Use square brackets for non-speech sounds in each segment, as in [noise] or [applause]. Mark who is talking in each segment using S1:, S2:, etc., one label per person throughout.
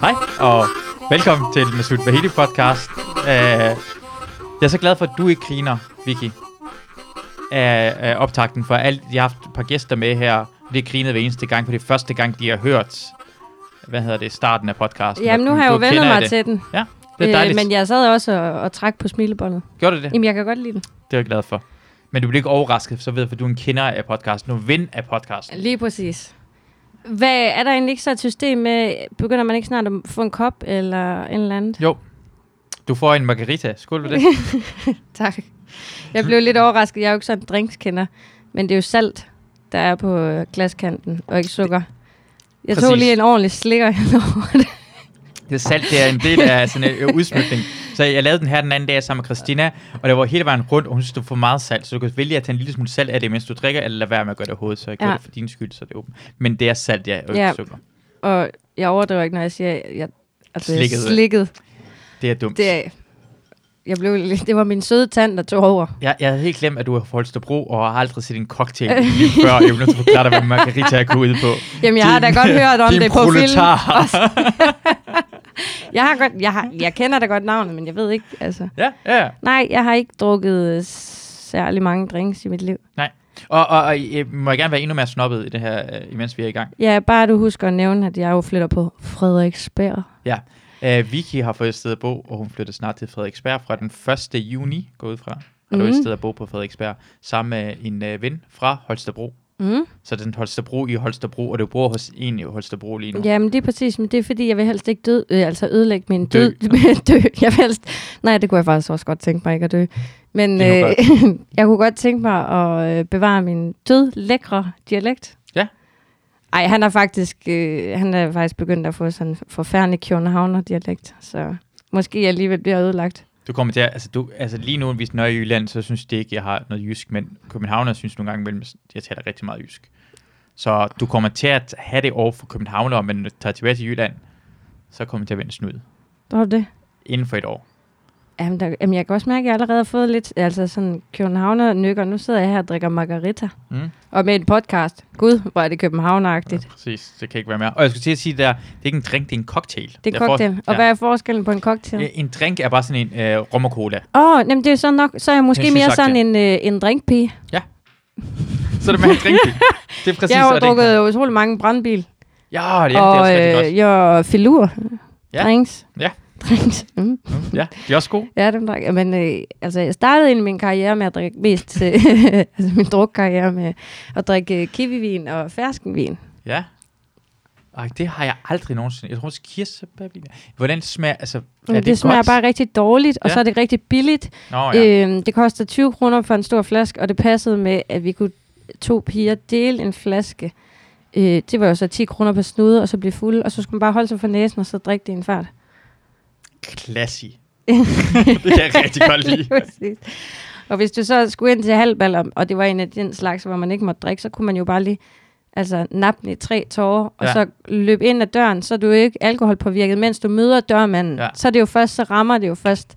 S1: Hej, og velkommen til Masud Vahidi podcast. Uh, jeg er så glad for, at du ikke griner, Vicky, af, af optakten, for alt, jeg har haft et par gæster med her, og det grinede hver eneste gang, for det er første gang, de har hørt, hvad hedder det, starten af podcasten.
S2: Jamen, nu
S1: Og
S2: har jeg
S1: du
S2: jo vendt
S1: kender
S2: mig
S1: det.
S2: til den.
S1: Ja, det er dejligt. Øh,
S2: men jeg sad også og, og trak på smilebåndet.
S1: Gjorde du det?
S2: Jamen, jeg kan godt lide den.
S1: Det er jeg glad for. Men du bliver ikke overrasket, for så ved jeg, for du er en kender af podcasten. Du er ven af podcasten.
S2: Lige præcis. Hvad, er der egentlig ikke så et system med, begynder man ikke snart at få en kop eller en eller andet?
S1: Jo. Du får en margarita. Skål ved det.
S2: Tak. Jeg blev lidt overrasket. Jeg er jo ikke sådan en drinkskender, men det er jo salt, der er på øh, glaskanten, og ikke sukker. Jeg tog
S1: Præcis.
S2: lige en ordentlig slikker hen over det.
S1: Det er salt, det er en del af sådan en øh, udsmykning. Så jeg lavede den her den anden dag sammen med Christina, og det var hele vejen rundt, og hun synes, det var for meget salt, så du kan vælge at tage en lille smule salt af det, mens du drikker, eller lade være med at gøre det overhovedet, så jeg gjorde
S2: Ja.
S1: det for din skyld, så det er åbent. Men det er salt, ja, og ikke
S2: Ja.
S1: sukker.
S2: [laughs] Og jeg overdriver ikke, når jeg siger, at jeg altså, slikket.
S1: Slikket.
S2: slikket.
S1: Det er dumt.
S2: Det, er- jeg blev, lidt- det var min søde tand, der tog over.
S1: Jeg, jeg havde helt glemt, at du er fra Holstebro, og har aldrig set en cocktail i dit liv før, jeg blev forklare dig, hvad margarita er gået ud på.
S2: Jamen, jeg har da
S1: Din- [laughs]
S2: godt hørt om
S1: din
S2: det på
S1: proletar. [laughs]
S2: film. Jeg, har godt, jeg, har, jeg kender da godt navnet, men jeg ved ikke, altså.
S1: Ja, ja.
S2: Nej, jeg har ikke drukket øh, særlig mange drinks i mit liv.
S1: Nej. Og, og, og øh, må jeg gerne være endnu mere snobbet i det her, øh, imens vi er i gang.
S2: Ja, bare du husker at nævne, at jeg jo flytter på Frederiksberg.
S1: Ja. Øh, Vicky har fået et sted at bo, og hun flytter snart til Frederiksberg fra den 1. juni, går jeg ud fra. Har du et
S2: Mhm.
S1: sted at bo på Frederiksberg, sammen med en øh, ven fra Holstebro.
S2: Mm.
S1: Så den Holstebro i Holstebro, og du bor hos en i Holstebro lige nu.
S2: Jamen, det er præcis, men det er fordi, jeg vil helst ikke død, øh, altså ødelægge min
S1: Dø.
S2: død. [laughs] Dø. dø. Jeg vil helst, nej, det kunne jeg faktisk også godt tænke mig ikke at dø. Men
S1: Det er nu
S2: øh, [laughs] jeg kunne godt tænke mig at øh, bevare min død lækre dialekt.
S1: Ja.
S2: Ej, han er faktisk, øh, han er faktisk begyndt at få sådan en forfærdelig Københavner-dialekt, så måske alligevel bliver ødelagt.
S1: Du kommer til at, altså, du, altså lige nu, hvis når jeg er i Jylland, så synes de ikke, jeg har noget jysk, men københavner synes nogle gange imellem, at jeg taler rigtig meget jysk. Så du kommer til at have det over for københavner, men når du tager tilbage til Jylland, så kommer det til at vende snyd
S2: Tror du det?
S1: inden for et år.
S2: Jamen, der, jamen, jeg kan også mærke, at jeg allerede har fået lidt altså sådan københavner-nykker. Nu sidder jeg her og drikker margarita.
S1: Mm.
S2: Og med en podcast. Gud, hvor er det københavneragtigt.
S1: Ja, præcis, det kan ikke være mere. Og jeg skulle til at sige, der, det er ikke en drink, det er en cocktail.
S2: Det er
S1: Jeg får-
S2: cocktail. Og hvad er forskellen på en cocktail?
S1: Ja.
S2: Åh,
S1: En drink er bare sådan en øh, rom og cola.
S2: oh, jamen, det er så nok, så er jeg måske
S1: Jeg
S2: jeg
S1: synes
S2: mere
S1: sagt,
S2: sådan en, øh, en drinkpige.
S1: Så er det med en drink.
S2: [laughs]
S1: i. Det er præcis,
S2: Jeg har jo
S1: og det er en-
S2: drukket utrolig mange brandbil.
S1: Ja, det er,
S2: og
S1: og, det er også rigtig
S2: øh, jeg filur.
S1: Ja.
S2: Ja. Drinks.
S1: Ja.
S2: Drinks. Mm.
S1: godt. Ja, det er også god.
S2: Ja, dem drak jeg. Men øh, altså, jeg startede egentlig min karriere med at drikke mest til, [laughs] altså min drukkarriere med at drikke øh, kiwivin og ferskenvin.
S1: Ja. Ej, det har jeg aldrig nogensinde. Jeg tror også kirsebærvin. Hvordan smager, altså, er
S2: Ja, det,
S1: det
S2: det smager
S1: godt?
S2: bare rigtig dårligt, og
S1: Ja.
S2: ja. så er det rigtig billigt.
S1: Nå, ja. Øh,
S2: ja. øhm, det koster 20 kroner for en stor flaske, og det passede med, at vi kunne to piger dele en flaske. Øh, det var jo så 10 kroner per snude, og så blive fuld, og så skulle man bare holde sig for næsen, og så drikke det i en fart.
S1: Classy. [laughs] det kan jeg rigtig
S2: [laughs]
S1: godt lide.
S2: Lige præcis. og hvis du så skulle ind til halvballer, og det var en af den slags, hvor man ikke måtte drikke, så kunne man jo bare lige altså, nappe den i tre tårer, og
S1: Ja.
S2: så løbe ind ad døren, så er du jo ikke alkoholpåvirket, mens du møder dørmanden.
S1: Ja.
S2: Ja. Så er det jo først, så rammer det jo først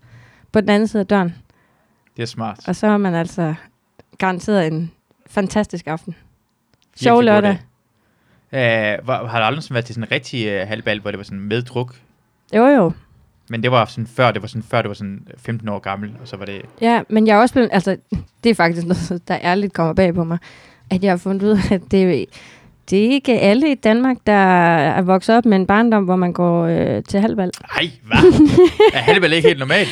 S2: på den anden side af døren.
S1: Det er smart.
S2: Og så har man altså garanteret en fantastisk aften.
S1: Virkelig
S2: Sjov
S1: god
S2: lørdag.
S1: dag. Øh, var- har der aldrig sådan været til sådan en rigtig øh, halvbal, hvor det var sådan med druk?
S2: Jo, jo.
S1: Men det var sådan før, det var sådan før, det var sådan 15 år gammel, og så var det...
S2: Ja, men jeg er også blevet... Altså, det er faktisk noget, der ærligt kommer bag på mig. At jeg har fundet ud af, at det, er- det er ikke alle i Danmark, der er vokset op med en barndom, hvor man går øh, til
S1: [laughs]
S2: halvvalg.
S1: Ej, hvad? er halvbal ikke helt
S2: [laughs]
S1: normalt?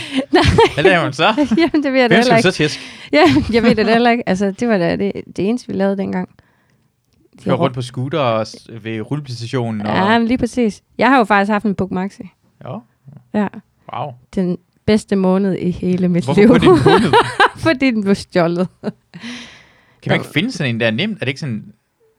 S1: Hvad laver man så?
S2: Jamen, det ved jeg da
S1: Hvem skal
S2: heller
S1: vi altså så
S2: ikke.
S1: tæsk?
S2: Ja, jeg ved det da heller ikke. Altså, det var da det, det eneste, vi lavede dengang. De
S1: Køre rundt på scooter og s- ved rulleplæstationen. Og...
S2: Ja, men lige præcis. Jeg har jo faktisk haft en Book Maxi.
S1: ja.
S2: Ja,
S1: Wow.
S2: den bedste måned i hele mit
S1: Hvorfor
S2: liv.
S1: kunne det en måned?
S2: fordi den blev stjålet.
S1: Kan
S2: [laughs]
S1: man ikke finde sådan en, der er nemt? Er det ikke sådan,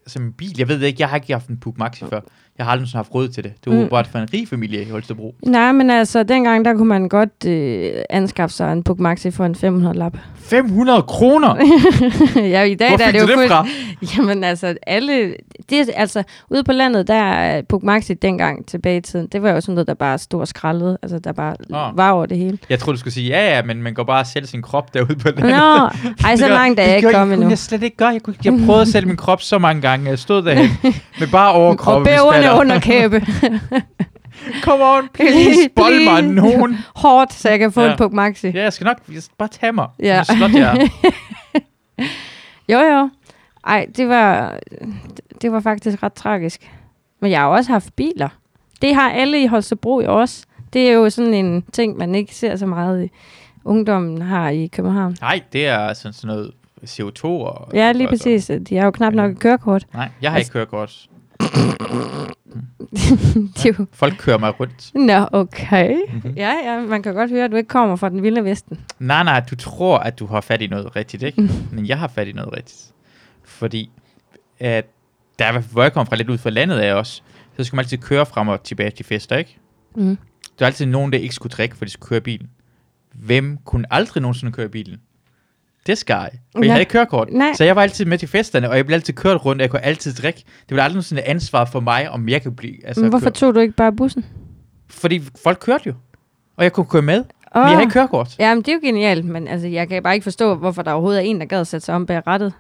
S1: som en bil? Jeg ved det ikke, jeg har ikke haft en Puk Maxi før. Jeg har aldrig sådan haft råd til det. Det var
S2: Mm.
S1: åbenbart for en rig familie i Holstebro.
S2: Nej, men altså, dengang, der kunne man godt øh, anskaffe sig en Book Maxi for en 500-lap.
S1: 500 kroner?
S2: [laughs] ja, i dag
S1: Hvor
S2: der er
S1: fik
S2: det
S1: du
S2: jo
S1: det
S2: fuldt-
S1: fra?
S2: [laughs] Jamen altså, alle... Det, er- altså, ude på landet, der er Book Maxi dengang tilbage i tiden, det var jo sådan noget, der bare stod og skraldede. Altså, der bare
S1: Ah.
S2: oh. var over det hele.
S1: Jeg troede, du skulle sige, ja ja, men man går bare og sælger sin krop derude på [laughs] landet.
S2: Nå, ej, så langt er jeg ikke kommet
S1: endnu.
S2: endnu.
S1: Jeg slet ikke gøre. Jeg, kunne, ikke- jeg prøvede at sælge min
S2: [laughs]
S1: krop så mange gange. Jeg stod derhen med bare overkrop. [laughs]
S2: Og bæverne under kæbe.
S1: Come on, please, [laughs] bold mig
S2: Please.
S1: nogen.
S2: Hårdt, så jeg kan få
S1: Ja.
S2: ja. en Puk Maxi.
S1: Ja, jeg skal nok jeg skal bare tage mig.
S2: Ja.
S1: Ja. Slot jer.
S2: [laughs] Jo, jo. Ej, det var, det var faktisk ret tragisk. Men jeg har jo også haft biler. Det har alle i Holstebro jo også. Det er jo sådan en ting, man ikke ser så meget i. Ungdommen har i København.
S1: Nej, det er sådan, sådan noget CO2 og...
S2: Ja, lige
S1: og-
S2: præcis. Altså- De har jo knap
S1: Altså. Ja.
S2: nok et kørekort.
S1: Nej, jeg har ikke kørekort.
S2: De er jo-
S1: Folk kører mig rundt.
S2: Nå, okay.
S1: Mhm.
S2: Ja, ja, man kan godt høre, at du ikke kommer fra den vilde vesten.
S1: Nej, nej, du tror, at du har fat i noget rigtigt,
S2: [laughs]
S1: ikke? Men jeg har fat i noget rigtigt. Fordi, at der, hvor jeg kommer fra, lidt ud fra landet af også, så skulle man altid køre frem og tilbage til fester, ikke?
S2: Mm.
S1: Der var altid nogen, der ikke skulle drikke, for de skulle køre bilen. Hvem kunne aldrig nogensinde køre bilen? Det skal jeg. For jeg
S2: Ja.
S1: havde ikke kørekort.
S2: Nej.
S1: Så jeg var altid med til festerne, og jeg blev altid kørt rundt, og jeg kunne altid drikke. Det blev aldrig nogensinde ansvar for mig, om jeg kunne blive... Altså,
S2: Men hvorfor
S1: køre.
S2: tog du ikke bare bussen?
S1: Fordi folk kørte jo. Og jeg kunne køre med. Oh. Men
S2: Åh.
S1: jeg har ikke kørekort.
S2: Jamen, det er jo genialt, men altså, jeg kan bare ikke forstå, hvorfor der overhovedet er en, der gad at sætte sig om bag rattet.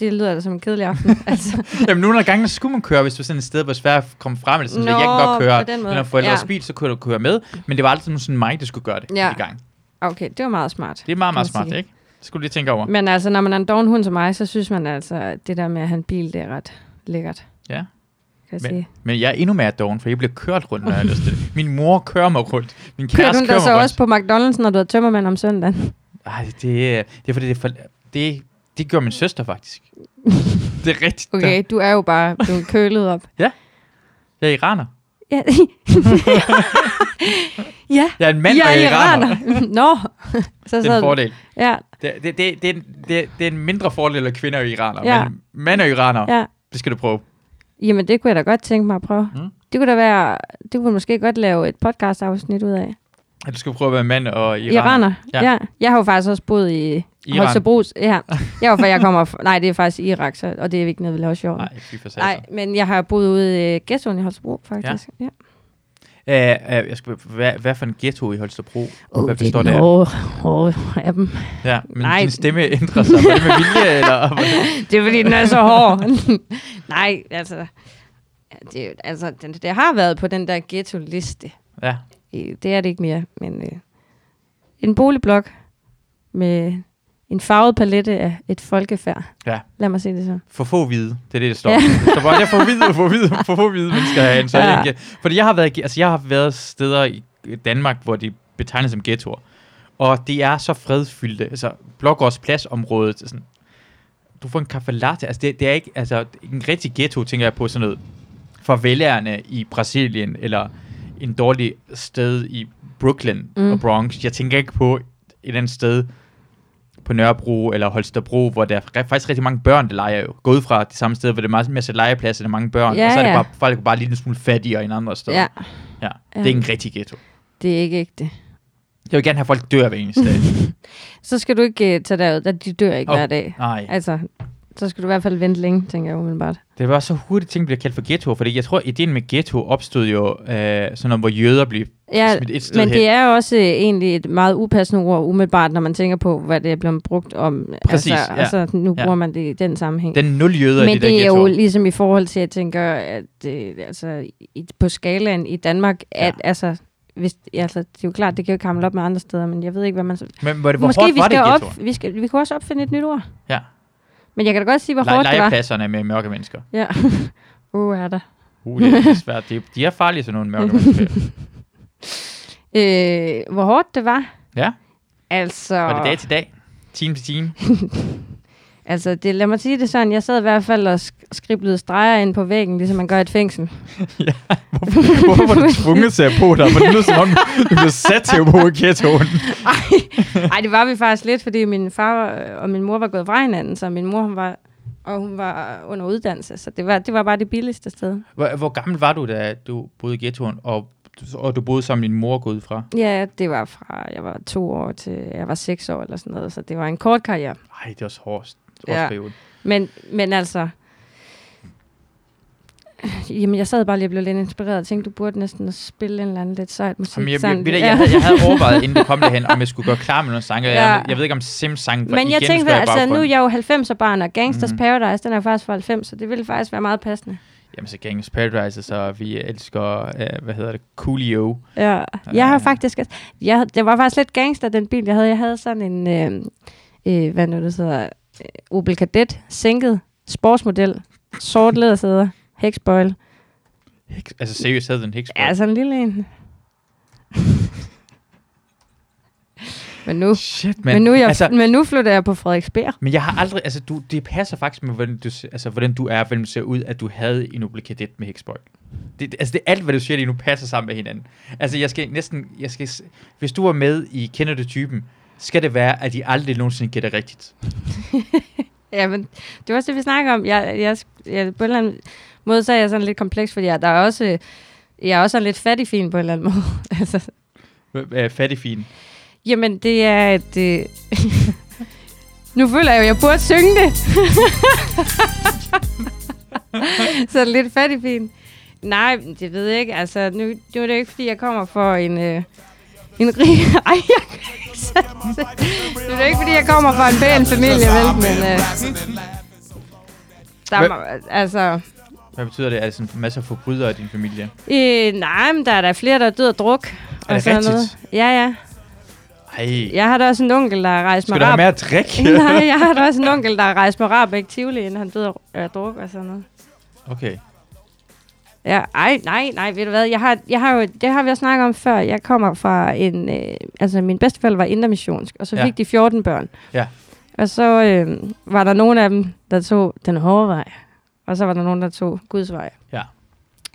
S2: Det lyder da som en kedelig
S1: [laughs]
S2: aften. altså,
S1: Jamen, nogle af gangene skulle man køre, hvis du var sådan et sted, hvor det var svært at komme frem, eller sådan, så
S2: Nå,
S1: jeg kan godt
S2: på
S1: køre.
S2: den måde.
S1: Når forældre ja.
S2: Ja.
S1: bil, så kunne du køre med. Men det var aldrig sådan, sådan mig, der skulle gøre det ja.
S2: Ja.
S1: i gang.
S2: okay, det var meget smart.
S1: Det er meget, meget
S2: Kan man
S1: smart,
S2: sige.
S1: ikke? Det skulle du lige tænke over.
S2: Men altså, når man er en doven hund som mig, så synes man altså, at det der med at have en bil, det er ret lækkert.
S1: Ja.
S2: Kan jeg
S1: Men-
S2: sige.
S1: Men jeg er endnu mere doven, for jeg bliver kørt rundt, når jeg har lyst til det. Min mor kører mig rundt. Min
S2: Kører
S1: kæreste
S2: du der
S1: kører mig
S2: så
S1: rundt.
S2: også på McDonald's, når du har tømmermand om
S1: [laughs]
S2: søndagen?
S1: Ej, det, er- det er fordi, det, er for, det, det gør min søster
S2: [laughs]
S1: faktisk. det er rigtigt.
S2: Okay, du er jo bare blevet kølet op.
S1: Jeg er iraner.
S2: Ja. [laughs] ja.
S1: Jeg er en mand,
S2: ja,
S1: og jeg er iraner.
S2: iraner. [laughs] Nå. Så
S1: Det er en
S2: sad,
S1: fordel.
S2: ja,
S1: Det, det, det, det, er en- det, det er en mindre fordel at kvinder er iraner.
S2: Ja.
S1: Men mænd er iraner.
S2: ja.
S1: Det skal du prøve.
S2: Jamen, det kunne jeg da godt tænke mig at prøve.
S1: Mm.
S2: Mm. Det kunne da være, det kunne man måske godt lave et podcast-afsnit ud af.
S1: Ja, Du skal prøve at være mand og iraner.
S2: Iraner.
S1: Ja.
S2: Ja. ja. Jeg har jo faktisk også boet i
S1: Iran.
S2: Holstebros.
S1: [laughs]
S2: Ja. Jeg, var, fra- jeg kommer fra, nej, det er faktisk Irak, så, og det er ikke noget, vi laver sjovt. med.
S1: Nej, altså- fy for
S2: Nej,
S1: satan.
S2: men jeg har boet ude i øh, ghettoen i Holstebro, faktisk. Ja. ja.
S1: Æ, øh, jeg skal, hvad, hvad for en ghetto i Holstebro? hvad består det af?
S2: det af?
S1: [laughs]
S2: af dem.
S1: Ja, men Nej.
S2: Nej.
S1: din stemme ændrer sig. Var det med vilje, eller? [laughs]
S2: [laughs] Det er, fordi den er så hård. [laughs] nej, altså... ja, Det, altså, den, det har været på den der ghetto-liste.
S1: Ja,
S2: Øh, Det er det ikke mere, men øh, en boligblok med en farvet palette af et folkefærd.
S1: Ja.
S2: Lad mig se det så.
S1: for få hvide. Det er det, der står. Ja. Så bare, jeg får hvide, for hvide, for få hvide mennesker herinde. Så ja. jeg
S2: Ja.
S1: ikke, fordi jeg har, været, altså, jeg har været steder i Danmark, hvor de betegnes som ghettoer. Og det er så fredfyldte. Altså, Blågårdspladsområdet. Sådan, du får en kaffe latte. Altså, det, det er ikke, altså, en rigtig ghetto, tænker jeg på sådan noget. For vælgerne i Brasilien, eller en dårlig sted i Brooklyn mm.
S2: Mm.
S1: og Bronx. Jeg tænker ikke på et eller andet sted på Nørrebro eller Holstebro, hvor der er re- faktisk rigtig mange børn, der leger jo. Gå ud fra det samme sted, hvor det er meget masse legepladser, der er mange børn,
S2: Ja,
S1: og så er det
S2: ja.
S1: bare, folk er bare lige en smule fattigere end andre steder.
S2: Ja,
S1: ja. Det
S2: Ja.
S1: er ikke en rigtig ghetto.
S2: det er ikke ægte.
S1: Jeg vil gerne have folk dør hver eneste
S2: [laughs]
S1: dag.
S2: Så skal du ikke uh, tage derud, da de dør ikke
S1: Åh,
S2: oh. hver dag.
S1: Nej,
S2: Altså, så skal du i hvert fald vente længe, tænker jeg umiddelbart.
S1: det var så hurtigt, ting bliver kaldt for ghetto, fordi jeg tror, ideen med ghetto opstod jo øh, sådan noget, hvor jøder blev
S2: Ja,
S1: smidt et sted
S2: men
S1: hen.
S2: det er jo også øh, egentlig et meget upassende ord umiddelbart, når man tænker på, hvad det er blevet brugt om.
S1: Præcis,
S2: altså,
S1: ja.
S2: altså, nu
S1: Ja.
S2: bruger man det i den sammenhæng.
S1: Den nul jøder i
S2: Men
S1: det der
S2: det er
S1: ghetto.
S2: jo ligesom i forhold til, jeg tænker, at øh, altså, i, på skalaen i Danmark, at altså, hvis, altså, det er jo klart, det kan jo kamle op med andre steder, men jeg ved ikke, hvad man... Så,
S1: Men hvor, hvor
S2: Måske
S1: hårdt
S2: vi
S1: var
S2: skal,
S1: det i ghettoen?
S2: op, vi, skal, vi kunne også opfinde et nyt ord.
S1: Ja.
S2: Men jeg kan da godt sige, hvor
S1: Le-
S2: hårdt det var.
S1: legepladserne med mørke mennesker.
S2: Ja. [laughs] uh, er der.
S1: Uh, det er svært. De, de er farlige, sådan nogle
S2: [laughs]
S1: mørke mennesker.
S2: Øh, hvor hårdt det var.
S1: Ja.
S2: Altså,
S1: Var det dag til dag? Time til time?
S2: altså det, lad mig sige det sådan, jeg sad i hvert fald og sk- skriblede streger ind på væggen, ligesom man gør i et
S1: [laughs]
S2: fængsel.
S1: Hvorfor var du tvunget til at på dig? For det lyder som om, du blev sat til at bo i ghettoen.
S2: Nej, det var vi faktisk lidt, fordi min far og min mor var gået fra hinanden, så min mor hun var, og hun var under uddannelse, så det var, det var bare det billigste sted.
S1: Hvor, hvor gammel var du, da du boede i ghettoen, og, og du boede sammen med din mor gået ud fra?
S2: Ja, det var fra, jeg var to år til, jeg var seks år eller sådan noget, så det var en kort karriere.
S1: Nej, det var også hårdt.
S2: Ja.
S1: Ja.
S2: Men, men altså, jamen jeg sad bare lige og blev lidt inspireret og tænkte, du burde næsten at spille en eller anden lidt sejt musik.
S1: Jamen, jeg, jeg,
S2: sådan.
S1: ved, du,
S2: Ja.
S1: jeg, havde, jeg
S2: [laughs]
S1: havde overvejet, inden du kom derhen, om jeg skulle gøre klar med nogle sange. Ja.
S2: Ja.
S1: Jeg, jeg ved ikke, om Sims-sangen var
S2: men jeg
S1: igen,
S2: tænkte,
S1: skulle i
S2: altså, nu er
S1: baggrunden.
S2: jeg jo 90'er barn, og Gangsters
S1: Mhm.
S2: Paradise, den er faktisk fra 90, så det ville faktisk være meget passende.
S1: Jamen, så Gangs Paradise, så vi elsker, øh, hvad hedder det, Coolio.
S2: Ja, jeg har faktisk... Jeg, det var faktisk lidt gangster, den bil, jeg havde. Jeg havde sådan en... Øh, øh, hvad nu det hedder... øh, Opel Kadett, sænket, sportsmodel, sort lædersæder, hæksbøjle.
S1: Heks, altså seriøst havde den heks.
S2: Ja, sådan en lille en. [laughs] men, nu,
S1: Shit, man.
S2: altså- men, men, nu er jeg,
S1: altså,
S2: altså, men nu flytter jeg på Frederiksberg.
S1: men jeg har aldrig, altså du, det passer faktisk med, hvordan du, se- altså, hvordan du er, hvordan du ser ud, at du havde en oblikadet med heksbøjl. Det, det- altså det er alt, hvad du siger lige nu, passer sammen med hinanden. Altså jeg skal næsten, jeg skal, s- hvis du var med i Kender du typen, skal det være, at de aldrig nogensinde gætter rigtigt.
S2: Ja, men det var også det, vi snakker om. Jeg, jeg, jeg, på en eller anden måde, så er jeg sådan lidt kompleks, fordi jeg, der er også, øh, jeg er også sådan lidt fattig fin på en eller anden måde. [laughs] altså,
S1: Øh, øh, Fattig fin.
S2: jamen, det er et... Øh, [laughs] nu føler jeg jo, jeg burde synge det. [laughs] så lidt fattig fin. Nej, men det ved jeg ikke. Altså, nu, nu er det jo ikke, fordi jeg kommer for en... Øh, en rig... [laughs] Ej, jeg kan ikke sætte det. Nu er det jo ikke, fordi jeg kommer fra en pæn familie, vel? Men, øh, der,
S1: Hvem-
S2: må- altså...
S1: Hvad betyder det? Er det sådan masser af forbrydere i din familie?
S2: Øh, nej, men der er der flere, der er død af druk.
S1: Er det rigtigt?
S2: Ja, ja.
S1: Ej, ja,
S2: Jeg har da også en onkel, der har rejst
S1: skal
S2: med
S1: du have
S2: rab.
S1: mere at drikke?
S2: [laughs] nej, jeg har da også en onkel, der har rejst med Rabeck Tivoli, inden han døde af af druk og sådan noget.
S1: Okay.
S2: Ja, ej, nej, nej, ved du hvad, jeg har, jeg har jo, det har vi også snakket om før, jeg kommer fra en, øh, altså min bedsteforældre var indermissionsk, og så
S1: Ja.
S2: fik de 14 børn.
S1: Ja.
S2: Og så øh, var der nogen af dem, der tog den hårde vej, og så var der nogen, der tog Guds vej.
S1: Ja.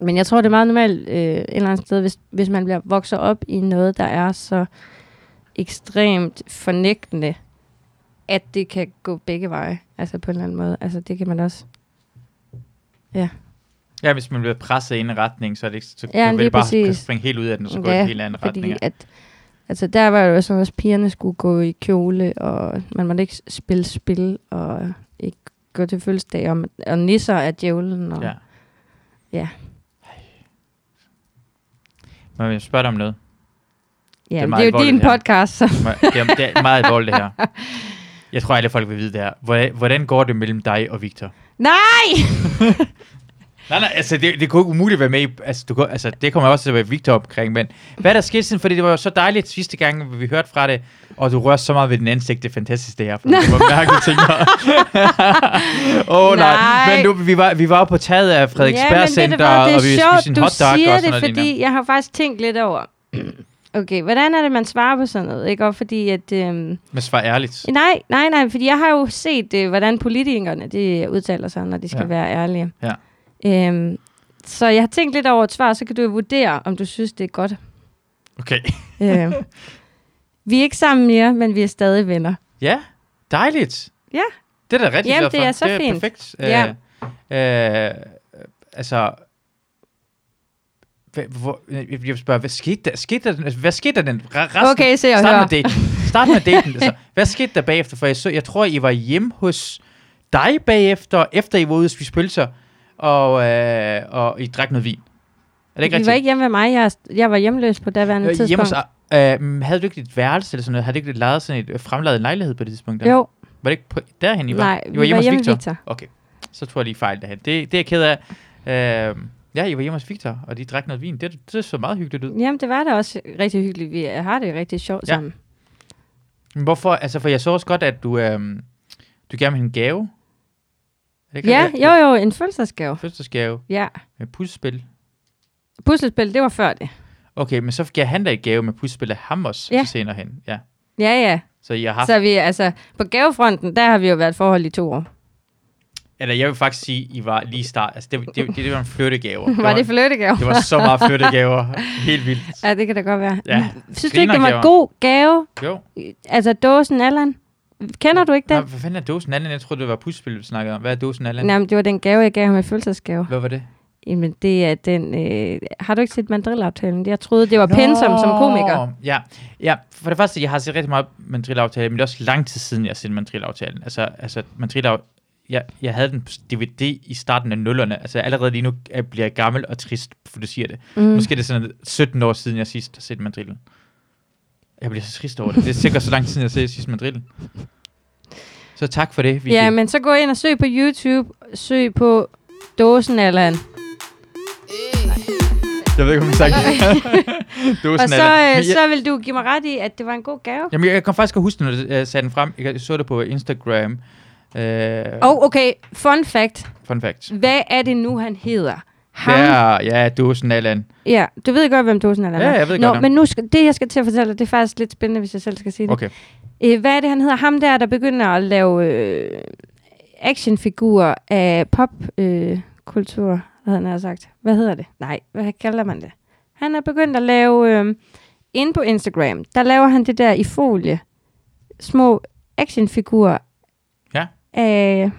S2: Men jeg tror, det er meget normalt øh, et eller andet sted, hvis, hvis man bliver vokser op i noget, der er så ekstremt fornægtende, at det kan gå begge veje, altså på en eller anden måde. Altså det kan man også.
S1: Ja, hvis man bliver presset i en retning, så er det ikke, så
S2: Ja,
S1: kan man
S2: lige
S1: bare
S2: præcis.
S1: springe helt ud af den, og så gå i en helt anden retning.
S2: fordi
S1: ikke?
S2: at, altså der var jo sådan, at pigerne skulle gå i kjole, og man måtte ikke spille spil, og ikke gå til fødselsdag, og, og nisser af djævlen. Og,
S1: Ja.
S2: Ja.
S1: Ej. Må jeg spørge dig om noget?
S2: ja
S1: er
S2: det,
S1: meget
S2: det er jo
S1: alvorligt,
S2: din
S1: ja.
S2: podcast, så.
S1: Må jeg- Det er, det er meget alvorligt det
S2: [laughs]
S1: her. Jeg tror, alle folk vil vide det her. Hvordan, hvordan går det mellem dig og Victor?
S2: Nej!
S1: [laughs] Nej, nej, altså det, det kunne ikke umuligt være med i, altså, du, kunne- altså det kommer jeg også til at være Victor omkring, men hvad er der sket siden, fordi det var jo så dejligt sidste gang, vi hørte fra det, og du rører så meget ved din ansigt, det er fantastisk det her,
S2: [laughs]
S1: for det var mærkeligt ting [laughs] Åh oh, nej.
S2: Nej.
S1: men nu, vi var, vi var jo på taget af Frederiksberg
S2: men ved
S1: Center,
S2: du hvad, det er
S1: og vi
S2: sjovt,
S1: spiste en
S2: du
S1: hotdog og
S2: siger
S1: sådan
S2: det,
S1: noget lignende.
S2: fordi jeg har faktisk tænkt lidt over, [clears throat] okay, hvordan er det, man svarer på sådan noget? Ikke? Og fordi at, øhm,
S1: Men svar ærligt.
S2: nej, nej, nej, fordi jeg har jo set, øh, hvordan politikerne de udtaler sig, når de skal
S1: Ja.
S2: ja. være ærlige.
S1: Ja.
S2: Øhm, så jeg har tænkt lidt over et svar, så kan du jo vurdere, om du synes, det er godt.
S1: Okay.
S2: øh,
S1: [laughs]
S2: vi er ikke sammen mere, men vi er stadig venner.
S1: Ja, dejligt.
S2: Ja.
S1: Det er da rigtig
S2: Jamen,
S1: glad for.
S2: det er så
S1: det er
S2: fint.
S1: perfekt.
S2: Ja.
S1: Øh, øh, altså, hvad, hvor, jeg jeg vil spørge, hvad skete der? Skete der, altså, hvad skete der den re- resten?
S2: Okay, se og
S1: Start
S2: hør.
S1: med daten. Start med daten. altså. Hvad skete der bagefter? For jeg, så, jeg tror, I var hjemme hos dig bagefter, efter I var ude og spise pølser, og, øh, og I drak noget vin. Er det ikke
S2: Vi
S1: rigtigt?
S2: var ikke hjemme ved mig, jeg, er- jeg var hjemløs på daværende
S1: øh,
S2: tidspunkt.
S1: hjemme hos, øh, mm, havde du ikke dit værelse eller sådan noget? Havde du ikke lavet sådan et øh, fremladet lejlighed på det tidspunkt? Der?
S2: Jo,
S1: Var det ikke på, derhen, I var?
S2: nej,
S1: I
S2: vi var hjemme ved
S1: Victor?
S2: Victor.
S1: Okay, så tror jeg lige fejl derhen. Det, det er jeg ked af. Øh, ja, I var hjemme hos Victor, og de drak noget vin. Det, det så meget hyggeligt ud.
S2: Jamen, det var da også rigtig hyggeligt. Vi har det rigtig sjovt
S1: Ja.
S2: ja. sammen.
S1: Men hvorfor? Altså, for jeg så også godt, at du, øh, du gerne vil have en gave. Er det ikke
S2: Ja,
S1: rigtigt?
S2: jo jo, en fødselsdagsgave.
S1: Fødselsdagsgave
S2: Ja.
S1: med puslespil.
S2: Puslespil, det var før det.
S1: Okay, men så gav han dig en gave med puslespil af ham også
S2: Ja.
S1: ja. senere hen. Ja.
S2: Ja, ja.
S1: Så jeg har haft,
S2: Så vi, altså, på gavefronten, der har vi jo været i forhold i to år.
S1: eller jeg vil faktisk sige, I var lige start. Altså, det, det, det, det var en flyttegave.
S2: [laughs] Var det flyttegave?
S1: det var så
S2: [laughs]
S1: meget flyttegaver. Helt vildt.
S2: Ja, det kan da godt være.
S1: Ja.
S2: Synes du ikke, det var en
S1: Grinergaver.
S2: god gave?
S1: Jo.
S2: Altså, dåsen Allan? Kender du ikke
S1: Nå,
S2: den?
S1: hvad fanden er dåsen Allan? Jeg troede, det var puslespil, vi snakkede om. Hvad er dåsen Allan?
S2: Nej, men det var den gave, jeg gav ham i fødselsdagsgave.
S1: Hvad var det?
S2: Jamen, det er den... Øh, har du ikke set mandrillaftalen? Jeg troede, det var pensum som komiker.
S1: Ja. ja, for det første, jeg har set rigtig meget mandrilaftale, men det er også lang tid siden, jeg har set mandrilaftalen. Altså, altså mandrilav... Jeg, jeg havde den på DVD i starten af nullerne. Altså allerede lige nu øh, bliver jeg gammel og trist, for du siger det. Mm. Måske er det sådan 17 år siden, jeg sidst har set mandrillen. Jeg bliver så trist over det. Det er sikkert så lang tid siden, jeg har set sidst mandrillen. Så tak for det, Vicky.
S2: Ja, men så gå ind og søg på YouTube. Søg på dåsen Allan.
S1: Jeg ved ikke, om jeg
S2: [laughs]
S1: sagde det. du er
S2: Og
S1: sådan,
S2: så,
S1: er det.
S2: øh,
S1: Men jeg,
S2: så vil du give mig ret i, at det var en god gave.
S1: Jamen, jeg kan faktisk huske, når du øh, satte den frem. Jeg så det på Instagram. Øh,
S2: Og oh, okay, fun fact.
S1: Fun fact.
S2: Hvad er det nu, han hedder? Ham?
S1: Ja, ja, du er sådan Allan.
S2: ja. Du ved godt, hvem Dosen er. eller
S1: Ja,
S2: hvad?
S1: jeg ved
S2: Nå,
S1: godt ham.
S2: men nu skal, det, jeg skal til at fortælle dig, det er faktisk lidt spændende, hvis jeg selv skal sige det.
S1: Okay.
S2: Øh, hvad er det, han hedder? Ham der, der begynder at lave øh, actionfigurer af popkultur, øh, kultur, havde han nær sagt. Hvad hedder det? Nej, hvad kalder man det? Han er begyndt at lave, øh, inde på Instagram, der laver han det der i folie, små actionfigurer
S1: Ja.
S2: af...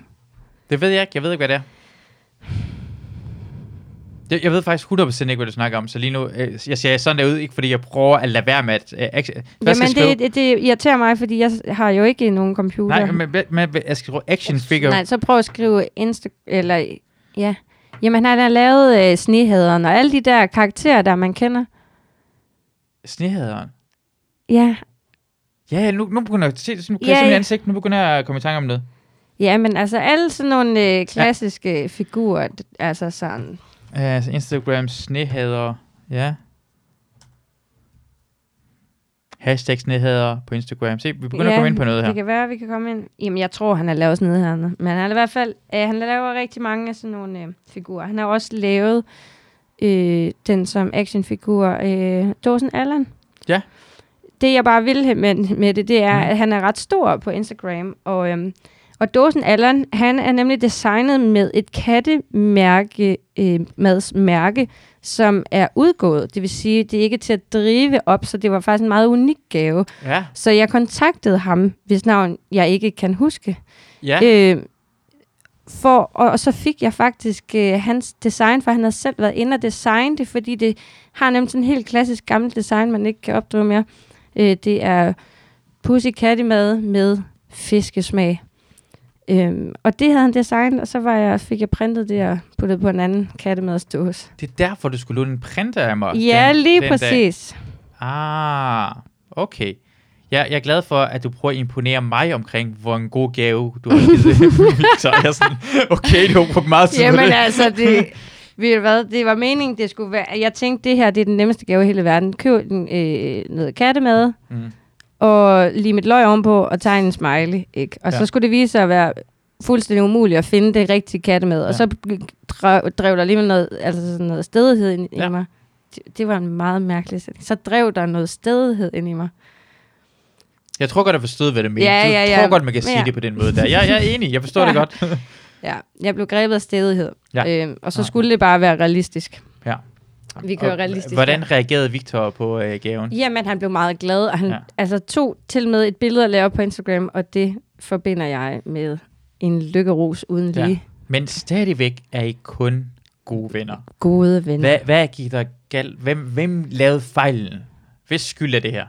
S1: Det ved jeg ikke. Jeg ved ikke, hvad det er. Jeg, jeg ved faktisk 100% ikke, hvad du snakker om, så lige nu, øh, jeg ser sådan derude, ikke fordi jeg prøver at lade være med at... Øh, action, hvad skal
S2: Jamen,
S1: jeg skrive?
S2: det, det, det irriterer mig, fordi jeg har jo ikke nogen computer.
S1: Nej, men, men, men jeg skal skrive action figure.
S2: Nej, så prøv at skrive Insta... Eller, ja. Jamen, han har lavet øh, snehaderen og alle de der karakterer, der man kender.
S1: Snehaderen.
S2: Ja,
S1: Ja, nu, nu begynder jeg at se det. Nu kan
S2: Ja,
S1: jeg se mit
S2: ja.
S1: ansigt. Nu begynder jeg at komme i tanke om noget.
S2: Ja, men altså alle sådan nogle øh, klassiske ja. figurer, d- altså sådan.
S1: Altså, Instagram snehader. Ja. Hashtag snehader på Instagram. Se, vi begynder ja,
S2: ja,
S1: at komme ind på noget
S2: Det
S1: her.
S2: kan være, vi kan komme ind. Jamen, jeg tror, han har lavet sådan noget her. Men han er i hvert fald, øh, han laver rigtig mange af sådan nogle øh, figurer. Han har også lavet øh, den som actionfigur, øh, Dawson Allen.
S1: Ja.
S2: Det, jeg bare vil hen med, med det, det er,
S1: Mhm.
S2: mm. at han er ret stor på Instagram. Og, øhm, og Dawson Allen, han er nemlig designet med et kattemærke, øh, madsmærke, som er udgået. Det vil sige, det er ikke til at drive op, så det var faktisk en meget unik gave.
S1: Ja,
S2: Så jeg kontaktede ham, hvis navn jeg ikke kan huske.
S1: ja.
S2: Ja. Øh, for, og, og så fik jeg faktisk øh, hans design, for han havde selv været inde og designe det, fordi det har nemlig sådan en helt klassisk gammelt design, man ikke kan opdrive mere. Øh, det er pussycattemad med fiskesmag. Øhm, og det havde han designet, og så var jeg, fik jeg printet det og puttet på en anden kattemadsdåse.
S1: Det er derfor, du skulle låne en printer af mig.
S2: Ja,
S1: den-
S2: lige
S1: den Dag.
S2: præcis.
S1: Ah, okay. Ja, jeg er glad for, at du prøver at imponere mig omkring, hvor en god gave du har givet
S2: [laughs]
S1: Victor. Jeg er sådan, okay, du har brugt meget tid på
S2: Jamen
S1: det.
S2: altså, det, ved du hvad, det var meningen, det skulle være. Jeg tænkte, det her det er den nemmeste gave i hele verden. Køb en, øh, noget kattemad,
S1: Mm.
S2: mm. og lige et løg ovenpå, og tegn en smiley. Ikke? Og ja.
S1: Ja.
S2: så skulle det vise sig at være fuldstændig umuligt at finde det rigtige kattemad. Og
S1: Ja.
S2: så drev, drev der alligevel noget, altså sådan noget stedighed ind ja.
S1: Ja.
S2: i mig. Det, det var en meget mærkelig sætning. Så drev der noget stedighed ind i mig.
S1: Jeg tror godt, jeg forstod, hvad det mener.
S2: Ja, ja,
S1: Jeg
S2: ja.
S1: tror godt, man kan sige
S2: Ja.
S1: det på den måde der. Jeg, jeg er enig, jeg forstår
S2: Ja.
S1: det godt.
S2: Ja, jeg blev grebet af stedighed.
S1: Ja.
S2: Øhm, og så
S1: Nej.
S2: skulle det bare være realistisk.
S1: Ja.
S2: Vi kører
S1: Og
S2: realistisk.
S1: Hvordan reagerede Victor på øh, gaven?
S2: Jamen, han blev meget glad, og han
S1: Ja.
S2: ja. altså, tog til med et billede at lave på Instagram, og det forbinder jeg med en lykkeros uden
S1: Ja.
S2: lige ja.
S1: Men stadigvæk er I kun gode venner.
S2: gode venner.
S1: Hvad, hvad gik der galt? Hvem, hvem lavede fejlen? Hvis skyld er det her?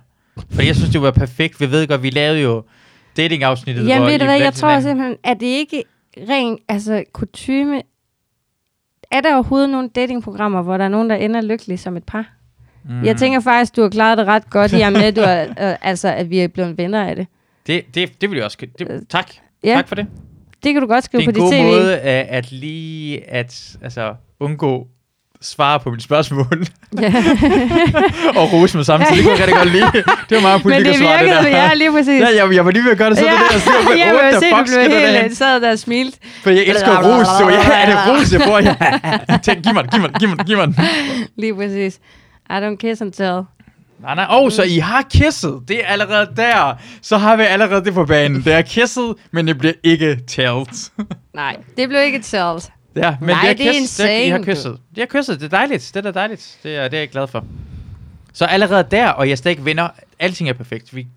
S1: Fordi jeg synes, det var perfekt. Vi ved godt, vi lavede jo dating-afsnittet.
S2: Jamen,
S1: hvor
S2: ved du
S1: I
S2: hvad, jeg
S1: valgte
S2: tror
S1: hinanden.
S2: simpelthen, at det ikke ren, altså kutume, er der overhovedet nogle datingprogrammer, hvor der er nogen, der ender lykkelig som et par? Mm. Jeg tænker faktisk, du har klaret det ret godt, i og
S1: [laughs]
S2: med, at, du er, øh, altså, at vi er blevet venner af det.
S1: Det, det, det vil jeg også... Det, tak.
S2: Øh, Ja,
S1: Tak for det.
S2: det kan du godt
S1: Det
S2: skrive
S1: er en
S2: på dit
S1: god
S2: CV.
S1: måde at, at lige at altså, undgå svare på mit spørgsmål [laughs]
S2: Ja.
S1: og rose mig samtidig. Det kunne jeg rigtig godt lide. Det var meget
S2: [laughs] Men det
S1: politikersvar, det,
S2: virkede,
S1: det der.
S2: ja, lige præcis.
S1: Ja, jeg, jeg var lige ved at gøre det sådan, ja. det der, og sige,
S2: [laughs] ja, jeg
S1: what
S2: vil
S1: the
S2: se,
S1: fuck
S2: du
S1: skal
S2: blev
S1: det
S2: helt
S1: derhen?
S2: øh, sad der og smilte.
S1: For jeg elsker ros, så ja, er det ros, jeg får? Ja. Tænk, giv mig den, giv mig den, giv mig den, giv mig den.
S2: Lige præcis. I don't kiss and tell.
S1: Nej, nej, oh, så I har kisset. Det er allerede der. Så har vi allerede det på banen. Det er kisset, men det bliver ikke talt.
S2: Nej, det blev ikke talt.
S1: Ja, men
S2: Nej,
S1: det er,
S2: det er
S1: kysset. Det er, I har
S2: insane, du.
S1: kysset. Det er kysset. Det er dejligt. Det er da dejligt. Det er, det er jeg glad for. Så allerede der, og jeg stadig vinder. Alting er perfekt. Vi,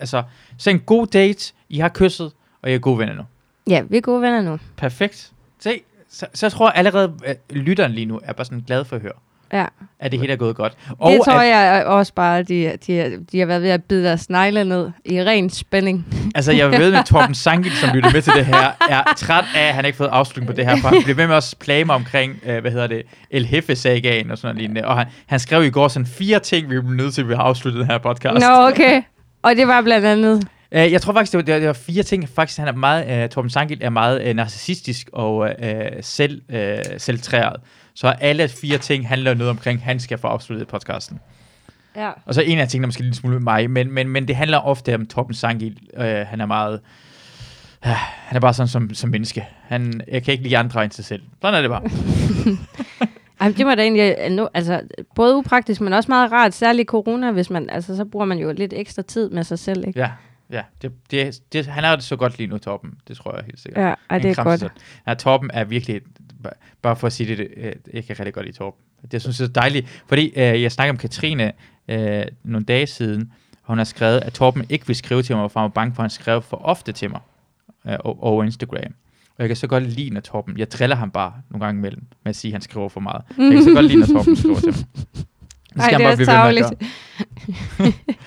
S1: altså, så en god date. I har kysset, og jeg er gode venner nu.
S2: Ja, vi er gode venner nu.
S1: Perfekt. Se, så, så tror jeg allerede, at lytteren lige nu er bare sådan glad for at høre,
S2: Ja,
S1: at det hele er gået godt.
S2: og det tror
S1: at,
S2: jeg også bare, de, de, de har været ved at bide deres snegle ned i ren spænding.
S1: Altså, jeg ved, at Torben Sankin, som lytter med til det her, er træt af, at han ikke har fået afslutning på det her, for han bliver ved med at plage mig omkring, øh, hvad hedder det, El Hefe-sagaen og sådan noget lignende. Og han, han skrev i går sådan fire ting, vi bliver nødt til, at vi har afsluttet den her podcast.
S2: Nå, okay. Og det var blandt andet
S1: Øh, jeg tror faktisk, det var, det var, det var fire ting. Faktisk, han er meget, øh, Torben Sangel er meget øh, narcissistisk og øh, selv, øh, selvtræret. Så alle fire ting handler noget omkring, han skal få afsluttet podcasten.
S2: Ja.
S1: Og så en af tingene, der måske er lidt smule med mig, men, men, men det handler ofte om Torben Sangel. Øh, han er meget... Øh, han er bare sådan som, som menneske. Han, jeg kan ikke lide andre end sig selv. Sådan er det bare.
S2: Jamen, det var da egentlig øh, nu, altså, både upraktisk, men også meget rart, særligt i corona, hvis man, altså, så bruger man jo lidt ekstra tid med sig selv, ikke?
S1: Ja, ja. Det, det, det, han har det så godt lige nu, Torben. Det tror jeg helt sikkert.
S2: Ja, ja
S1: Han
S2: det er
S1: kramser
S2: godt.
S1: sig. Ja, Torben er virkelig, et- bare- bare for at sige det, øh, jeg kan rigtig godt lide Torben. Det jeg synes jeg er så dejligt, fordi øh, jeg snakkede om Katrine øh, nogle dage siden, og hun har skrevet, at Torben ikke vil skrive til mig, for han var bange for, at han skrev for ofte til mig øh, o- over Instagram. Og jeg kan så godt lide, når Torben, jeg driller ham bare nogle gange imellem, med at sige, at han skriver for meget. Jeg kan så godt [laughs]
S2: [laughs]
S1: lide, når Torben skriver til mig. Det skal
S2: Ej, det
S1: han
S2: er
S1: bare blive ved med at
S2: tarveligt.
S1: gøre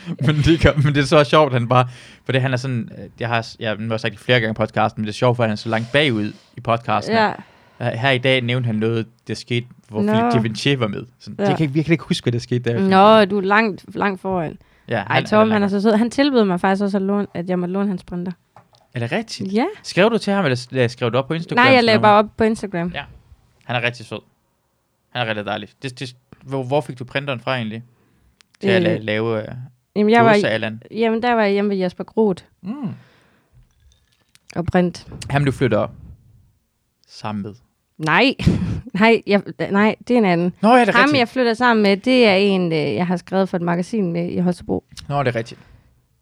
S1: [laughs] men, det gør, men det er så sjovt, han bare... Fordi han er sådan... øh, Jeg har, jeg har nu også sagt det flere gange i podcasten, men det er sjovt, for han er så langt bagud i podcasten.
S2: Ja,
S1: Øh, Her i dag nævnte han noget, der skete, hvor
S2: Nå.
S1: Philip Givenchy var med. Sådan,
S2: Ja.
S1: Jeg kan ikke- virkelig ikke huske, hvad der skete der.
S2: nå, du er langt, langt foran.
S1: Ja,
S2: Ej, Tom, han er så sød. Han tilbød mig faktisk også, at, låne, at jeg måtte låne hans printer.
S1: Er det rigtigt?
S2: Ja.
S1: Skrev du til ham, eller s- eller skrev du op på Instagram?
S2: Nej, jeg lagde
S1: Sådan
S2: bare
S1: noget?
S2: op på Instagram.
S1: Ja. Han er rigtig sød. Han er rigtig dejlig. Det, det, hvor, hvor fik du printeren fra egentlig? Til at
S2: Øh,
S1: la- lave øh,
S2: Jamen, jeg var,
S1: dåsealderen.
S2: jamen der var jeg hjemme ved Jesper Groth
S1: Mm.
S2: og print.
S1: Ham, du flytter op. Sammen med.
S2: Nej, [laughs] nej, jeg, nej, det er en anden.
S1: Nå, ja, det er
S2: Ham,
S1: rigtigt.
S2: jeg flytter sammen med, det er en, øh, jeg har skrevet for et magasin med i Holstebro.
S1: Nå, det er rigtigt.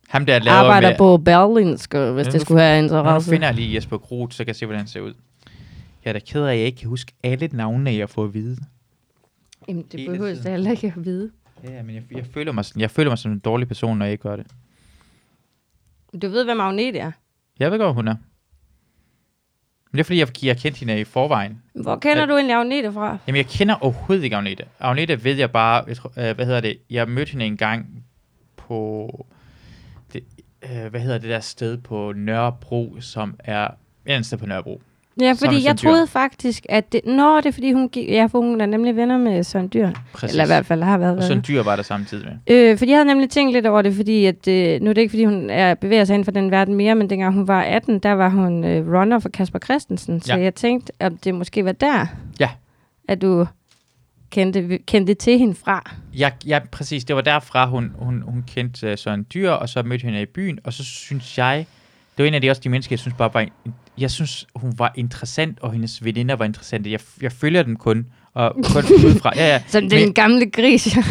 S1: Ham der laver
S2: Arbejder
S1: med...
S2: på Berlinske, hvis
S1: Ja,
S2: det
S1: nu-
S2: skulle have
S1: Nå, nu
S2: interesse.
S1: finder jeg lige Jesper Groth, så kan jeg se, hvordan han ser ud. Jeg er da ked af, at jeg ikke kan huske alle navnene, jeg får at vide.
S2: Jamen, det
S1: Hele
S2: behøver
S1: tiden.
S2: jeg heller ikke at vide.
S1: Ja, men jeg, jeg, føler mig sådan, jeg føler mig som en dårlig person, når jeg ikke gør det.
S2: Du ved, hvad magnet er.
S1: Jeg ved godt, hun er. Men det er, fordi jeg, jeg kendte hende i forvejen.
S2: Hvor kender
S1: Ja.
S2: du egentlig Agnete fra?
S1: Jamen, jeg kender overhovedet ikke Agnete. Agnete ved jeg bare... Jeg tror, øh, hvad hedder det? Jeg mødte hende en gang på... Det, øh, hvad hedder det der sted på Nørrebro, som er... Et andet sted på Nørrebro.
S2: Ja,
S1: Sammen med
S2: fordi jeg
S1: Søren Dyhr.
S2: troede faktisk, at det... Nå, det er fordi, hun, gik... ja, for hun er nemlig venner med Søren Dyr.
S1: Præcis.
S2: Eller i hvert fald har været
S1: Og sådan
S2: venner.
S1: dyr var der samtidig med.
S2: Øh, fordi jeg havde nemlig tænkt lidt over det, fordi at, øh, nu er det ikke, fordi hun er, bevæger sig inden for den verden mere, men dengang hun var 18, der var hun øh, runner for Kasper Christensen, så
S1: Ja.
S2: ja. jeg tænkte, at det måske var der,
S1: Ja.
S2: at du kendte, kendte til hende fra.
S1: Ja, ja, præcis. Det var derfra, hun, hun, hun kendte uh, Søren Dyr, og så mødte hende i byen, og så synes jeg, det var en af de også de mennesker, jeg synes bare var, en, jeg synes, hun var interessant, og hendes veninder var interessante. Jeg, jeg følger dem kun, og kun [laughs] udefra. Ja, ja.
S2: Som den
S1: Men-
S2: gamle gris.
S1: jeg,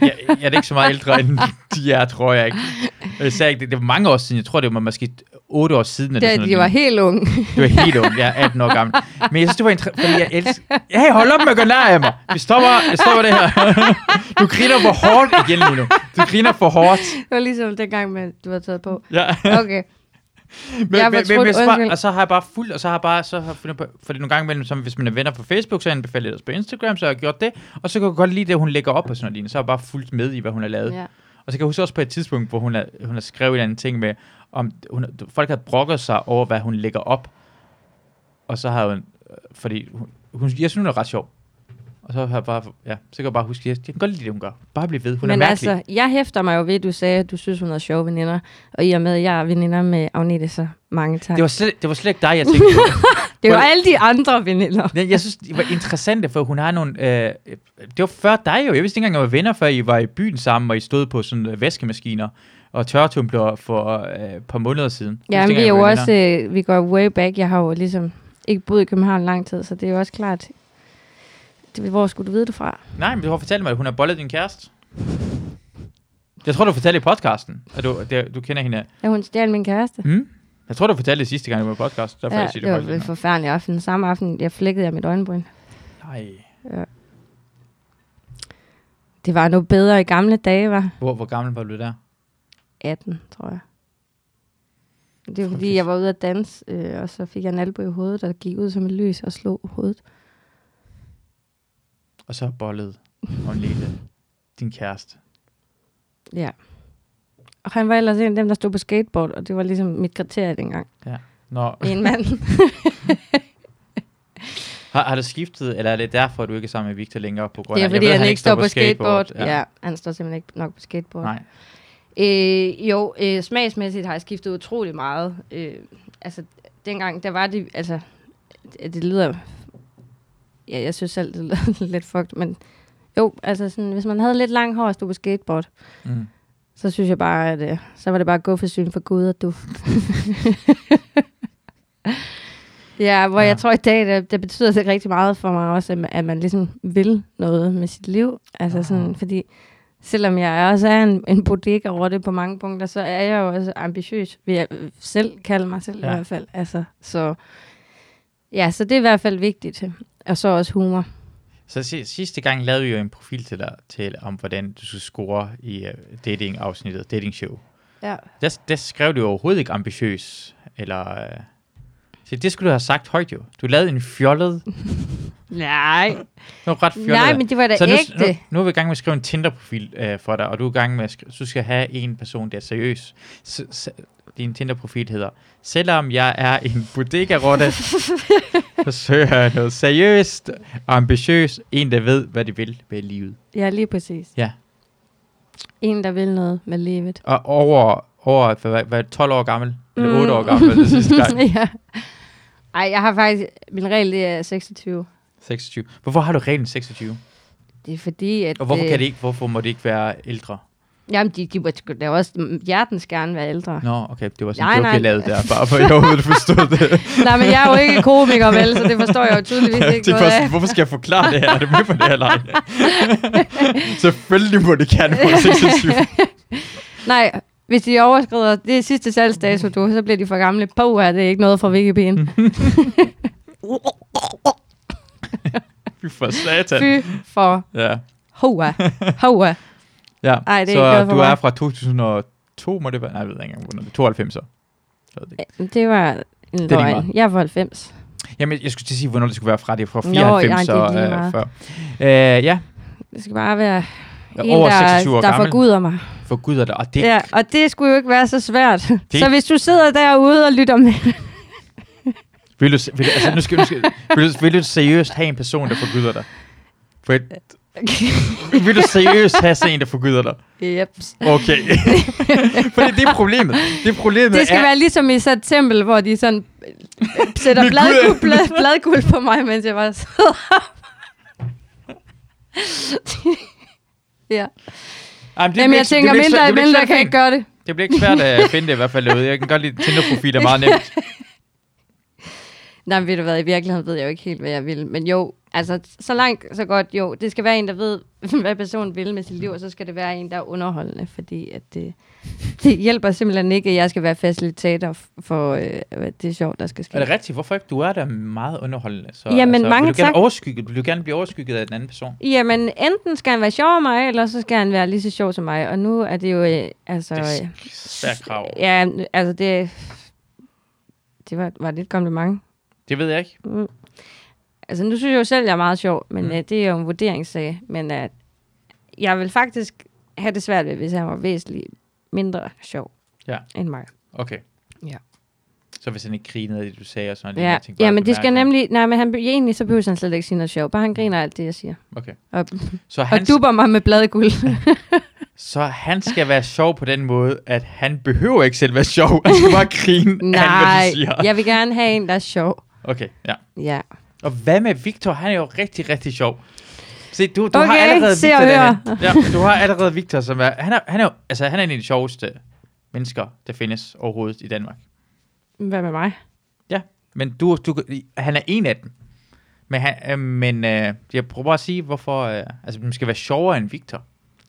S1: jeg er da ikke så meget ældre, end de er, tror jeg ikke. Jeg sagde ikke det, det var mange år siden, jeg tror, det var måske 8 år
S2: [laughs]
S1: siden. eller
S2: da
S1: sådan
S2: de
S1: noget.
S2: var helt unge.
S1: Du er helt ung, jeg er 18 år gammel. Men jeg synes, det var interessant, fordi jeg elsker... Hey, hold op med at gøre nær af mig. Vi stopper, jeg stopper det her. Du griner for hårdt igen lige nu. Du griner for hårdt.
S2: det var ligesom dengang, man, du var taget på.
S1: Ja.
S2: Okay.
S1: Men,
S2: Jeg
S1: men,
S2: har
S1: men,
S2: fortrudt,
S1: men, så bare,
S2: undskyld.
S1: og så har jeg bare fuld, og så har jeg bare, så har jeg fundet på, fordi nogle gange imellem, som hvis man er venner på Facebook, så anbefaler jeg os på Instagram, så har jeg gjort det, og så kan jeg godt lide det, hun lægger op og sådan noget, lignende. så har jeg bare fulgt med i, hvad [laughs] hun har lavet.
S2: Ja.
S1: Og så kan jeg huske også på et tidspunkt, hvor hun har, hun har skrevet en eller anden ting med, om hun, folk har brokket sig over, hvad hun lægger op. Og så har hun, øh, fordi hun, hun jeg synes, hun er ret sjov. Og så har jeg bare, ja, så kan jeg bare huske, jeg, jeg kan godt lide det, hun gør. Bare blive ved, hun
S2: Men
S1: er mærkelig.
S2: altså, jeg hæfter mig jo ved, at du sagde, at du synes, hun er sjov veninder. Og i og med, at jeg er veninder med Agnete, så mange tak.
S1: Det var, slet, det var slet ikke dig, jeg tænkte på.
S2: [laughs] Det var alle de andre veninder.
S1: Jeg, jeg synes, det var interessant, for hun har nogle... Øh, øh, det var før dig jo. Jeg vidste ikke engang, at jeg var venner, før I var i byen sammen, og I stod på sådan øh, væskemaskiner og tørretumbler for øh, et par måneder siden. Jeg
S2: Ja,
S1: vidste
S2: men
S1: ikke
S2: vi er
S1: engang,
S2: jo
S1: I var
S2: også, øh, vi går way back. Jeg har jo ligesom ikke boet i København lang tid, så det er jo også klart, det, hvor skulle du vide det fra?
S1: venner. Nej, men du har fortalt mig, at hun har bollet din kæreste. Jeg tror, du fortalte i podcasten, at du, det, du kender hende.
S2: Ja, hun stjal min kæreste.
S1: Mm? Jeg tror, du fortalte det sidste gang, du var i podcast. Derfor ja,
S2: Hmm? Ja,
S1: jeg siger
S2: det var
S1: det,
S2: en
S1: det
S2: forfærdelig aften. Samme aften, jeg flækkede jeg mit øjenbryn.
S1: Nej.
S2: Det var nu bedre i gamle dage, var
S1: Hvor, hvor gammel var du der?
S2: 18, tror jeg. Det var
S1: Frygteligt.
S2: fordi, jeg var ude at danse, øh, og så fik jeg en albu i hovedet, og gik ud som et lys og slog hovedet.
S1: Og så bollede hun lige din kæreste.
S2: Ja. Og han var ellers en af dem, der stod på skateboard, og det var ligesom mit kriterie dengang.
S1: Nå, [laughs]
S2: En mand.
S1: Har, har du skiftet, eller er det derfor, at du ikke er sammen med Victor længere på grund af?
S2: Det er
S1: jeg
S2: fordi,
S1: ved,
S2: han, ikke står på skateboard.
S1: Ja.
S2: Ja. han står simpelthen ikke nok på skateboard.
S1: Nej.
S2: Øh, jo, øh, smagsmæssigt har jeg skiftet utrolig meget. Øh, altså, dengang, der var det, altså, det det lyder, ja, jeg synes selv, det lyder [laughs] lidt fucked, men jo, altså, sådan, hvis man havde lidt lang hår og stod på skateboard,
S1: Mm.
S2: så synes jeg bare, at øh, så var det bare gå for syn for Gud og du. [laughs] ja, hvor
S1: Ja.
S2: ja. jeg tror i dag, det, det betyder det rigtig meget for mig også, at man, at man ligesom vil noget med sit liv. Altså
S1: Ah.
S2: sådan, fordi selvom jeg også er en, en bodega over det på mange punkter, så er jeg jo også ambitiøs, vil jeg øh, selv kalde mig selv ja.
S1: Ja.
S2: i hvert fald. Altså, så, ja, så det er i hvert fald vigtigt. Og så også humor.
S1: Så si- sidste gang lavede vi jo en profil til dig til, om hvordan du skulle score i uh, dating-afsnittet, dating-show.
S2: Ja.
S1: Der, der skrev du jo overhovedet ikke ambitiøs, eller... Uh, så det skulle du have sagt højt jo. Du lavede en fjollet,
S2: Nej,
S1: det var ret fjollet.
S2: Nej men det var da
S1: så nu,
S2: ægte.
S1: nu, nu er vi i gang med at skrive en Tinder-profil øh, for dig, og du er i gang med at skrive, du skal have en person, der er seriøs. S- s- din Tinder-profil hedder, selvom jeg er en
S2: [laughs]
S1: bodega-rotte, så søger jeg noget seriøst, ambitiøst, en, der ved, hvad de vil med livet.
S2: Ja, lige præcis.
S1: Ja.
S2: En, der vil noget med livet.
S1: Og over, over hvad, hvad, hvad, 12 år gammel, eller 8 år
S2: Mm.
S1: gammel, det sidste gang.
S2: [laughs] ja. Ej, jeg har faktisk... Min regel, det er 26.
S1: 26. Hvorfor har du reglen 26?
S2: Det er fordi, at...
S1: Og hvorfor,
S2: øh,
S1: kan det ikke, hvorfor må det ikke være ældre?
S2: Jamen, de, de må sgu da også mm, hjertens gerne være ældre. [laughs]
S1: Nå, okay, det var sådan
S2: Ah. Nej,
S1: en joke, jeg
S2: nej.
S1: lavede der, bare for jeg overhovedet forstod
S2: [laughs]
S1: det.
S2: Nej, men jeg er jo ikke komiker, vel, så det forstår jeg jo
S1: [laughs]
S2: tydeligvis ikke
S1: det er
S2: noget
S1: først,
S2: af.
S1: hvorfor skal jeg forklare det her? Er du med på det her
S2: [laughs]
S1: leg? Selvfølgelig må det gerne få
S2: [laughs]
S1: 26.
S2: Nej, hvis de overskrider det er sidste salgsdato, du, så bliver de for gamle. På er det ikke noget fra Wikipedia.
S1: Mm, Fy for satan.
S2: Fy for
S1: Ja.
S2: hoa. Hoa.
S1: ja.
S2: Ej, det er ikke
S1: så
S2: noget for
S1: du er
S2: mig.
S1: fra 2002, må det være? Nej, jeg ved ikke engang, hvornår det er. 92 så. Jeg ved det ikke.
S2: Det var en
S1: Det er lige
S2: løgn.
S1: meget.
S2: Jeg er for 90.
S1: Jamen, jeg skulle til at sige, hvornår det skulle være fra. Det er fra
S2: Nå, ja,
S1: 94
S2: det er lige
S1: og øh,
S2: meget.
S1: før. Øh, ja,
S2: Det skal bare være en,
S1: over
S2: der,
S1: 26 år
S2: der
S1: gammel.
S2: forguder mig.
S1: For gud er der. Og det,
S2: Ja, og det skulle jo ikke være så svært.
S1: Det-
S2: Det... Så hvis du sidder derude og lytter med...
S1: vil, du, se- vil, du- altså, nu skal, nu skal, vil, du, vil du seriøst have en person, der forguder dig? For, vil du seriøst have sådan en, der forguder dig?
S2: yep.
S1: Okay. [laughs] Fordi det er problemet. Det er problemet
S2: Det skal
S1: er,
S2: være ligesom i sådan et tempel, hvor de sådan øh, sætter
S1: Med
S2: bladguld, blad, bladguld på mig, mens jeg bare sidder
S1: [laughs]
S2: ja.
S1: Ej, men det
S2: Jamen,
S1: bliver ikke-
S2: jeg
S1: det
S2: tænker,
S1: bliver ikke
S2: mindre
S1: svært- det
S2: og
S1: bliver ikke
S2: mindre
S1: svært
S2: kan
S1: at
S2: ikke gøre det.
S1: finde. Det bliver ikke svært at finde det i hvert fald derude. Jeg kan godt lide
S2: [laughs]
S1: Tinder-profiler meget nemt.
S2: Nej, men ved du hvad, i virkeligheden ved jeg jo ikke helt, hvad jeg vil. Men jo, altså, så langt, så godt jo. Det skal være en, der ved, [laughs] hvad personen vil med sit liv, og så skal det være en, der er underholdende, fordi at det, [laughs] det hjælper simpelthen ikke, at jeg skal være facilitator f- for øh, hvad det er sjovt, der skal ske.
S1: Er det rigtigt? Hvorfor ikke? Du er da meget underholdende. Så, altså,
S2: Jamen, mange
S1: vil du gerne
S2: tak.
S1: Overskygget, vil du gerne blive overskygget af den anden person?
S2: Jamen, enten skal han være sjov som mig, eller så skal han være lige så sjov som mig. Og nu er det jo, øh, altså...
S1: Det er
S2: øh,
S1: sk- svært krav.
S2: Ja, altså det... Det var, var det et kompliment.
S1: Det ved jeg ikke.
S2: Mm. Altså, nu synes jeg jo selv, jeg er meget sjov, men
S1: Mm.
S2: mm. øh, det er jo en vurderingssag. Men øh, jeg vil faktisk have det svært ved, hvis han var væsentligt mindre sjov
S1: Ja.
S2: end mig.
S1: Okay.
S2: Ja.
S1: Så hvis han ikke griner af det, du sagde, og sådan noget.
S2: Ja,
S1: jeg tænkte bare,
S2: ja men
S1: at
S2: det skal
S1: bemærke
S2: nemlig... Nej, men han, be- egentlig så behøver han slet ikke sige noget sjov. Bare han griner af alt det, jeg siger.
S1: det. Okay.
S2: Og,
S1: Så
S2: og
S1: Mm. han,
S2: duber mig med
S1: [laughs]
S2: bladguld.
S1: så han skal være sjov på den måde, at han behøver ikke selv være sjov. Han skal bare grine af, alt, hvad
S2: Nej,
S1: du siger.
S2: jeg vil gerne have en, der er sjov.
S1: Okay, ja.
S2: Ja.
S1: Og hvad med Victor? Han er jo rigtig, rigtig sjov. Se, du, du har
S2: Okay,
S1: allerede
S2: se
S1: Victor
S2: og
S1: derhen. Ja, du har allerede Victor, som er... Han er, han er, jo- altså, han er en af de sjoveste mennesker, der findes overhovedet i Danmark.
S2: Hvad med mig?
S1: Ja, men du, du, han er en af dem. Men, han, øh, men øh, jeg prøver bare at sige, hvorfor... Øh, altså, man skal være sjovere end Victor.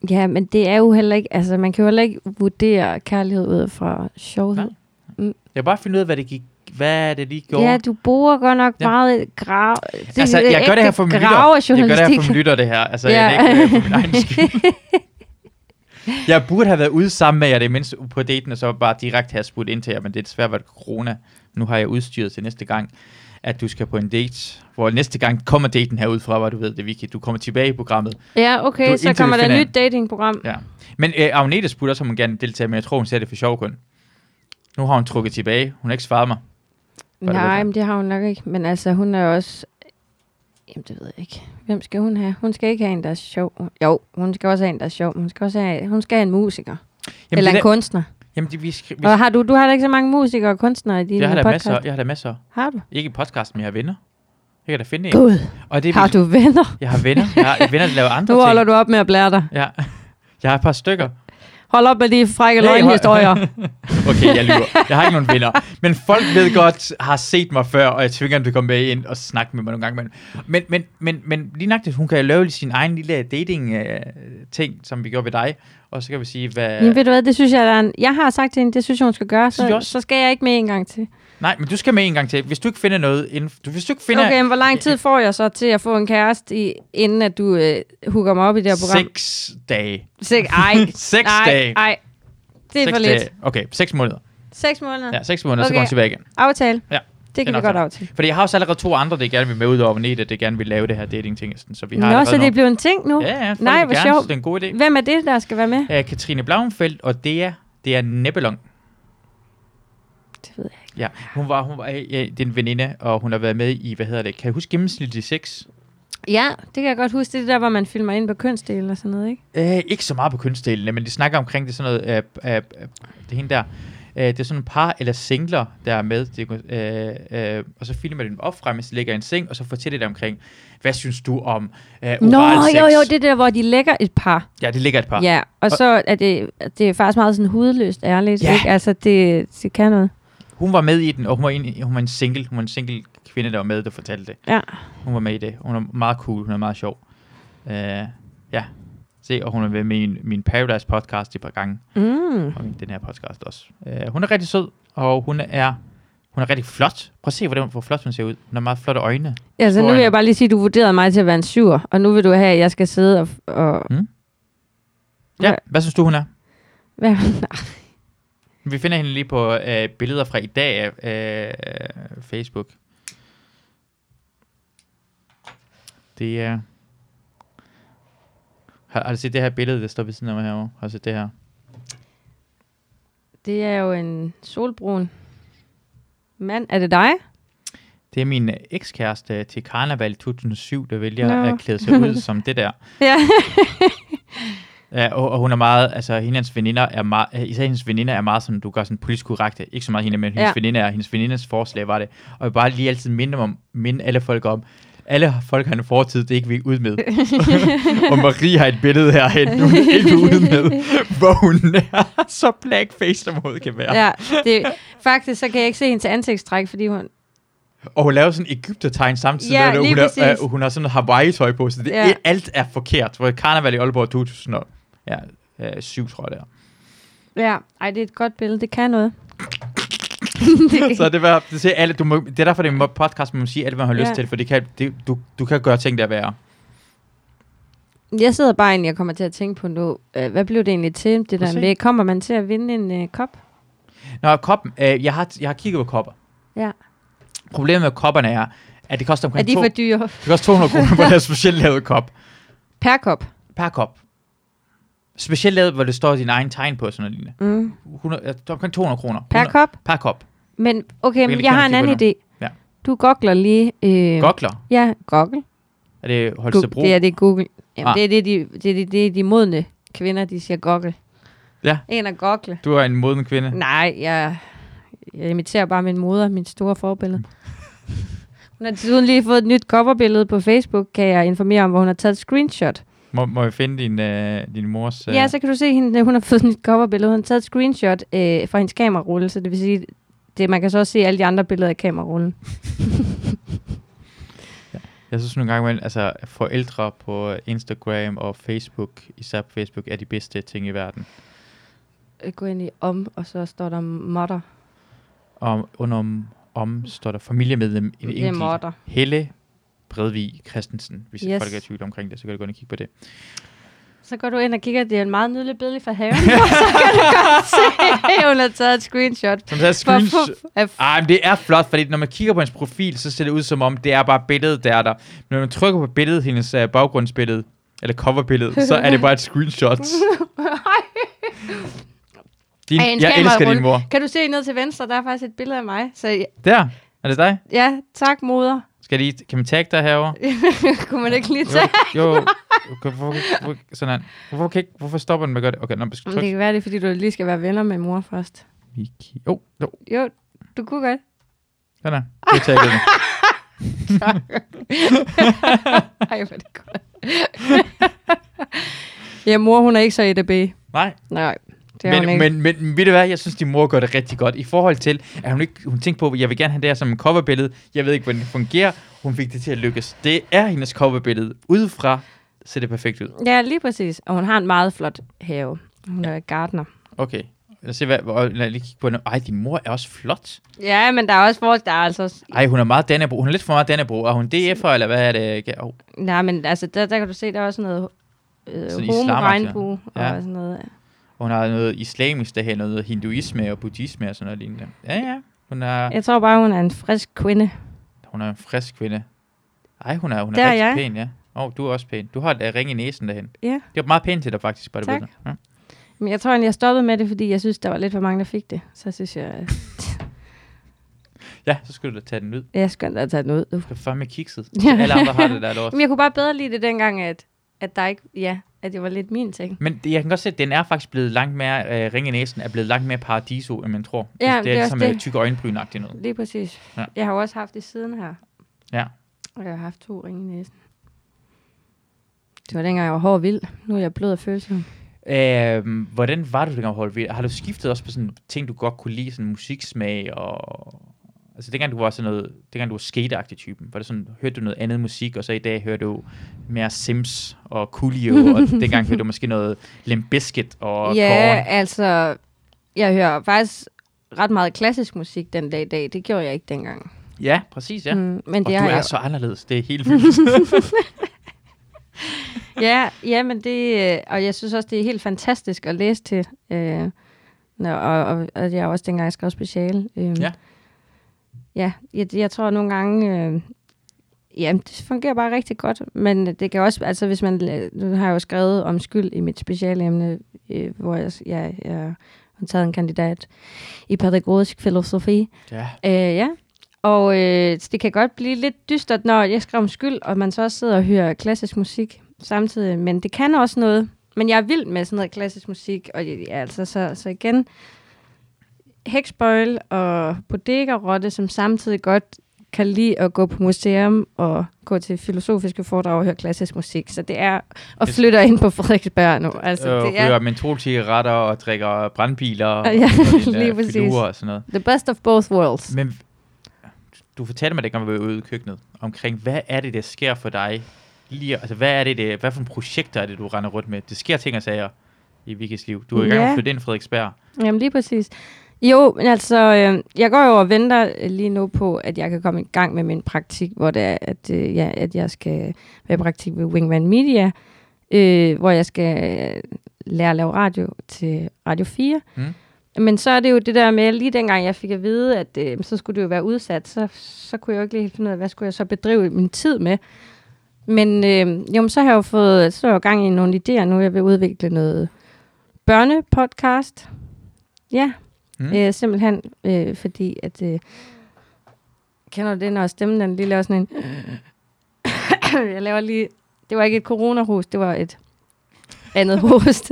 S2: Ja, men det er jo heller ikke, altså man kan jo heller ikke vurdere kærlighed ud fra sjovhed.
S1: Jeg vil bare finde ud af, hvad det gik... Hvad det lige gjorde.
S2: Ja, du bruger godt nok
S1: Ja.
S2: ja. meget grav... Det,
S1: altså, jeg gør det her for min lytter. Jeg gør det her for min lytter, det her. Altså, ja. jeg
S2: Ja.
S1: gør det ikke for min
S2: [laughs]
S1: egen skyld. Jeg burde have været ude sammen med jer det mindste på daten, og så bare direkte have spurgt ind til jer, men det er desværre været corona. Nu har jeg udstyret til næste gang, at du skal på en date, hvor næste gang kommer daten herud fra, hvor du ved det, Vicky. Du kommer tilbage i programmet.
S2: Ja, okay,
S1: Du-
S2: så
S1: indtil
S2: kommer
S1: vi
S2: der
S1: finder
S2: et nyt datingprogram.
S1: Ja. Men øh, Agnete spurgte også, om hun gerne deltage, men jeg tror, hun ser det for sjov kun. Nu har hun trukket tilbage. Hun har ikke svaret mig. Hvad er det,
S2: Nej,
S1: du-
S2: men det har hun nok ikke. Men altså, hun er også... Jamen, det ved jeg ikke. Hvem skal hun have? Hun skal ikke have en, der er sjov. Jo, hun skal også have en, der er sjov. men Hun skal også have, hun skal have en musiker.
S1: Jamen,
S2: Eller
S1: det
S2: en
S1: der,
S2: kunstner.
S1: jamen, det, vi, skri- vi,
S2: Og har du, du har da ikke så mange musikere og kunstnere i din
S1: jeg har da
S2: podcast?
S1: masser, jeg har da masser.
S2: Har du?
S1: Ikke i podcasten, men jeg har venner. Jeg kan da finde en.
S2: Gud,
S1: Og det er
S2: har
S1: vildt.
S2: du venner?
S1: Jeg har venner. Jeg har venner, der laver andre
S2: Nu holder
S1: ting.
S2: du op med at blære dig.
S1: Ja. Jeg har et par stykker.
S2: Hold op med de frække
S1: Hey, hold-
S2: løgnhistorier.
S1: [laughs] Okay, jeg lyver. Jeg har ikke nogen venner. Men folk ved godt, har set mig før, og jeg tvinger dem til at komme med ind og snakke med mig nogle gange. imellem. Men, men, men, men lige nok, hun kan jo lave sin egen lille dating-ting, som vi gjorde ved dig. Og så kan vi sige, hvad...
S2: Jamen, ved du hvad, det synes jeg, der er en... Jeg har sagt til hende, det synes jeg, hun skal gøre,
S1: Synes jeg
S2: så,
S1: også.
S2: så skal jeg ikke med en gang til.
S1: Nej, men du skal med en gang til. Hvis du ikke finder noget inden... Du, hvis du ikke finder
S2: Okay, men hvor lang tid får jeg så til at få en kæreste, i, inden at du øh, hooker mig op i det her program?
S1: seks dage.
S2: Sek, ej,
S1: [laughs] Seks
S2: nej,
S1: dage.
S2: ej. Det er
S1: seks
S2: for lidt.
S1: Dage. Okay, seks måneder.
S2: Seks måneder. Ja.
S1: Ja, seks måneder, okay. så går
S2: Okay.
S1: hun tilbage igen.
S2: Aftale.
S1: Ja,
S2: Det
S1: er
S2: kan vi
S1: nok
S2: godt
S1: sådan.
S2: aftale.
S1: Fordi jeg har også allerede to andre, det gerne vil med ud over Veneta, det gerne vil lave det her dating-ting. sådan, Så vi har
S2: Nå,
S1: allerede
S2: så det
S1: nogle-
S2: er blevet en ting nu.
S1: Ja, ja, folk
S2: Nej,
S1: vil
S2: hvor
S1: gerne,
S2: sjovt.
S1: så Det er en god idé.
S2: Hvem er det, der skal være med?
S1: af Katrine Blauenfeldt og Dea. Det er Nebelong.
S2: Det ved jeg ikke.
S1: Ja, hun var, hun var øh, ja, det er en veninde, og hun har været med i, hvad hedder det, kan jeg huske gennemsnitlig 6?
S2: Ja, det kan jeg godt huske. Det er det der, hvor man filmer ind på kønsdelen eller sådan noget, ikke?
S1: Øh, ikke så meget på kønsdelene, men de snakker omkring det sådan noget, øh, øh, øh, det er hende der, øh, det er sådan en par eller singler, der er med, det, er, øh, øh, og så filmer de dem op fra, mens de ligger i en seng, og så fortæller de omkring, hvad synes du om øh,
S2: Nå,
S1: oral sex?
S2: jo, jo, det er der, hvor de lægger et par.
S1: Ja, det ligger et par.
S2: Ja, og så er det, det er faktisk meget sådan hudløst ærligt,
S1: Ja.
S2: ja. ikke? Altså, det, det kan noget.
S1: Hun var med i den, og hun var en, hun var en single, hun var en single kvinde, der var med, der fortalte det.
S2: Ja.
S1: Hun var med i det. Hun er meget cool. Hun er meget sjov. Uh, ja. Se, og hun er med i min, min Paradise podcast et par gange.
S2: Mm.
S1: Og min, den her podcast også. Uh, hun er rigtig sød, og hun er, hun er rigtig flot. Prøv at se, hvordan, hvor flot hun ser ud. Hun har meget flotte øjne.
S2: Altså, nu
S1: Tror
S2: vil
S1: jeg.
S2: jeg bare lige sige, at du vurderede mig til at være en syver, og nu vil du have, at jeg skal sidde og... og
S1: Ja,
S2: Ja.
S1: hvad synes du, hun er?
S2: hvad?
S1: Vi finder hende lige på øh, billeder fra i dag af øh, Facebook. Det er... Har, har du set det her billede, der står ved siden af mig herovre? Har du set det her?
S2: Det er jo en solbrun mand. Er det dig?
S1: Det er min øh, ekskæreste til karneval 2007, der vælger
S2: Nå.
S1: at klæde sig ud som det der.
S2: [laughs] Ja.
S1: Ja, og, og hun er meget, altså hendes veninder er meget, øh, især hendes veninder er meget sådan, du gør sådan politisk korrekte, ikke så meget hende, men hendes
S2: Ja.
S1: veninder er, hendes veninders forslag var det. Og jeg vil bare lige altid minde, dem om, minde alle folk om, alle folk har en fortid, det er ikke vi ud
S2: [laughs]
S1: med. og Marie har et billede her, hun er
S2: [laughs]
S1: ikke ude med, hvor hun er [laughs] så blackface, som overhovedet kan være.
S2: ja det, faktisk, så kan jeg ikke se hendes ansigtstræk, fordi hun...
S1: Og hun laver sådan Ægyptertegn samtidig
S2: Ja,
S1: med, at
S2: lige
S1: hun, er,
S2: præcis.
S1: øh, hun har sådan noget Hawaii-tøj på, så det, ja.
S2: Ja.
S1: alt er forkert. Hvor Karneval i Aalborg 2000 og, ja, øh, syv, tror jeg det er.
S2: Ja, ej, det er et godt billede. Det kan [laughs] noget. [laughs]
S1: Så det var, det, siger alle, du må, det er derfor, det er en podcast, man må sige alt, hvad man har
S2: Ja.
S1: lyst til, for det kan, det, du, du kan gøre ting, der er værre.
S2: Jeg sidder bare egentlig og kommer til at tænke på nu, øh, hvad blev det egentlig til, det
S1: Præcis.
S2: der med, kommer man til at vinde en øh, kop?
S1: Nå, koppen, øh, jeg, har, jeg har kigget på kopper.
S2: Ja.
S1: Problemet med kopperne er, at det koster
S2: Er
S1: omkring
S2: de
S1: to,
S2: for
S1: det
S2: dyre?
S1: koster 200
S2: [laughs]
S1: kroner på deres specielt lavet kop.
S2: Per kop?
S1: Per kop. Specielt lavet, hvor det står din egen tegn på, sådan noget lignende.
S2: Mm.
S1: 100, øh, det er omkring 200 kroner.
S2: Per
S1: 100
S2: kop?
S1: Per kop.
S2: Men okay, men
S1: lige
S2: jeg har en
S1: kigge på
S2: anden idé.
S1: Ja.
S2: Du gokler lige... Øh,
S1: Gokler.
S2: Ja, goggle.
S1: Er det Holstebro?
S2: Google. Det er det er Google. Jamen,
S1: Ah.
S2: ah. det, er det, de, det, er det, det er de modne kvinder, de siger goggle.
S1: Ja.
S2: En at goggle.
S1: Du er en moden kvinde.
S2: Nej, jeg, jeg imiterer bare min moder, min store forbillede. Hun har desuden lige fået et nyt coverbillede på Facebook, kan jeg informere om, hvor hun har taget et screenshot.
S1: Må, må jeg finde din, øh, din mors...
S2: Så. Ja, så kan du se, hende, hun har fået et nyt coverbillede. Hun har taget et screenshot øh, fra hendes kamerarulle, så det vil sige, det, man kan så også se alle de andre billeder af kamerarullen.
S1: Jeg synes nogle gange, at altså, forældre på Instagram og Facebook, især på Facebook, er de bedste ting i verden.
S2: Øh, Gå ind i om, og så står der modder.
S1: Og under om, om står der familiemedlem i det
S2: Det er
S1: enkelte.
S2: modder.
S1: Helle Bredvig Christensen. Hvis yes.
S2: Yes.
S1: folk er i tvivl omkring det, så kan du gå ind og kigge på det.
S2: Så går du ind og kigger, det er en meget nydelig billede fra
S1: [laughs]
S2: haven, og så kan du godt se, at hun har taget et screenshot.
S1: Som tager
S2: For
S1: screens...
S2: fu- af-
S1: Ej, men det er flot, fordi når man kigger på hendes profil, så ser det ud som om, det er bare billedet, der er der. Men når man trykker på billedet, hendes uh, baggrundsbillede, eller coverbillede, så er det bare et
S2: [laughs]
S1: screenshot. Din,
S2: af hendes
S1: jeg elsker
S2: kamerarulle.
S1: din mor.
S2: Kan du se ned til venstre, der er faktisk et billede af mig. Så
S1: Der, er det dig?
S2: ja, tak moder. [laughs]
S1: Skal de, kan man tagge dig herover?
S2: Kunne man ikke lige
S1: Jo,
S2: tage?
S1: jo. Okay, hvorfor, hvorfor, sådan her. hvorfor, kan ikke, hvorfor stopper den med at gøre det? Okay, nå, men skal
S2: Men det
S1: trykke.
S2: kan være, det er, fordi du lige skal være venner med mor først.
S1: Miki. Oh, no,
S2: Jo, du kunne godt.
S1: den er. Det tager
S2: [laughs]
S1: jeg
S2: Ej, hvor er det
S1: [laughs]
S2: godt. ja, mor, hun er ikke så EDB.
S1: Nej,
S2: Nej, det er hun
S1: men,
S2: ikke.
S1: men, men ved du hvad, jeg synes, din mor gør det rigtig godt. I forhold til, at hun, ikke, hun tænkte på, at jeg vil gerne have det her som en coverbillede. Jeg ved ikke, hvordan det fungerer. Hun fik det til at lykkes. Det er hendes coverbillede. Udefra ser det perfekt ud.
S2: Ja, lige præcis. Og hun har en meget flot have. Hun er gartner.
S1: Okay. Lad os se, hvad, og lad os lige kigge på hende. Ej, din mor er også flot.
S2: Ja, men der er også forskel. Der er altså... også-
S1: Ej, hun er meget Dannebro. Hun er lidt for meget Dannebro. Er hun DF'er, eller hvad er det? Ja, Oh,
S2: Nej, men altså, der, der kan du se, der er også noget øh,
S1: Sådan
S2: homo-regnbue
S1: ja.
S2: ja. og sådan noget.
S1: hun har noget islamisk derhen, noget hinduisme og buddhisme og sådan noget lignende. Ja, ja. Hun er,
S2: Jeg tror bare, hun er en frisk kvinde.
S1: hun er en frisk kvinde. Ej, hun er, hun er
S2: Der er
S1: rigtig
S2: jeg.
S1: pæn, ja. Åh, oh, du er også pæn. Du har et øh, ring i næsen derhen.
S2: Ja.
S1: Det var meget pænt til dig, faktisk. Bare
S2: Tak.
S1: Det ja.
S2: Men jeg tror egentlig, jeg stoppede med det, fordi jeg synes, der var lidt for mange, der fik det. Så synes jeg, at
S1: ja, så skulle du da tage den ud.
S2: jeg er skønt at tage den ud.
S1: Du kan fandme kikset.
S2: [laughs] Ja.
S1: Alle andre har det der
S2: [laughs]
S1: lort.
S2: Men jeg kunne bare bedre lide det dengang, at, at der ikke... Ja, at det var lidt min ting.
S1: Men det- jeg kan godt se, at den er faktisk blevet langt mere, øh, ring i næsen er blevet langt mere paradiso, end man tror.
S2: Ja,
S1: det,
S2: det
S1: er
S2: er
S1: ligesom
S2: også
S1: øh,
S2: det.
S1: tykke øjenbrynagtigt noget.
S2: Lige præcis.
S1: Ja.
S2: Ja. Jeg har jo også haft det siden her.
S1: Ja.
S2: Og jeg har haft to ringe i næsen. Det var dengang, jeg var hård og vild. Nu er jeg blød af følelser.
S1: Øhm, hvordan var du dengang, Holger? Ved- Har du skiftet også på sådan ting, du godt kunne lide, sådan musiksmag og... Altså dengang du var sådan noget, dengang du var skateagtig typen, var det sådan, hørte du noget andet musik, og så i dag hører du mere Sims og
S2: [laughs]
S1: Coolio, og dengang hørte du måske noget Limp Bizkit og
S2: ja,
S1: Korn.
S2: altså... Jeg hører faktisk ret meget klassisk musik den dag i dag. Det gjorde jeg ikke dengang.
S1: Ja, præcis, ja. Mm,
S2: Mm, men
S1: og
S2: det
S1: du
S2: har
S1: er
S2: jeg...
S1: så anderledes, det er helt
S2: [laughs]
S1: vildt.
S2: Ja, ja, men det, øh, og jeg synes også, det er helt fantastisk at læse til. Øh, nå, og, og, og jeg har også dengang, jeg skrev speciale. Øh,
S1: Ja.
S2: Ja, jeg, jeg tror nogle gange, øh, jamen det fungerer bare rigtig godt, men det kan også, altså hvis man, la- nu har jeg jo skrevet om skyld i mit specialemne, øh, hvor jeg, jeg, jeg har taget en kandidat i pædagogisk filosofi,
S1: ja.
S2: Øh, ja, og øh, det kan godt blive lidt dystert, når jeg skriver om skyld, og man så også sidder og hører klassisk musik samtidig, men det kan også noget. Men jeg er vild med sådan noget klassisk musik, og ja, altså så, så igen, Hexbøjl og Bodega-rotte, som samtidig godt kan lide at gå på museum og gå til filosofiske foredrag og høre klassisk musik. Så det er og
S1: Yes.
S2: flytter ind på Frederiksberg nu. Altså,
S1: øh,
S2: det er
S1: ryger mentolcigaretter og drikker brandbiler og,
S2: Ja, [laughs]
S1: og
S2: lige
S1: lige
S2: præcis.
S1: filuer og sådan noget.
S2: the best of both worlds.
S1: Men du fortalte mig, dengang vi var ude i køkkenet, omkring, hvad er det, der sker for dig? Lige, altså, hvad er det, det, hvad for nogle projekter er det, du render rundt med? Det sker ting og sager i Vikkes liv. Du er i gang med at
S2: Ja.
S1: flytte ind i Frederiksberg.
S2: Jamen lige præcis. Jo, men altså, øh, jeg går jo og venter øh, lige nu på, at jeg kan komme i gang med min praktik, hvor det er, at, øh, ja, at jeg skal være i praktik ved Wingman Media, øh, hvor jeg skal øh, lære at lave radio til Radio 4.
S1: Mm.
S2: Men så er det jo det der med, lige dengang jeg fik at vide, at øh, så skulle det jo være udsat, så, så kunne jeg jo ikke lige helt finde ud af, hvad skulle jeg så bedrive min tid med. Men øh, jo, men så har jeg jo fået så er jeg jo gang i nogle idéer nu. Jeg vil udvikle noget børnepodcast. Ja,
S1: Mm.
S2: mm. øh, simpelthen øh, fordi, at... Øh, kender du det, når stemmen den lige laver sådan
S1: [laughs]
S2: en... jeg laver lige... Det var ikke et coronahus, det var et
S1: [laughs]
S2: andet host.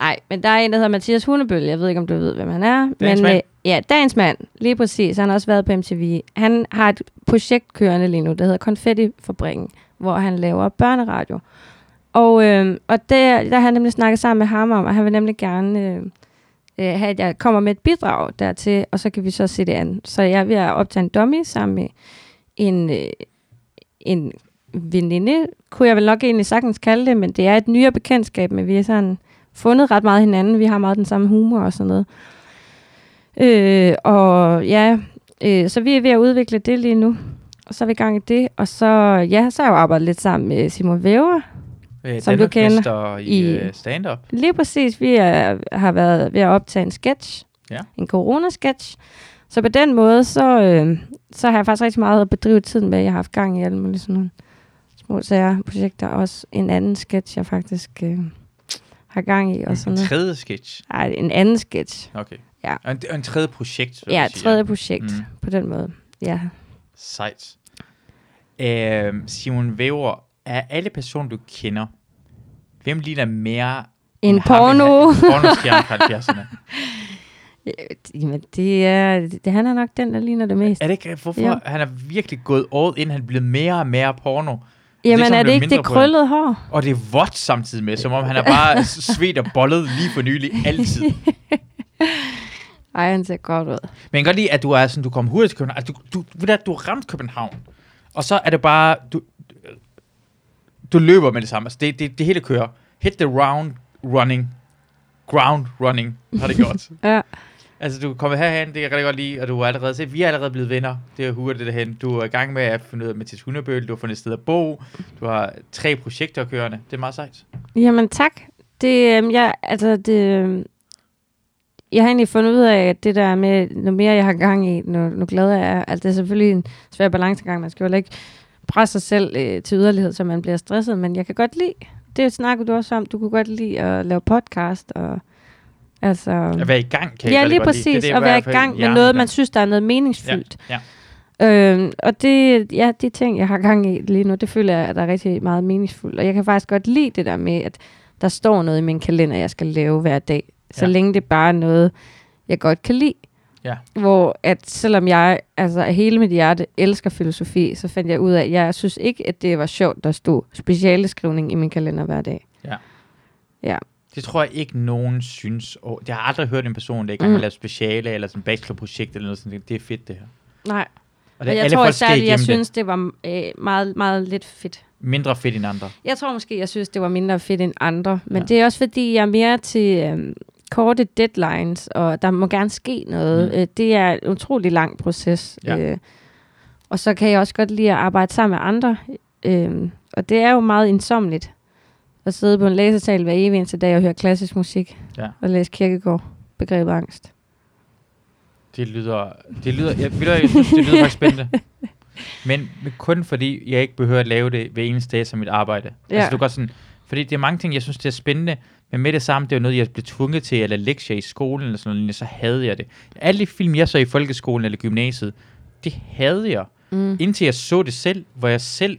S2: Nej, men der er en, der hedder Mathias Hunebøl. Jeg ved ikke, om du ved, hvem han er.
S1: Dagens
S2: men,
S1: mand.
S2: øh, ja, dagens mand. Lige præcis. Han har også været på MTV. Han har et projekt kørende lige nu, der hedder Konfettifabrikken, hvor han laver børneradio. Og, øh, og der, der har jeg nemlig snakket sammen med ham om, at han vil nemlig gerne øh, øh, have, at jeg kommer med et bidrag dertil, og så kan vi så se det an. Så jeg er ved at optage en dummy sammen med en, øh, en veninde, kunne jeg vel nok egentlig sagtens kalde det, men det er et nyere bekendtskab, men vi har sådan fundet ret meget hinanden, vi har meget den samme humor og sådan noget. Øh, og ja, øh, så vi er ved at udvikle det lige nu, og så er vi i gang i det, og så, ja, så har jeg jo arbejdet lidt sammen med Simon Væver,
S1: Øh,
S2: Som du
S1: Danmarksmester i,
S2: i-
S1: øh, stand-up.
S2: Lige præcis. Vi er, har været ved at optage en sketch.
S1: Ja.
S2: En corona-sketch. Så på den måde, så, øh, så har jeg faktisk rigtig meget at bedrive tiden med. Jeg har haft gang i alle mulige sådan nogle små sager, projekter. Også en anden sketch, jeg faktisk øh, har gang i. Og sådan
S1: En
S2: noget.
S1: tredje sketch.
S2: Ej, en anden sketch.
S1: Okay.
S2: Ja.
S1: Og en, og en tredje projekt, så vil
S2: Ja,
S1: jeg sige,
S2: tredje projekt
S1: Mm.
S2: på den måde. Ja.
S1: Sejt. Øh, Simon Væver, af alle personer, du kender, hvem ligner mere ham
S2: En
S1: end
S2: porno.
S1: [laughs] han- en pornostjerne fra 70'erne?
S2: Jamen, det er, det, han er nok den, der ligner det mest.
S1: Er det ikke, hvorfor
S2: Jo.
S1: han er virkelig gået all in, han er blevet mere og mere porno,
S2: Jamen,
S1: ligesom
S2: er det
S1: blevet
S2: ikke det
S1: mindre på det.
S2: krøllede hår?
S1: og det er vådt samtidig med, som om han er bare svedt og bollet lige for nylig, altid.
S2: Ej, han ser godt ud.
S1: Men jeg kan godt lide, at du er sådan, du kom hurtigt til København, altså, du, du, ved du, hvad, du har ramt København, og så er det bare, du, du løber med det samme, altså, det, det, det hele kører. Hit the round running, ground running, har det gjort.
S2: [laughs] Ja.
S1: Altså, du er kommet herhen, det kan jeg rigtig godt lide, og du er allerede set, vi er allerede blevet venner. Det er hurtigt derhen. Du er i gang med at finde ud af Mathis Hundebøl, du har fundet et sted at bo, du har tre projekter kørende. Det er meget sejt.
S2: Jamen, tak. Det, øhm, jeg, altså, det, øhm, jeg har egentlig fundet ud af, at det der med, nu mere jeg har gang i, nu, nu glæder jeg, altså det er selvfølgelig en svær balancegang, man skal jo heller ikke presse sig selv øh, til yderlighed, så man bliver stresset, men jeg kan godt lide, det snakker du også om, du kunne godt lide at lave podcast, og altså...
S1: At være i gang, kan jeg
S2: Ja,
S1: rigtig
S2: lige
S1: godt lide.
S2: præcis,
S1: Det er det,
S2: det, det,
S1: jeg i
S2: at være i
S1: hvert fald
S2: gang med
S1: hjernen
S2: noget,
S1: gør.
S2: man synes, der er noget meningsfyldt.
S1: Ja,
S2: Øhm, og det, ja, de ting, jeg har gang i lige nu, det føler jeg, at der er rigtig meget meningsfuldt. Og jeg kan faktisk godt lide det der med, at der står noget i min kalender, jeg skal lave hver dag. Så
S1: Ja.
S2: ja. længe det bare er noget, jeg godt kan lide.
S1: Ja.
S2: Hvor at selvom jeg altså af hele mit hjerte elsker filosofi, så fandt jeg ud af, at jeg synes ikke, at det var sjovt, der stod specialeskrivning i min kalender hver dag.
S1: Det tror jeg ikke nogen synes. Og jeg har aldrig hørt en person, der ikke mm. har
S2: Mm.
S1: lavet speciale eller sådan bachelorprojekt eller noget sådan. Det er fedt, det her.
S2: Nej,
S1: Og det,
S2: og
S1: er
S2: jeg
S1: alle
S2: tror
S1: folk
S2: især,
S1: skal
S2: at jeg
S1: igennem synes...
S2: synes, det var øh, meget, meget lidt fedt.
S1: det. Mindre fedt end andre.
S2: Jeg tror måske, jeg synes, det var mindre fedt end andre. Men
S1: Ja.
S2: ja. det er også, fordi jeg er mere til øhm, korte deadlines, og der må gerne ske noget.
S1: Mm.
S2: Mm. Øh, det er en utrolig lang proces.
S1: Ja.
S2: Øh, og så kan jeg også godt lide at arbejde sammen med andre. Øh, og det er jo meget insomligt at sidde på en læsesal hver evig eneste dag og høre klassisk musik
S1: Ja.
S2: og læse kirkegård begrebet angst.
S1: Det lyder, det lyder, jeg, ved du, hvad, jeg synes, det lyder faktisk
S2: [laughs]
S1: spændende. Men kun fordi jeg ikke behøver at lave det hver eneste dag som mit arbejde. Ja.
S2: Ja.
S1: Altså, du går sådan, fordi det er mange ting, jeg synes, det er spændende, men med det samme, det er jo noget, jeg blev tvunget til, eller lektier i skolen, eller sådan noget, så havde jeg det. Alle de film, jeg så i folkeskolen eller gymnasiet, det havde jeg.
S2: Mm.
S1: Indtil jeg så det selv, hvor jeg selv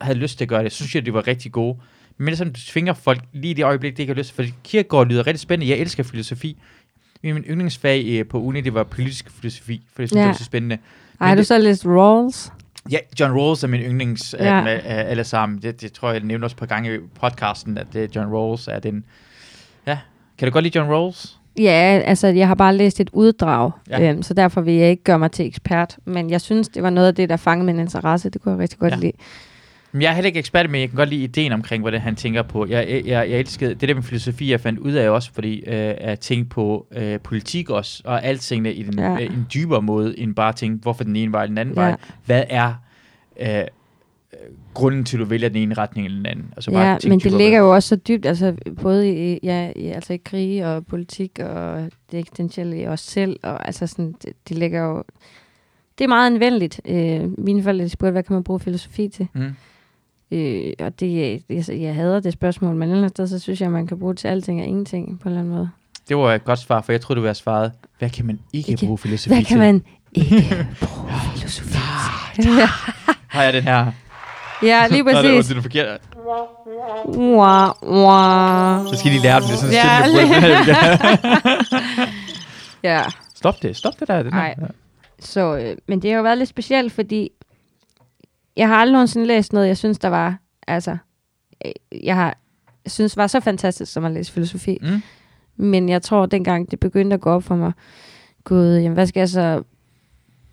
S1: havde lyst til at gøre det, synes jeg, det var rigtig gode. Men det er sådan, du tvinger folk lige i det øjeblik, det ikke har lyst til, fordi Kierkegaard lyder rigtig spændende. Jeg elsker filosofi. Men min yndlingsfag øh, på uni, det var politisk filosofi, for det synes ja.
S2: Ja.
S1: jeg var så spændende.
S2: Ej, har du
S1: det-
S2: så læst Rawls?
S1: Ja, John Rawls er min yndlings af,
S2: Ja.
S1: dem af, af alle sammen. Det, det, tror jeg, jeg nævnte også et par gange i podcasten, at øh, John Rawls er den... Ja, kan du godt lide John Rawls?
S2: Ja, altså jeg har bare læst et uddrag,
S1: Ja.
S2: ja. øhm, så derfor vil jeg ikke gøre mig til ekspert. Men jeg synes, det var noget af det, der fangede min interesse. Det kunne jeg rigtig godt
S1: Ja.
S2: ja. lide.
S1: Men jeg er heller ikke ekspert, men jeg kan godt lide ideen omkring, hvordan han tænker på. Jeg, jeg, jeg jeg elskede det der med filosofi, jeg fandt ud af også, fordi øh, at tænke på øh, politik også, og altingene i den,
S2: Ja.
S1: ja. øh, en dybere måde, end bare at tænke, hvorfor den ene vej eller den anden ja.
S2: Ja.
S1: vej. Hvad er øh, øh, grunden til, at du vælger den ene retning eller den anden? Altså bare
S2: Ja,
S1: tænke
S2: men det
S1: dybere
S2: ligger jo også så dybt, altså både i, ja, i, altså i krig og politik og det eksistentielle i os selv. Og, altså sådan, det, det ligger jo... Det er meget anvendeligt. Øh, mine forældre de spurgte, hvad kan man bruge filosofi til?
S1: Mm.
S2: Øh, og det, jeg, jeg hader det spørgsmål, men ellers sted, så synes jeg, man kan bruge det til alting og ingenting på en eller anden måde.
S1: Det var et godt svar, for jeg troede, du ville have svaret, hvad kan man ikke, ikke.
S2: Ikke.
S1: bruge filosofi
S2: Hvad kan
S1: til? Ah.
S2: man
S1: [laughs]
S2: ikke bruge filosofi til? Ja.
S1: Har jeg den her?
S2: [laughs] Ja, lige
S1: Nå, det,
S2: præcis.
S1: det er den forkerte.
S2: Wah, wah.
S1: Så skal de lære dem det er sådan
S2: Ja,
S1: ja,
S2: Ja,
S1: [laughs] Stop det, stop det der. Den
S2: Ej. så, øh, men det har jo været lidt specielt, fordi jeg har aldrig nogensinde læst noget, jeg synes, der var, altså, øh, jeg har jeg synes var så fantastisk, som at læse filosofi.
S1: Mm.
S2: Men jeg tror, dengang det begyndte at gå op for mig, gud, jamen, hvad skal jeg så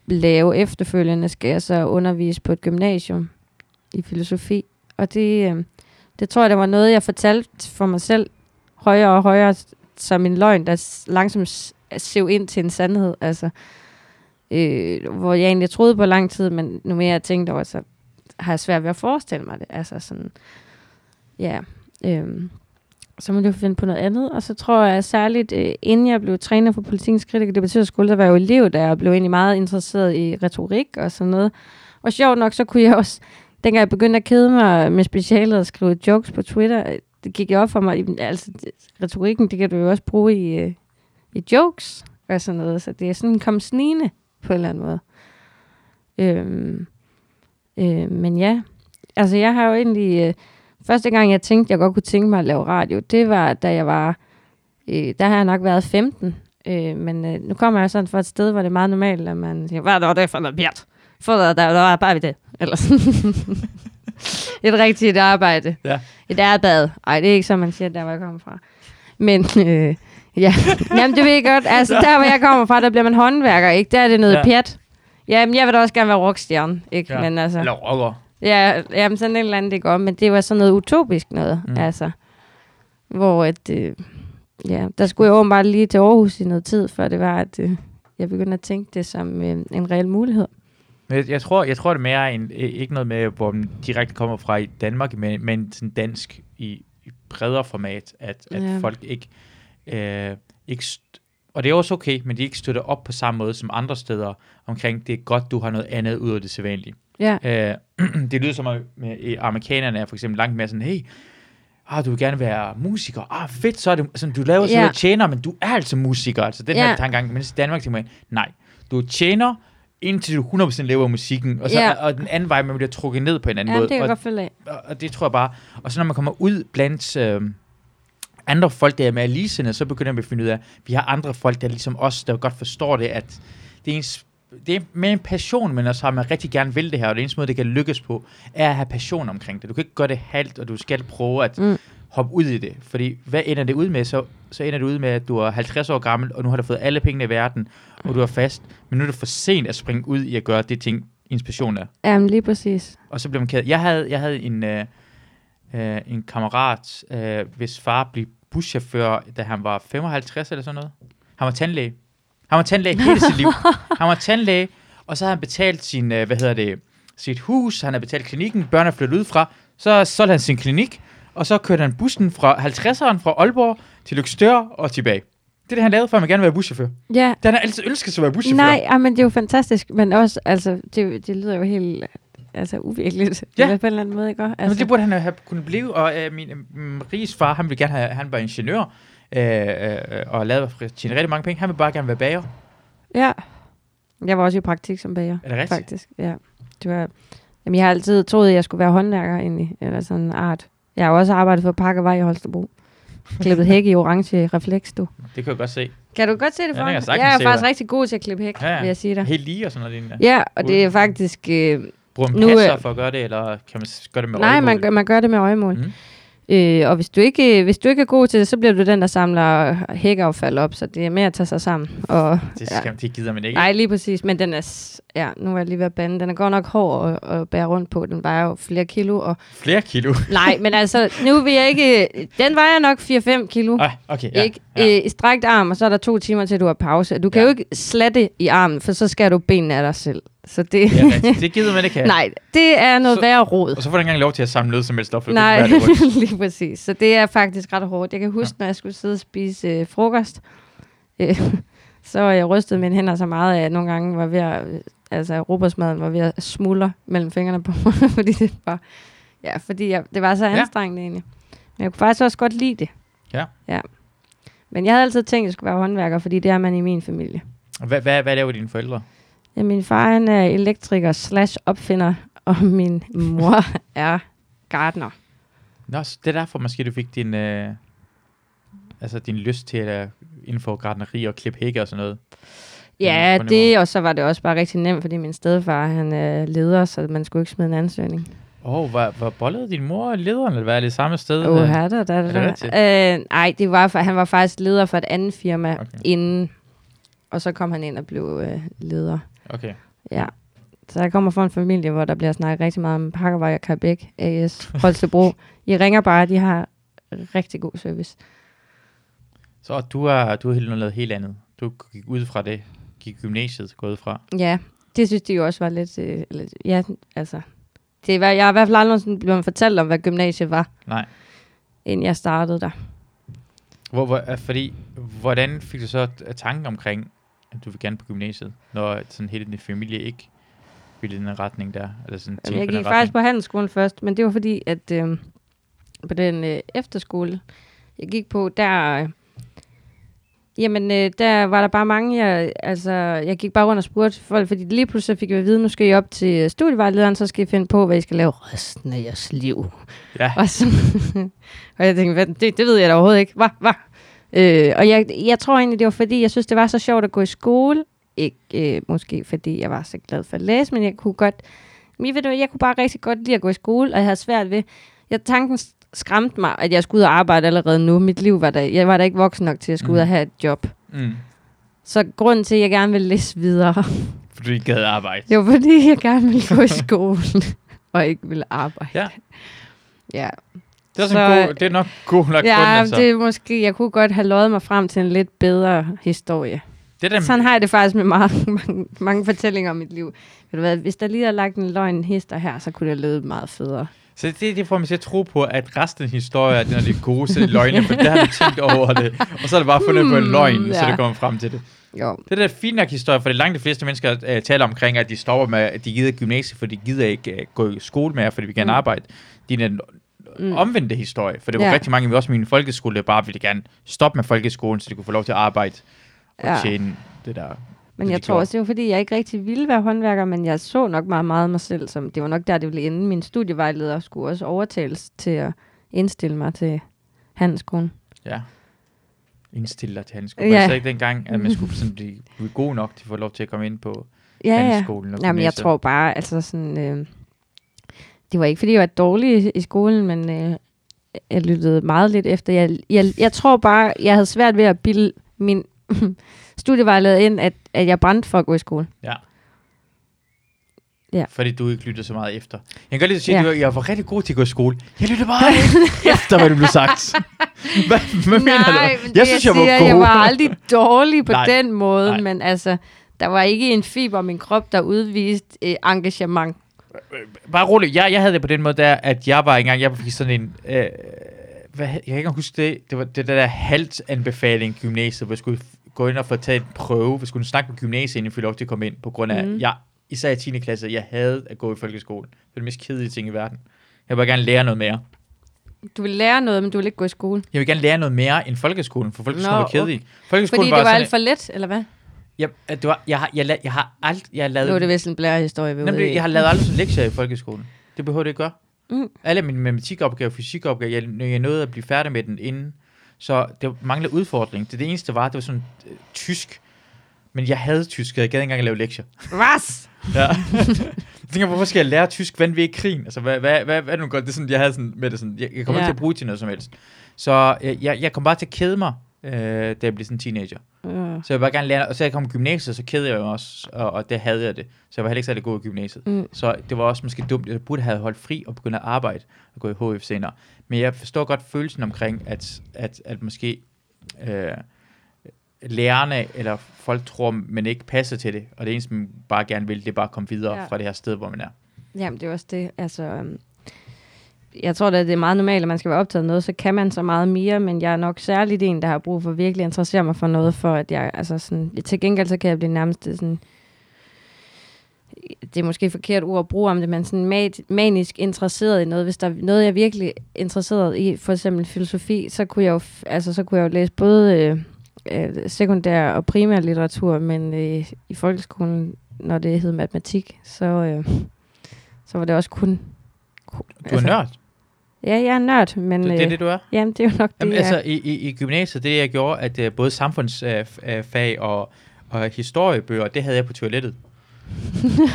S2: lave efterfølgende? Skal jeg så undervise på et gymnasium i filosofi? Og det, øh, det tror jeg, det var noget, jeg fortalte for mig selv højere og højere, som en løgn, der s- langsomt s- sev ind til en sandhed. Altså, øh, hvor jeg egentlig troede på lang tid, men nu mere jeg tænkte over, så har jeg svært ved at forestille mig det. Altså sådan, ja, øh, så må du finde på noget andet. Og så tror jeg særligt, øh, inden jeg blev træner for politikens kritiker, det betyder skole, der var jeg jo elev, der jeg blev egentlig meget interesseret i retorik og sådan noget. Og sjovt nok, så kunne jeg også, dengang jeg begyndte at kede mig med specialet og skrive jokes på Twitter, øh, det gik jeg op for mig, jamen, altså det- retorikken, det kan du jo også bruge i, øh, i jokes og sådan noget. Så det er sådan kom snigende på en eller anden måde. Øhm, Øh, men ja, altså jeg har jo egentlig... Øh, første gang, jeg tænkte, jeg godt kunne tænke mig at lave radio, det var, da jeg var... Øh, der har jeg nok været 15. Øh, men øh, nu kommer jeg sådan fra et sted, hvor det er meget normalt, at man siger, hvad er det for noget pjat? For der, der, der er bare ved det. Eller sådan. [laughs] et rigtigt arbejde.
S1: Ja.
S2: Et arbejde. Ej, det er ikke så, man siger, der hvor jeg kommer fra. Men øh, ja, jamen det ved jeg godt. Altså, der hvor jeg kommer fra, der bliver man håndværker, ikke? Der er det noget
S1: Ja.
S2: ja. pjat. Jamen, jeg vil da også gerne være rockstjerne, ikke?
S1: Ja.
S2: Ja. Men altså...
S1: Eller rocker.
S2: Ja, jamen sådan en eller anden, det går, men det var sådan noget utopisk noget,
S1: Mm.
S2: mm. altså. Hvor at, øh, ja, der skulle jeg åbenbart lige til Aarhus i noget tid, før det var, at øh, jeg begyndte at tænke det som øh, en reel mulighed.
S1: Men jeg, jeg, tror, jeg tror, det er mere en, øh, ikke noget med, hvor den direkte kommer fra i Danmark, men, men sådan dansk i, i bredere format, at, at
S2: Ja.
S1: folk ikke, øh, ikke st- og det er også okay, men de ikke støtter op på samme måde som andre steder omkring, det er godt, du har noget andet ud af det sædvanlige.
S2: Ja,
S1: Øh, [clears throat] det lyder som, at med- amerikanerne er for eksempel langt mere sådan, hey, ah, du vil gerne være musiker. Ah, fedt, så er det, sådan, du laver sådan
S2: Ja.
S1: noget tjener, men du er altså musiker. Altså den her
S2: Ja.
S1: tankegang, mens i Danmark tænker man, nej, du tjener, indtil du 100% lever af musikken. Og, så,
S2: Ja.
S1: og den anden vej, man bliver trukket ned på en anden
S2: ja det
S1: måde.
S2: kan jeg
S1: og,
S2: godt følge af.
S1: og, og det tror jeg bare. Og så når man kommer ud blandt øh, andre folk, der er med ligesinde, så begynder man at finde ud af, at vi har andre folk, der ligesom os, der godt forstår det, at det er ens det er med en passion, men også har man rigtig gerne vil det her, og det eneste måde, det kan lykkes på, er at have passion omkring det. Du kan ikke gøre det halvt, og du skal prøve at mm.
S2: Mm.
S1: hoppe ud i det. Fordi hvad ender det ud med? Så, så ender det ud med, at du er 50 år gammel, og nu har du fået alle pengene i verden, og du er fast. Men nu er det for sent at springe ud i at gøre det ting, ens passion er.
S2: Jamen lige præcis.
S1: Og så blev man ked. Jeg havde, jeg havde en, øh, øh, en kammerat, øh, hvis far blev buschauffør, da han var 55 eller sådan noget. Han var tandlæge. Han var tandlæge hele sit liv. Han var tandlæge, og så havde han betalt sin, øh, hvad hedder det, sit hus, han havde betalt klinikken, børn er flyttet ud fra, så solgte han sin klinik, og så kørte han bussen fra 50'eren fra Aalborg til Lykstør og tilbage. Det er det, han lavede, for at man gerne vil være buschauffør. Det
S2: Ja,
S1: har han altid ønsket sig at være buschauffør.
S2: nej, ej, men det er jo fantastisk, men også, altså, det, det lyder jo helt altså uvirkeligt,
S1: Ja.
S2: eller på en eller anden måde, ikke? også?
S1: Altså. Men
S2: Altså,
S1: det burde han have kunnet blive, og øh, min øh, Maries far, han ville gerne have, han var ingeniør, øh, øh, og lavede for at tjene rigtig mange penge. Han ville bare gerne være bager.
S2: ja. Jeg var også i praktik som bager.
S1: Er det rigtigt?
S2: Faktisk, ja. Det var, jamen, jeg har altid troet, at jeg skulle være håndværker egentlig, eller sådan en art. Jeg har jo også arbejdet for Pakkevej i Holstebro. Klippet hæk i orange refleks, du.
S1: Det kan jeg godt se.
S2: Kan du godt se det
S1: Ja, det
S2: for
S1: kan jeg
S2: mig?
S1: sagtens
S2: jeg er
S1: se
S2: faktisk
S1: dig.
S2: rigtig god til at klippe hæk,
S1: Ja,
S2: ja,
S1: ja.
S2: ja. vil jeg sige dig.
S1: Helt lige og sådan noget. lignende.
S2: Ja, og det er faktisk... Øh,
S1: Bruger man
S2: Nu, øh,
S1: passer for at gøre det, eller kan man s- gøre det med
S2: nej,
S1: øjemål?
S2: man gør, man gør det med øjemål.
S1: Mm.
S2: Mm. Øh, og hvis du, ikke, hvis du ikke er god til det, så bliver du den, der samler hækaffald op, så det er mere at tage sig sammen. Og,
S1: Det, skal, det gider man ikke.
S2: Nej, lige præcis, men den er, s- ja, nu er jeg lige ved at bande, den er godt nok hård at, at bære rundt på, den vejer jo flere kilo, og
S1: Flere
S2: [laughs]
S1: kilo.
S2: Nej, men altså, nu vil jeg ikke... Den vejer nok 4-5 kilo.
S1: Ah, okay, ja.
S2: Ja, ikke?
S1: ja.
S2: Ja. Øh, strækt arm, og så er der to timer til, du har pause. Du kan
S1: Ja.
S2: ja. jo ikke slatte i armen, for så skærer du benene af dig selv. Så det...
S1: Det, er
S2: [laughs]
S1: rigtigt. det gider man ikke have.
S2: Nej, det er noget
S1: Så-
S2: så, værre råd.
S1: Og så får du ikke engang lov til at samle noget som helst op. for det kan
S2: Nej,
S1: være, det
S2: [laughs]
S1: er rygt.
S2: lige præcis. Så det er faktisk ret hårdt. Jeg kan huske, når jeg skulle sidde og spise øh, frokost, øh, [laughs] så jeg rystede mine hænder så meget, at jeg nogle gange var ved at, øh, altså robotsmaden var ved at smuldre mellem fingrene på mig, [laughs] fordi det var, ja, fordi jeg, det var så
S1: Ja.
S2: anstrengende egentlig. Men jeg kunne faktisk også godt lide det.
S1: Ja.
S2: ja. Men jeg havde altid tænkt, at jeg skulle være håndværker, fordi det er man i min familie.
S1: Og Hvad, hvad, hvad laver dine forældre?
S2: Ja, min far han er elektriker slash opfinder, og min mor [laughs] er gartner.
S1: Nå, så det er derfor måske, du fik din, øh, altså din lyst til at inden for gardneri og klippe hække og sådan noget.
S2: Ja,
S1: på en
S2: det, og så var det også bare rigtig nemt, fordi min stedfar, han er leder, så man skulle ikke smide en ansøgning.
S1: Åh, oh, var, var bollede din mor og lederen, eller hvad er det samme sted? øh?
S2: Åh, her da, da,
S1: det
S2: da.
S1: rigtigt?
S2: Øh, Nej, det var, for, han var faktisk leder for et andet firma
S1: Okay.
S2: okay. inden, og så kom han ind og blev øh, leder.
S1: Okay.
S2: Ja. Så jeg kommer fra en familie, hvor der bliver snakket rigtig meget om Pakkervej og Karabæk, AS, Holstebro. I ringer bare, de har rigtig god service.
S1: Så du har du har helt noget helt andet. Du gik ud fra det. Gik gymnasiet gået fra.
S2: Ja, det synes de jo også var lidt... Øh, lidt ja, altså... Det var, jeg har i hvert fald aldrig nogensinde blevet fortalt om, hvad gymnasiet var,
S1: Nej.
S2: inden jeg startede der.
S1: Hvor, hvor, øh, fordi, hvordan fik du så t- tanken omkring, at du vil gerne på gymnasiet, når sådan hele din familie ikke ville i den retning der? Eller sådan
S2: Jamen,
S1: tænkte
S2: jeg
S1: på den
S2: gik
S1: retning?
S2: faktisk på handelsskolen først, men det var fordi, at øh, på den øh, efterskole, jeg gik på, der, øh, Jamen, øh, der var der bare mange, jeg, altså, jeg gik bare rundt og spurgte folk, fordi lige pludselig fik jeg at vide, nu skal I op til øh, studievejlederen, så skal I finde på, hvad I skal lave resten af jeres liv.
S1: Ja.
S2: [laughs] Og, så, og jeg tænkte, hvad, det, det ved jeg da overhovedet ikke. Hvad, hvad? Øh, og jeg, jeg tror egentlig, det var fordi, jeg synes, det var så sjovt at gå i skole. Ikke øh, måske fordi, jeg var så glad for at læse, men jeg kunne godt... Men ved du, hvad, jeg kunne bare rigtig godt lide at gå i skole, og jeg havde svært ved... Jeg, tanken skræmte mig, at jeg skulle ud og arbejde allerede nu. Mit liv var der... Jeg var da ikke voksen nok til, at jeg skulle ud og have et job.
S1: Mm.
S2: Så grunden til, at jeg gerne ville læse videre,
S1: Fordi du ikke gad arbejde.
S2: det var fordi, jeg gerne ville gå i skole og ikke ville arbejde.
S1: Ja.
S2: Ja,
S1: Det er, sådan
S2: Så,
S1: god, det er nok god nok ja, grund,
S2: ja
S1: altså.
S2: det
S1: Det,
S2: er måske, jeg kunne godt have lovet mig frem til en lidt bedre historie.
S1: det der,
S2: Sådan har jeg det faktisk med mange, [laughs] mange, mange fortællinger om mit liv. Ved du hvad, hvis der lige havde lagt en løgn hister her, så kunne det have lyde meget federe.
S1: så det, det får mig til at tro på, at resten af historier, når det er gode, så er det løgne, for der har du tænkt over det. Og så er det bare fundet på en
S2: Hmm,
S1: løgn, ja. så
S2: ja.
S1: det kommer frem til det.
S2: Jo.
S1: Det der fint nok historie, for det er langt de fleste mennesker øh, taler omkring, at de stopper med, at de gider gymnasiet, for de gider ikke øh, gå i skole mere, fordi vi gerne
S2: Mm.
S1: arbejde. Det er den
S2: Mm.
S1: omvendte historie, for det var ja.
S2: Ja.
S1: rigtig mange, også i min folkeskole, der bare ville gerne stoppe med folkeskolen, så de kunne få lov til at arbejde og ja.
S2: Ja.
S1: tjene det der.
S2: Men
S1: det,
S2: jeg
S1: de
S2: tror
S1: gjorde.
S2: også, det var fordi, jeg ikke rigtig ville være håndværker, men jeg så nok meget, meget mig selv. Som, det var nok der, det ville ende. Min studievejleder skulle også overtales til at indstille mig til handelsskolen.
S1: Ja. Indstille dig til handelsskolen.
S2: Ja.
S1: Ja. Jeg ikke dengang, at man skulle sådan blive, blive god nok til at få lov til at komme ind på
S2: Ja,
S1: ja,
S2: ja.
S1: handelsskolen. Og
S2: Jamen, jeg
S1: gymnasiet.
S2: tror bare, altså sådan... Øh, det var ikke, fordi jeg var dårlig i, i skolen, men øh, jeg lyttede meget lidt efter. Jeg, jeg, jeg tror bare, jeg havde svært ved at bilde min [laughs] studievejleder ind, at, at jeg brændte for at gå i skole.
S1: Fordi du ikke lytter så meget efter. Jeg kan godt lige sige,
S2: Ja.
S1: at ja. jeg var rigtig god til at gå i skole. Jeg lytter bare
S2: [laughs]
S1: ikke [laughs] efter, hvad du blev sagt. Hvad, hvad mener du?
S2: Nej, men det,
S1: Jeg synes, jeg var
S2: siger,
S1: god.
S2: Jeg var aldrig dårlig på
S1: Nej,
S2: den måde,
S1: nej.
S2: men altså, der var ikke en fiber i min krop, der udviste øh, engagement.
S1: Bare rolig. Jeg, jeg havde det på den måde der, at jeg var engang, jeg fik sådan en... Øh, hvad, hed- jeg kan ikke engang huske det. Det var det der halvt anbefaling gymnasiet, hvor jeg skulle f- gå ind og få taget en prøve. Vi skulle snakke med gymnasiet, inden jeg fik lov til at komme ind, på grund af, mm.
S2: Mm.
S1: jeg, især i 10. klasse, jeg havde at gå i folkeskolen. Det var det mest kedelige ting i verden. Jeg vil gerne lære noget mere.
S2: Du vil lære noget, men du vil ikke gå i skole.
S1: Jeg vil gerne lære noget mere end folkeskolen, for folkeskolen
S2: Nå,
S1: var kedelig. Folkeskolen
S2: Fordi det var
S1: sådan-
S2: alt for let, eller hvad?
S1: Jeg, at det var, jeg, har, jeg, la- jeg har alt, jeg har lavet,
S2: Nu er det vist en blærehistorie, vi er ude
S1: nemlig,
S2: i.
S1: jeg har lavet aldrig sådan lektier i folkeskolen. Det behøver det ikke gøre. Mm.
S2: Mm.
S1: Alle mine matematikopgaver, fysikopgaver, jeg, når jeg nåede at blive færdig med den inden. Så det manglede udfordring. Det, det eneste var, det var sådan øh, tysk. Men jeg havde tysk, og jeg gad ikke engang at lave lektier.
S2: Ras!
S1: Ja. jeg tænker, hvorfor skal jeg lære tysk, hvad ved ikke krigen? Altså, hvad, hvad, hvad, hvad er det nu godt? Det er sådan, jeg havde sådan med det sådan, jeg, jeg kommer
S2: Ja.
S1: ikke til at bruge det til noget som helst. Så øh, jeg, jeg kom bare til at kede mig, øh, da jeg blev sådan en teenager.
S2: Øh,
S1: Så jeg vil bare gerne lære, og så jeg kom i gymnasiet, så kedede jeg mig også, og, og det havde jeg det. Så jeg var heller ikke særlig god i gymnasiet.
S2: Mm.
S1: Så det var også måske dumt, jeg burde have holdt fri og begyndt at arbejde og gå i HF senere. Men jeg forstår godt følelsen omkring, at, at, at måske øh, lærerne eller folk tror, man ikke passer til det, og det eneste, man bare gerne vil, det er bare at komme videre ja.
S2: Ja.
S1: fra det her sted, hvor man er.
S2: Jamen, det er også det. Altså, øhm, jeg tror da, det er meget normalt, at man skal være optaget af noget, så kan man så meget mere, men jeg er nok særligt en, der har brug for at virkelig at interessere mig for noget, for at jeg, altså sådan, til gengæld så kan jeg blive nærmest øh, sådan, det er måske et forkert ord at bruge om det, men sådan mat, manisk interesseret i noget. Hvis der er noget, jeg er virkelig interesseret i, for eksempel filosofi, så kunne jeg jo, f- altså, så kunne jeg jo læse både øh, øh, sekundær og primær litteratur, men øh, i folkeskolen, når det hed matematik, så... Øh, så var det også kun...
S1: Du er altså, nørd.
S2: Ja, jeg er nørd, men
S1: Det,
S2: det,
S1: det er
S2: øh,
S1: det, du er.
S2: jamen, det er jo nok det,
S1: Jamen,
S2: jeg...
S1: altså, i, i, i gymnasiet, det jeg gjorde, at uh, både samfundsfag øh, og, og historiebøger, det havde jeg på
S2: [laughs]
S1: toilettet.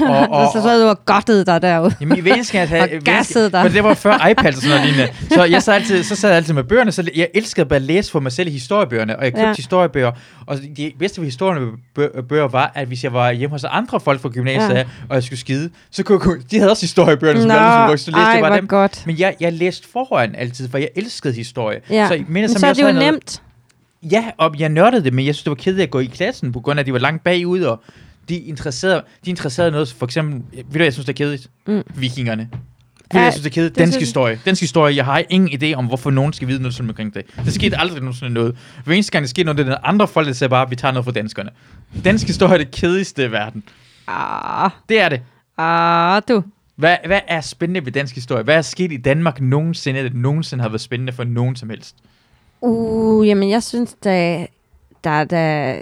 S1: og,
S2: så så havde du og godtet dig derude.
S1: Jamen, i Venske, jeg havde...
S2: [laughs] Og gassede dig.
S1: Men det var før iPads og sådan noget lignende. Så jeg sad altid, så sad jeg altid med bøgerne, så jeg elskede bare at læse for mig selv i historiebøgerne, og jeg købte ja.
S2: Ja.
S1: historiebøger. Og det bedste ved historiebøger var, at hvis jeg var hjemme hos andre folk fra gymnasiet, ja.
S2: Ja.
S1: og jeg skulle skide, så kunne jeg, kunne- de havde også historiebøgerne, som jeg altid brugte, så læste
S2: ej,
S1: jeg bare
S2: hvor
S1: dem.
S2: godt.
S1: Men jeg, jeg læste forhøjen altid, for jeg elskede historie.
S2: Ja.
S1: Så, i mindre,
S2: Men
S1: som
S2: så
S1: jeg
S2: er
S1: også
S2: det jo
S1: havde noget-
S2: nemt.
S1: Ja, og jeg nørdede det, men jeg synes, det var kedeligt at gå i klassen, på grund af, at de var langt bagud, og de interesserede, de interesserede noget, for eksempel, ved du, hvad jeg synes, det er kedeligt?
S2: Mm.
S1: Vikingerne. Ved du, hvad jeg
S2: Ej,
S1: synes, det er kedeligt?
S2: det
S1: Dansk
S2: synes-
S1: historie. Dansk historie, jeg har ingen idé om, hvorfor nogen skal vide noget sådan omkring det. Der skete aldrig nogensinde noget. Hver eneste gang, der skete noget, det er noget andre folk, der sagde bare, vi tager noget fra danskerne. Dansk historie er det kedeligste i verden.
S2: Ah,
S1: Det er det.
S2: ah, du.
S1: Hvad, hvad er spændende ved dansk historie? Hvad er sket i Danmark nogensinde, at det nogensinde har været spændende for nogen som helst?
S2: Uh, jamen, jeg synes da... der er da...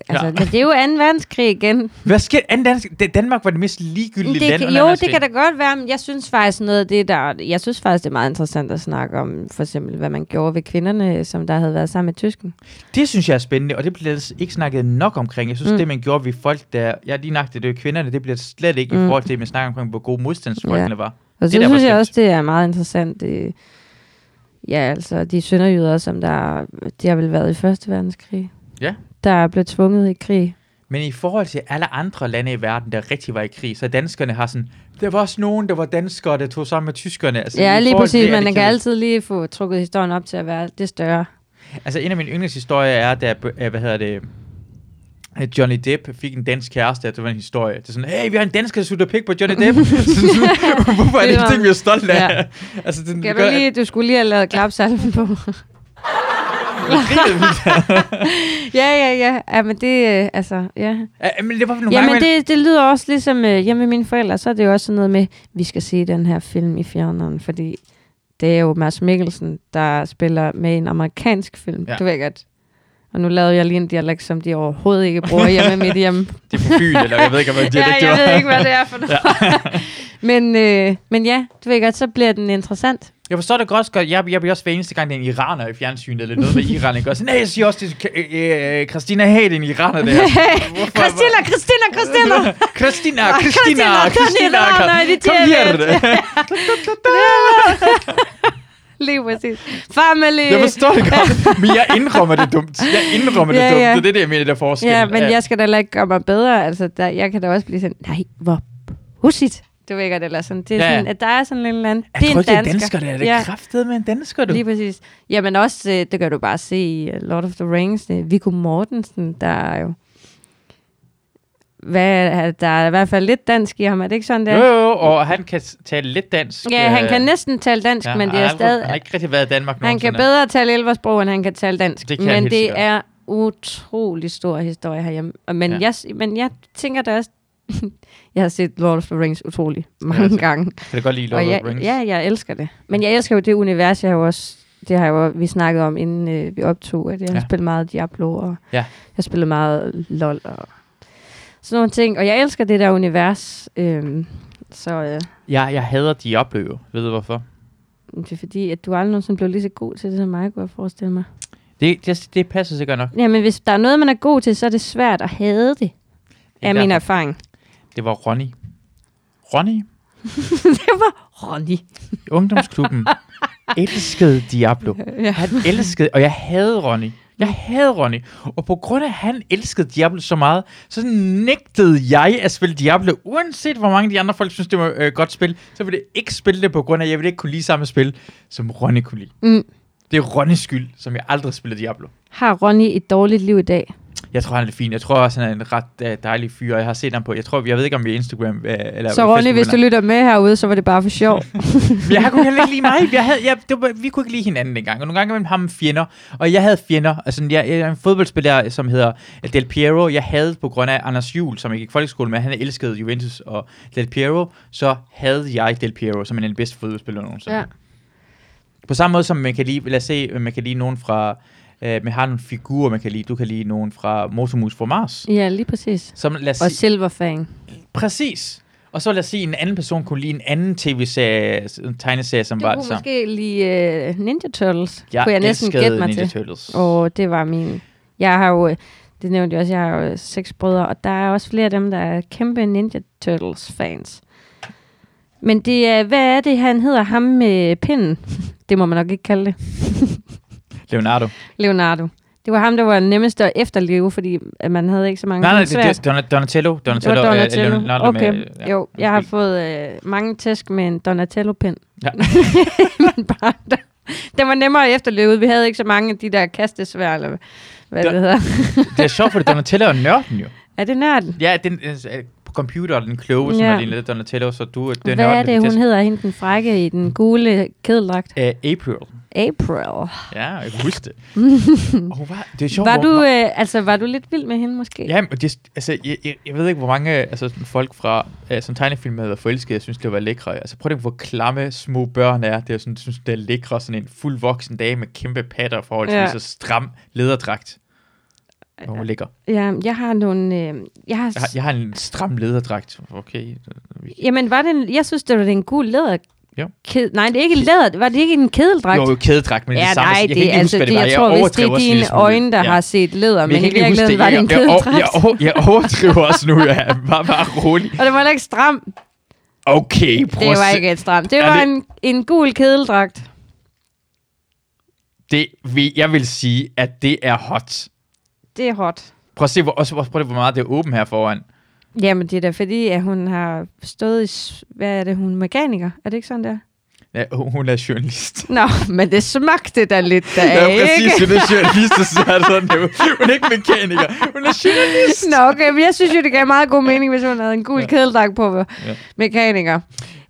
S2: Altså,
S1: Ja.
S2: ja. det er jo 2. verdenskrig igen.
S1: Hvad sker anden dansk? Dan- Danmark var det mest ligegyldige
S2: Det
S1: land.
S2: kan,
S1: under
S2: jo,
S1: anden
S2: det kan
S1: verdenskrig.
S2: da godt være, men jeg synes faktisk noget af det, der... Jeg synes faktisk, det er meget interessant at snakke om, for eksempel, hvad man gjorde ved kvinderne, som der havde været sammen med tysken.
S1: Det synes jeg er spændende, og det bliver der ikke snakket nok omkring. Jeg synes, mm.
S2: Mm.
S1: det man gjorde ved folk, der... Ja, lige nøjagtigt, det er jo kvinderne, det bliver slet ikke mm. i
S2: Mm.
S1: forhold til, at man snakker omkring, hvor gode modstandsfolkene ja. var.
S2: Og
S1: Det
S2: så
S1: er da
S2: synes
S1: bestemt.
S2: jeg også, det er meget interessant. Det, ja, altså, de sønderjyder, som der... De har vel været i Første verdenskrig.
S1: Ja.
S2: Der blev tvunget i krig.
S1: Men i forhold til alle andre lande i verden, der rigtig var i krig, så danskerne har sådan... Der var også nogen, der var danskere, der tog sammen med tyskerne. Altså,
S2: Ja,
S1: i
S2: lige
S1: forhold til
S2: præcis.
S1: det, er
S2: Men
S1: det
S2: man kan
S1: kæmpe-
S2: altid lige få trukket historien op til at være det større.
S1: Altså, en af mine yndlingshistorier er, da, øh, hvad hedder det, at Johnny Depp fik en dansk kæreste, at det var en historie. Det er sådan, hey, vi har en dansker, der sutter pik på Johnny
S2: [laughs]
S1: Depp. Sådan, [laughs] Hvorfor er det
S2: Det
S1: en
S2: var-
S1: ting, vi er stolte af?
S2: Ja.
S1: [laughs] altså, det,
S2: Kan du,
S1: [laughs]
S2: lige, du skulle lige have lavet klapsalven på. [laughs] ja, ja, ja. ja men det, øh, altså, ja.
S1: Ja, men det var nogle
S2: Jamen,
S1: gange, det...
S2: det, det lyder også ligesom øh, hjemme med mine forældre, så er det jo også sådan noget med, vi skal se den her film i fjerneren, fordi det er jo Mads Mikkelsen, der spiller med i en amerikansk film.
S1: Ja.
S2: Ja. Du ved godt. Og nu lavede jeg lige en dialekt, som de overhovedet ikke bruger hjemme med mit [laughs] hjemme.
S1: det er på Fyn, eller jeg ved
S2: [laughs]
S1: ikke, hvad det
S2: ja,
S1: er.
S2: jeg ved ikke, hvad det er for noget. men, øh, men ja, du ved godt, så bliver den interessant.
S1: Jeg forstår det godt, godt. Jeg, jeg bliver også hver eneste gang, det er en iraner i fjernsynet, eller noget med Iran, ikke? Og sådan, nej, jeg siger også, det er, øh, øh, Christina Hag, det er en iraner,
S2: [laughs]
S1: det her. Hvorfor-
S2: Christina, Christina, [laughs] Christina!
S1: [laughs] Christina,
S2: Ah,
S1: Christina,
S2: Christina,
S1: Christina,
S2: Christina, nej, det
S1: kom
S2: er
S1: her.
S2: Lige præcis. Family!
S1: Jeg forstår det
S2: [laughs]
S1: godt, men jeg indrømmer det dumt. Jeg indrømmer det
S2: Ja,
S1: dumt.
S2: ja.
S1: Det er det, der, jeg mener, der er forskellen.
S2: Ja, men jeg skal da heller ikke gøre mig bedre. Altså, der, jeg kan da også blive sådan, nej, hvor pudsigt. Du ved godt, eller sådan. Det er
S1: Ja, ja.
S2: ja. sådan, at der er sådan en eller anden...
S1: Jeg
S2: det
S1: tror
S2: er
S1: ikke, det er
S2: en
S1: dansker, det er det ja.
S2: Ja.
S1: kraftet med en dansker, du.
S2: Lige præcis. Jamen også, øh, det kan du bare se i øh, Lord of the Rings, øh, Viggo Mortensen, der er jo... Hvad, er- der er i hvert fald lidt dansk i ham, er det ikke sådan, det
S1: Jo,
S2: er?
S1: jo, jo, og han kan s- tale lidt dansk.
S2: Ja, han
S1: øh,
S2: kan næsten tale dansk, ja, men det
S1: han
S2: er
S1: har aldrig-
S2: stadig...
S1: Han har ikke rigtig været i Danmark
S2: Han kan
S1: nogensinde.
S2: bedre tale elversprog, end han kan tale dansk.
S1: Det kan jeg
S2: men
S1: helt
S2: det
S1: sikkert.
S2: er utrolig stor historie herhjemme. Og Men,
S1: Ja.
S2: ja. jeg, men jeg tænker da også... [laughs] jeg har set Lord of the Rings utrolig mange
S1: altså,
S2: gange.
S1: Kan du godt lide Lord
S2: og
S1: of
S2: jeg,
S1: the Rings?
S2: ja, jeg elsker det. Men jeg elsker jo det univers, jeg har jo også... Det har jeg jo, vi snakket om, inden øh, vi optog, at jeg ja.
S1: Ja.
S2: har spillet meget Diablo, og
S1: Ja.
S2: jeg spiller meget LOL, og sådan nogle ting. Og jeg elsker det der univers. Øhm, så øh,
S1: Jeg, jeg hader Diablo, jo. ved du hvorfor?
S2: det er fordi, at du aldrig nogensinde blev lige så god til det som mig, kunne jeg forestille mig.
S1: Det, det, det passer sikkert nok.
S2: Jamen, hvis der er noget, man er god til, så er det svært at hade det, er min
S1: derfor.
S2: erfaring.
S1: Det var Ronny. Ronny,
S2: [laughs] det var Ronny.
S1: i ungdomsklubben, [laughs] elskede Diablo.
S2: Ja.
S1: Han elskede, og jeg havde Ronny. Jeg havde Ronny. Og på grund af, at han elskede Diablo så meget, så nægtede jeg at spille Diablo. Uanset hvor mange af de andre folk synes, det var øh, godt spil, så ville jeg ikke spille det på grund af, at jeg ville ikke kunne lide samme spil, som Ronny kunne lide.
S2: Mm.
S1: Det er Ronnys skyld, som jeg aldrig spillede Diablo.
S2: Har Ronny et dårligt liv i dag?
S1: Jeg tror, han er lidt fin. Jeg tror også, han er en ret øh, dejlig fyr, og jeg har set ham på. Jeg tror, jeg ved ikke, om vi er Instagram øh, eller
S2: Så Ronny, hvis du lytter med herude, så var det bare for [laughs] sjov.
S1: Men jeg kunne heller ikke lide mig. Jeg havde, jeg, det var, vi kunne ikke lide hinanden dengang. Og nogle gange imellem ham fjender. Og jeg havde fjender. Altså, jeg, jeg er en fodboldspiller, som hedder Del Piero. Jeg havde på grund af Anders Jul, som jeg gik i folkeskole med. Han elskede Juventus og Del Piero. Så havde jeg Del Piero, som en af de bedste fodboldspillere nogensinde. Ja. På samme måde som man kan lide, lad os se, man kan lide nogen fra... Øh, man har nogle figurer, man kan lide. Du kan lide nogen fra Motormus fra Mars.
S2: ja, lige præcis.
S1: Som, lad os
S2: Og
S1: sige-
S2: Silverfang.
S1: præcis. Og så lad os sige, en anden person kunne lide en anden tv-serie, en tegneserie, som
S2: Du
S1: var
S2: kunne
S1: så.
S2: måske lide uh, Ninja Turtles.
S1: Jeg
S2: kunne jeg næsten
S1: elskede
S2: gætte mig
S1: Ninja
S2: til.
S1: Turtles.
S2: Og det var min... Jeg har jo... øh, Det nævnte jeg også, jeg har jo øh, seks brødre, og der er også flere af dem, der er kæmpe Ninja Turtles-fans. Men det er... Hvad er det, han hedder? Ham med pinden? [laughs] Det må man nok ikke kalde det.
S1: Leonardo.
S2: Leonardo. Det var ham, der var nemmest at efterleve, fordi at man havde ikke så mange
S1: Nej, nej, det,
S2: håndsværk.
S1: det er Don- Donatello.
S2: det var
S1: Donatello. øh,
S2: Donatello.
S1: Leonardo
S2: okay,
S1: med- ja,
S2: jo. Jeg har
S1: undskyld.
S2: fået øh, mange tæsk med en Donatello-pind.
S1: Ja.
S2: [laughs] Men bare, der, den var nemmere at efterleve. Vi havde ikke så mange af de der kastesvær, eller hvad
S1: Der-
S2: det hedder.
S1: Det er sjovt, for Donatello er nørden jo.
S2: Er det nørden?
S1: Ja, den øh, på computer, den kloge, som
S2: Ja.
S1: har lignet Donatello, så du øh, det er
S2: Hvad er
S1: nørden.
S2: det, hun hedder, hende den frække i den gule kedeldragt?
S1: hedder? Øh, April.
S2: April.
S1: Ja, jeg kan
S2: [laughs]
S1: huske det. Og hun var, det er sjovt,
S2: Var
S1: hvor-
S2: du, øh, altså, var du lidt vild med hende måske?
S1: Ja, men det, altså, jeg, jeg, jeg, ved ikke, hvor mange altså, sådan folk fra øh, som tegnefilm har været forelskede, jeg synes, det var lækre. Altså, prøv at tænke, hvor klamme små børn er. Det er sådan, synes, det er lækre, sådan en fuldvoksen dame med kæmpe patter i forhold til
S2: Ja.
S1: så stram lederdragt. hvor hun ligger.
S2: Ja, jeg har nogle... Øh, jeg har,
S1: Jeg har, jeg har en stram lederdragt. Okay.
S2: Jamen, var det en, jeg synes, det var en gul læder...
S1: Ja.
S2: Ked, nej, det er ikke læder. Var det ikke en kedeldragt?
S1: Jo, jo, kædedragt, men det
S2: ja,
S1: er samme.
S2: nej,
S1: jeg kan
S2: det,
S1: ikke
S2: er
S1: huske,
S2: altså,
S1: hvad
S2: det,
S1: det var.
S2: jeg tror, hvis det
S1: overdrev
S2: er
S1: også en
S2: dine
S1: lille smule.
S2: øjne, der
S1: Ja.
S2: har set læder,
S1: jeg
S2: men,
S1: kan
S2: i
S1: ikke lige huske
S2: virkeligheden var det en
S1: Jeg- jeg-
S2: kedeldragt.
S1: Jeg, jeg, jeg overdriver også nu, ja. Bare, bare rolig.
S2: Og det var heller ikke stram.
S1: Okay, prøv
S2: Det
S1: at
S2: var
S1: se.
S2: ikke et stram. Det
S1: Er
S2: var
S1: det-
S2: en, en gul kedeldragt.
S1: Det, vi- jeg vil sige, at det er hot.
S2: Det er hot.
S1: Prøv at se, hvor, også, prøv at, hvor meget det er åben her foran.
S2: Jamen, det er da fordi, at hun har stået i... s- Hvad er det, hun er mekaniker? Er det ikke sådan der?
S1: Ja, hun hun er journalist.
S2: Nå, men det smagte da lidt
S1: Ja,
S2: deraf,
S1: præcis.
S2: ikke?
S1: Hun er journalist, der ser sådan ud. Hun er ikke mekaniker. Hun er journalist.
S2: Nå, okay, men jeg synes jo, det gav meget god mening, hvis hun havde en gul
S1: Ja.
S2: ja. kedeldragt på ja. mekaniker.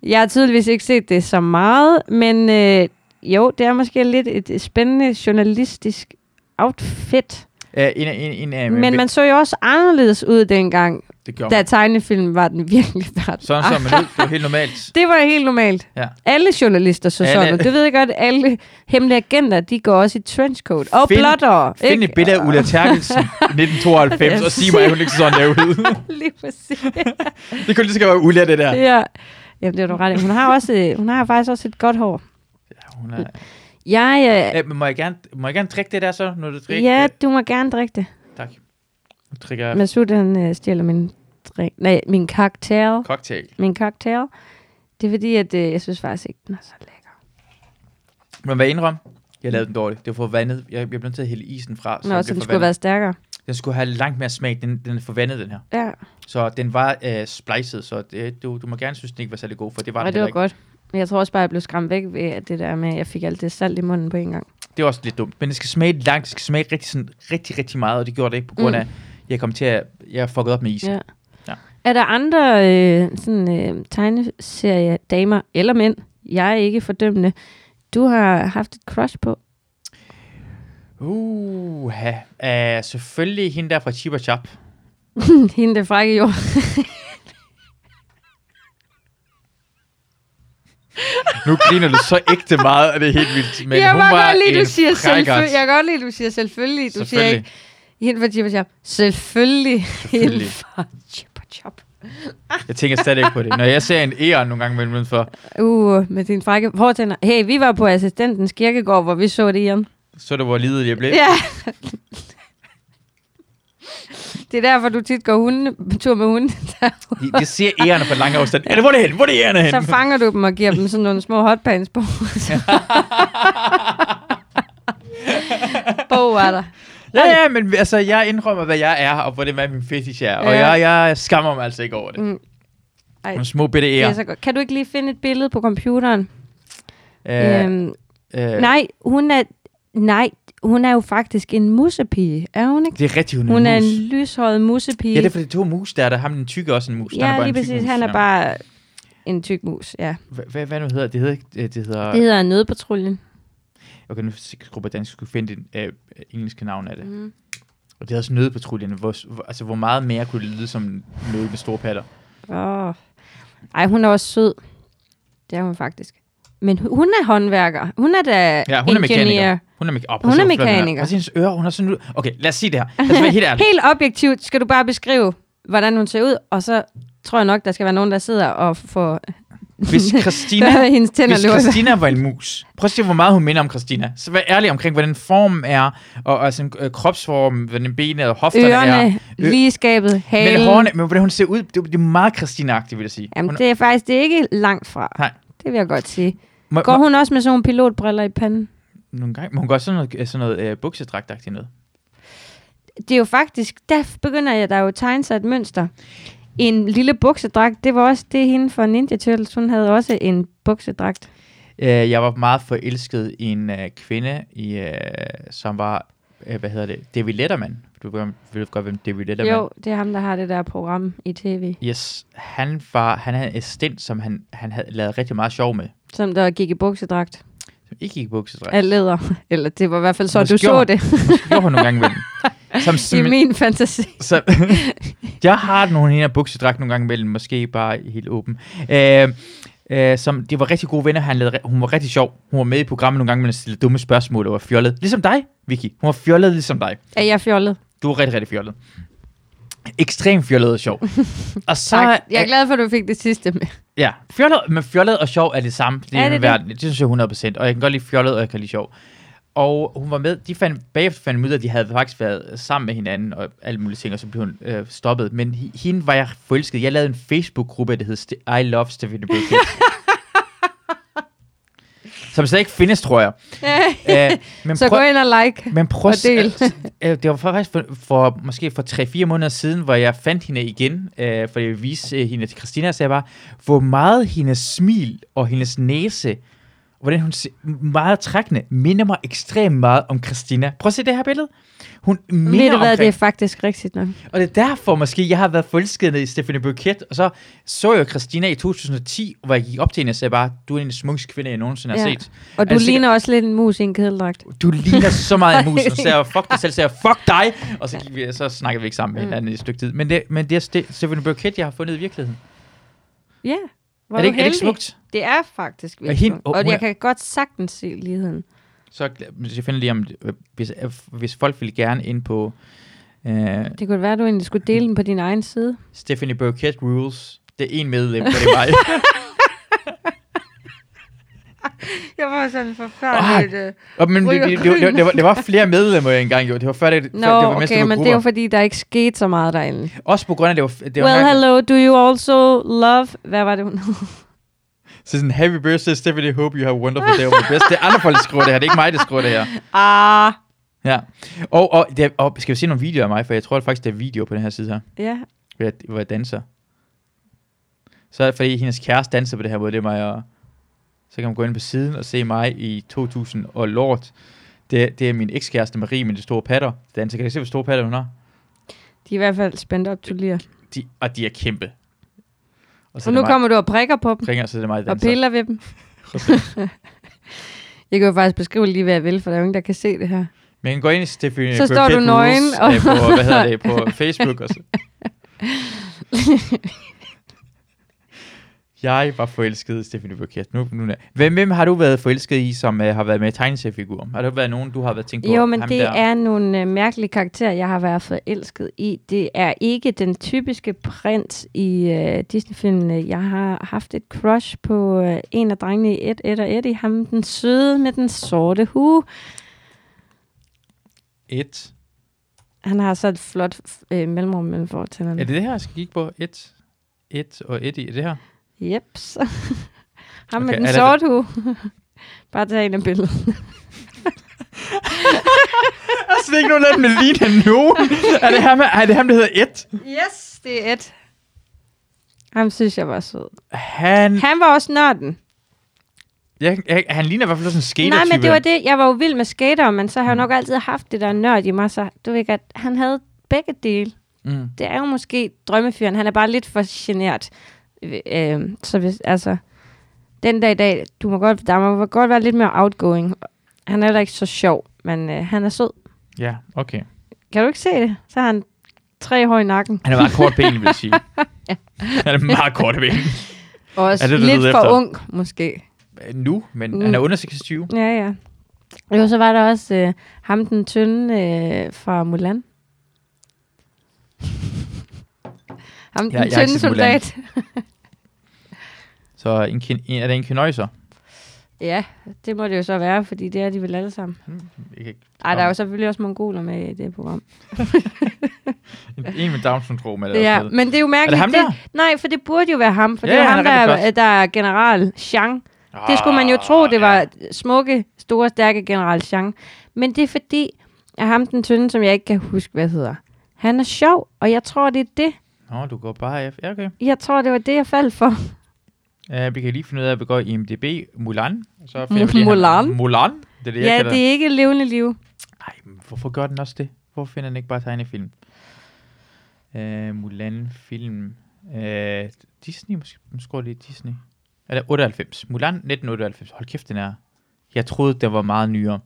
S2: Jeg har tydeligvis ikke set det så meget, men øh, jo, det er måske lidt et spændende journalistisk outfit.
S1: Ja, en, af- en, en, af-
S2: Men man så jo også anderledes ud dengang,
S1: det gjorde
S2: da
S1: man.
S2: tegnefilm var den virkelige verden.
S1: Sådan så, men det var helt normalt.
S2: Ah. Det var helt normalt.
S1: Ja.
S2: Alle journalister så
S1: Alle-
S2: sådan ud. Det ved jeg godt, alle hemmelige agenter, de går også i trenchcoat. Og
S1: Find-
S2: blotter.
S1: Find et billede af Ulla Terkelsen 1992, og sig mig, at hun ikke så sådan der ud.
S2: [laughs]
S1: [laughs]
S2: Lige præcis.
S1: Det kunne lige så godt være Ulla, det der.
S2: Ja. Jamen, det er du ret i. Hun har, også, øh, hun har faktisk også et godt hår.
S1: Hun er,
S2: Jeg, øh,
S1: ja, men må jeg, gerne, må jeg gerne drikke det der så, når du drikker?
S2: ja, du må gerne drikke det.
S1: Tak. Nu drikker jeg
S2: Masud, han øh, stjæler min, drik, nej, min cocktail.
S1: cocktail.
S2: Min cocktail. Det er fordi, at øh, jeg synes faktisk ikke, den er så lækker.
S1: Men hvad indrøm? Jeg lavede den dårligt. Det var for vandet. Jeg, jeg blev nødt til at hælde isen fra. den
S2: Nå, så
S1: blev
S2: den
S1: for
S2: skulle have
S1: vandet.
S2: været stærkere.
S1: Den skulle have langt mere smag. Den, den er for vandet, den her.
S2: Ja,
S1: Så den var øh, splicet, så det, du, du må gerne synes, den ikke var særlig god, for det var
S2: og
S1: den
S2: det
S1: heller
S2: var
S1: ikke.
S2: godt. Men jeg tror også bare, jeg blev skræmt væk ved at det der med, at jeg fik alt det salt i munden på en gang.
S1: Det var også lidt dumt. Men det skal smage langt. Det skal smage rigtig, sådan, rigtig, rigtig meget, og det gjorde det ikke på grund
S2: Mm.
S1: af, jeg kom til at... Jeg fuckede op med isen.
S2: Ja.
S1: Ja.
S2: ja. Er der andre øh, sådan, øh, tegneserie damer eller mænd, jeg er ikke fordømmende, du har haft et crush på? [laughs]
S1: Uh, uh, selvfølgelig hende der fra Chip og Chap.
S2: Hende der frække jord.
S1: Nu griner du så ægte meget, og det er helt vildt. Men
S2: jeg
S1: hun
S2: kan
S1: var
S2: godt lide,
S1: en
S2: du siger
S1: frækkert.
S2: selvfølgelig. Jeg kan godt lide, du siger selvfølgelig. Du siger
S1: Selvfølgelig.
S2: ikke hende fra Chippa Chop. Selvfølgelig.
S1: Selvfølgelig.
S2: [laughs] Hende fra Chippa Chop.
S1: Jeg tænker stadig ikke på det. Når jeg ser en æren nogle gange mellem for,
S2: Uh, med din frække hårtænder. Hey, vi var på assistentens kirkegård, hvor vi så det, Ian.
S1: så er det, hvor livet jeg blev.
S2: Ja. [laughs] Det er derfor, du tit går hunde, tur med hunden.
S1: Jeg- Jeg ser ærerne på lang afstand. Ja, hvor er det hen? Hvor er det ærerne hen?
S2: Så fanger du dem og giver dem sådan nogle små hotpants
S1: [laughs]
S2: på. Bo er der.
S1: [laughs] Ja, ja, men altså, jeg indrømmer, hvad jeg er, og hvor det er min fetish er. Og
S2: Ja.
S1: jeg, jeg skammer mig altså ikke over det.
S2: Mm. Ej.
S1: Nogle små bitte
S2: Det er
S1: ærer.
S2: så godt. Kan du ikke lige finde et billede på computeren?
S1: Øh,
S2: øhm,
S1: øh,
S2: nej, hun er, nej, hun er jo faktisk en mussepige, er hun ikke?
S1: Det er rigtigt, hun,
S2: Hun er
S1: en mus.
S2: en lyshåret mussepige.
S1: Ja, det er for de to mus, der er der. Ham den tykke er også en mus. Der er
S2: ja
S1: bare
S2: lige
S1: en tyk
S2: præcis.
S1: mus,
S2: Han er
S1: ja.
S2: bare en tyk mus, ja.
S1: Hvad- Hvad, hvad nu hedder det? Det hedder ikke... øh, Det hedder...
S2: Det hedder Nødpatruljen.
S1: Okay, nu skrubber jeg dansk. Jeg skulle finde det øh, engelske navn af det.
S2: Mhm.
S1: Og det hedder også nødpatruljen. Hvor, hvor- altså, hvor meget mere kunne det lyde som nød med store patter?
S2: Åh. Ej, hun er også sød. Det er hun faktisk. Men hu- hun er håndværker. Hun er da
S1: Ja, hun er
S2: ingeniør.
S1: mekaniker. Hun er, meka- oh,
S2: Hun er mekaniker.
S1: Og hendes ører, hun er sådan ud. Okay, lad os sige det her. Lad os være
S2: [laughs]
S1: helt ærlig.
S2: Helt objektivt skal du bare beskrive, hvordan hun ser ud, og så tror jeg nok, der skal være nogen, der sidder og får
S1: Hvis Christina,
S2: Hvad er [laughs] hendes tænder
S1: hvis
S2: løber i vand?
S1: Christina var en mus, prøv at se, hvor meget hun minder om Christina. Så vær ærlig omkring, hvordan formen er, og altså, øh, kropsformen, hvordan benene og hofterne er.
S2: ørerne,
S1: Øh,
S2: ligeskabet, halen.
S1: Men, hårene, men hvordan hun ser ud, det, det er meget Christina-agtigt, vil jeg sige.
S2: Jamen,
S1: hun,
S2: det er faktisk det er ikke langt fra.
S1: Nej.
S2: Det vil jeg godt sige.
S1: må,
S2: Går
S1: må,
S2: hun også med sådan nogle pilotbriller i panden?
S1: nogle gange, må hun gøre sådan noget, øh, sådan noget øh, buksedragtagtigt noget.
S2: Det er jo faktisk, der begynder jeg, der er jo tegnet sig et mønster. En lille buksedragt, det var også det hende for Ninja Turtles, hun havde også en buksedragt.
S1: Øh, jeg var meget forelsket i en øh, kvinde, i, øh, som var, øh, hvad hedder det, David Letterman. Du ved, ved du godt, hvem David Letterman
S2: Jo, det er ham, der har det der program i tv,
S1: Yes, han var, han havde en assistent, som han, han havde lavet rigtig meget sjov med.
S2: som der gik i buksedragt
S1: Som ikke gik i buksedræk.
S2: af læder. [laughs] Eller det var i hvert fald så,
S1: Måske
S2: du så
S1: gjorde
S2: det
S1: gjorde hun nogle gange
S2: [laughs]
S1: imellem. Som, [laughs] som,
S2: i min fantasi.
S1: som, [laughs] jeg har nogle her buksedræk nogle gange imellem, måske bare helt åben. Øh, øh, som, de var rigtig gode venner, han lavede, re- hun var rigtig sjov. Hun var med i programmet nogle gange, men stillede dumme spørgsmål og var fjollet. Ligesom dig, Vicky. Hun var fjollet ligesom dig.
S2: Er jeg fjollet?
S1: Du er rigtig, rigtig fjollet. Ekstremt fjollet og
S2: [laughs]
S1: sjov. og så,
S2: Tak. Jeg er
S1: øh,
S2: glad for, at du fik det sidste med.
S1: ja, fjollet, men fjollet og sjov er det samme. Det
S2: Er
S1: er
S2: det
S1: det,
S2: det?
S1: verden. det synes jeg 100%, og jeg kan godt lide fjollet, og jeg kan lide sjov. Og hun var med, de fandt, bagefter fandt ud af, at de havde faktisk været sammen med hinanden og alle mulige ting, og så blev hun øh, stoppet. Men hi- hende var jeg forelsket. Jeg lavede en Facebook-gruppe, der hed Ste- I Love Stephanie Burkett.
S2: [laughs]
S1: som slet ikke findes, tror
S2: [laughs]
S1: jeg. Øh, men
S2: Så gå ind og like.
S1: men prøv
S2: Og
S1: at se-
S2: del.
S1: altså, øh, Det var faktisk for, for måske for 3-4 måneder siden, hvor jeg fandt hende igen, øh, for jeg viste øh, hende til Christina, og sagde bare, hvor meget hendes smil og hendes næse, og hvordan hun se, meget trækkende, minder mig ekstremt meget om Christina. Prøv at se det her billede. Hun minder
S2: Ved du hvad,
S1: omkring-
S2: det er faktisk rigtigt nok.
S1: og det er derfor måske, jeg har været forelsket i Stephanie Burkett, og så så jeg Christina i 2010, hvor jeg gik op til hende og sagde bare, du er en af de smukkeste kvinder, jeg nogensinde har
S2: Ja.
S1: set.
S2: Og du
S1: Altså,
S2: ligner også lidt en mus i en kedeldragt.
S1: du ligner så meget
S2: [laughs]
S1: en mus, og så sagde jeg, fuck dig selv, så sagde jeg, fuck dig, og så, gik vi, så snakkede vi ikke sammen med
S2: Mm.
S1: hinanden i et stykke tid. Men det, men det er Ste- Stephanie Burkett, jeg har fundet i virkeligheden.
S2: Ja. Hvor
S1: er, det ikke, er det ikke
S2: heldig.
S1: smukt?
S2: Det er faktisk
S1: Og
S2: vildt.
S1: hende-
S2: smukt.
S1: og
S2: Og
S1: hun er-
S2: jeg kan godt sagtens se ligheden.
S1: Så hvis jeg finder lige om, det- hvis, hvis folk vil gerne ind på øh,
S2: Det kunne være, at du egentlig skulle dele den på din egen side.
S1: Stephanie Burkett Rules. Det er en medlem, for det er mig.
S2: [laughs] Jeg var sådan øh.
S1: forfærdeligt, og, men det, det, det, det, det, var, det var flere medlemmer, jeg engang gjorde. Det var før, det, før,
S2: Nå,
S1: det var mest,
S2: okay,
S1: det var
S2: men det er jo
S1: grupper.
S2: fordi, der ikke skete så meget derinde.
S1: Også på grund af, det var, det var
S2: Well,
S1: engang-
S2: hello, do you also love... Hvad var det, hun hed?
S1: så sådan, happy birthday, Stephanie, hope you have a wonderful day, all the best. Det er andre folk, der skriver det her, det er ikke mig, der skriver det her.
S2: Ah,
S1: Ja. Og, og, det, og skal vi se nogle videoer af mig, for jeg tror faktisk, der er video på den her side her,
S2: ja.
S1: hvor jeg, hvor jeg danser. Så er det fordi, hendes kæreste danser på det her måde, det er mig, og så kan man gå ind på siden og se mig i 2000 og lort. Det, det er min ekskæreste Marie med de store patter. Danser. Kan I se, hvor store patter hun har?
S2: De er i hvert fald spændt op til lige.
S1: De, og de er kæmpe. Og så
S2: Og
S1: er
S2: nu
S1: det mig,
S2: kommer du og prikker på dem
S1: ringer, og så er altså- det mig, der
S2: og
S1: danser.
S2: piller ved dem. [laughs] jeg kan jo faktisk beskrive lige, hvad jeg vil, for der er jo ingen, der kan se det her.
S1: Men jeg kan gå ind i Stephanie
S2: Så står
S1: Burkett
S2: du nøgen,
S1: Rules,
S2: og-
S1: øh, på, hvad hedder
S2: [laughs]
S1: det, på Facebook og så. Jeg var forelsket i Stephanie Burkett. Nu, nu, er- hvem, hvem har du været forelsket i, som uh, har været med i tegneseriefigurer? Har der været nogen, du har været tænkt på?
S2: Jo, men
S1: ham
S2: det
S1: der?
S2: er nogle øh, mærkelige karakterer, jeg har været forelsket i. Det er ikke den typiske prins i øh, Disney-filmene. Jeg har haft et crush på øh, en af drengene i 1, 1 og 1 i ham, den søde med den sorte hue.
S1: Et.
S2: Han har så et flot øh, mellemrum mellem fortænderne.
S1: Er det det her, jeg skal kigge på? Et. Et og et i. Er det her?
S2: Jeps. [laughs] Ham
S1: Okay,
S2: med den
S1: er det-
S2: sorte hue. [laughs] Bare tag en af billedet.
S1: Der er slet ikke nogen af dem, der ligner nogen. er, det ham, er det ham, der hedder Et?
S2: Yes, det er et. Ham synes jeg var sød.
S1: Han,
S2: Han var også nørden.
S1: jeg, jeg, han ligner i hvert fald sådan en skater
S2: Nej, men det var det. Jeg var jo vild med skater, men
S1: Mm.
S2: så har jeg nok altid haft det der nørd i mig. Så du ved ikke, at han havde begge dele.
S1: Mm.
S2: Det er jo måske drømmefyren. Han er bare lidt for genert. Øh, øh, så hvis, altså, den dag i dag, du må godt, der må godt være lidt mere outgoing. Han er heller ikke så sjov, men øh, han er sød.
S1: Ja, okay.
S2: Kan du ikke se det? Så har han tre hår i nakken.
S1: Han er meget kort ben, vil jeg [laughs] sige. Han er meget kort ben.
S2: Og også
S1: Er det det, du
S2: lidt
S1: leder
S2: for
S1: efter?
S2: ung, måske.
S1: Nu, men
S2: Mm.
S1: han er under 26.
S2: Ja, ja. Jo, så var der også øh, ham, den tynde øh, fra [laughs] Mulan. ham, den
S1: jeg har ikke
S2: tynde
S1: set Mulan.
S2: soldat. [laughs]
S1: Så en, kin- en, er det en kinøjser?
S2: Ja, det må det jo så være, fordi det er de vel alle sammen.
S1: Jeg kan ikke-
S2: Ej, der er
S1: Nå.
S2: jo selvfølgelig også mongoler med i det program.
S1: En, en med Down-syndrom eller
S2: Ja,
S1: noget.
S2: men det er jo mærkeligt.
S1: ham der?
S2: nej, for det burde jo være ham, for
S1: Ja,
S2: det er
S1: han
S2: ham,
S1: er
S2: der,
S1: rigtig Ah,
S2: er, der er general Zhang. Det skulle man jo tro, det var smukke, store, stærke general Chang. Men det er fordi, at ham den tynde, som jeg ikke kan huske, hvad hedder, han er sjov, og jeg tror, det er det.
S1: Nå, du går bare af. Ja, okay.
S2: Jeg tror, det var det, jeg faldt for.
S1: Uh, vi kan lige finde ud af, at vi går i IMDb Mulan. Så
S2: Mu-
S1: finder vi lige, han-
S2: [laughs] Mulan?
S1: Mulan? Det er det, jeg
S2: ja,
S1: kalder
S2: det er ikke levende liv.
S1: Ej, men hvorfor gør den også det? Hvorfor finder den ikke bare tegnefilm? Uh, Mulan film. Uh, Disney måske? Nu skruer jeg lige Disney. Eller 98. Mulan 1998. Hold kæft, den er. Jeg troede, den var meget nyere.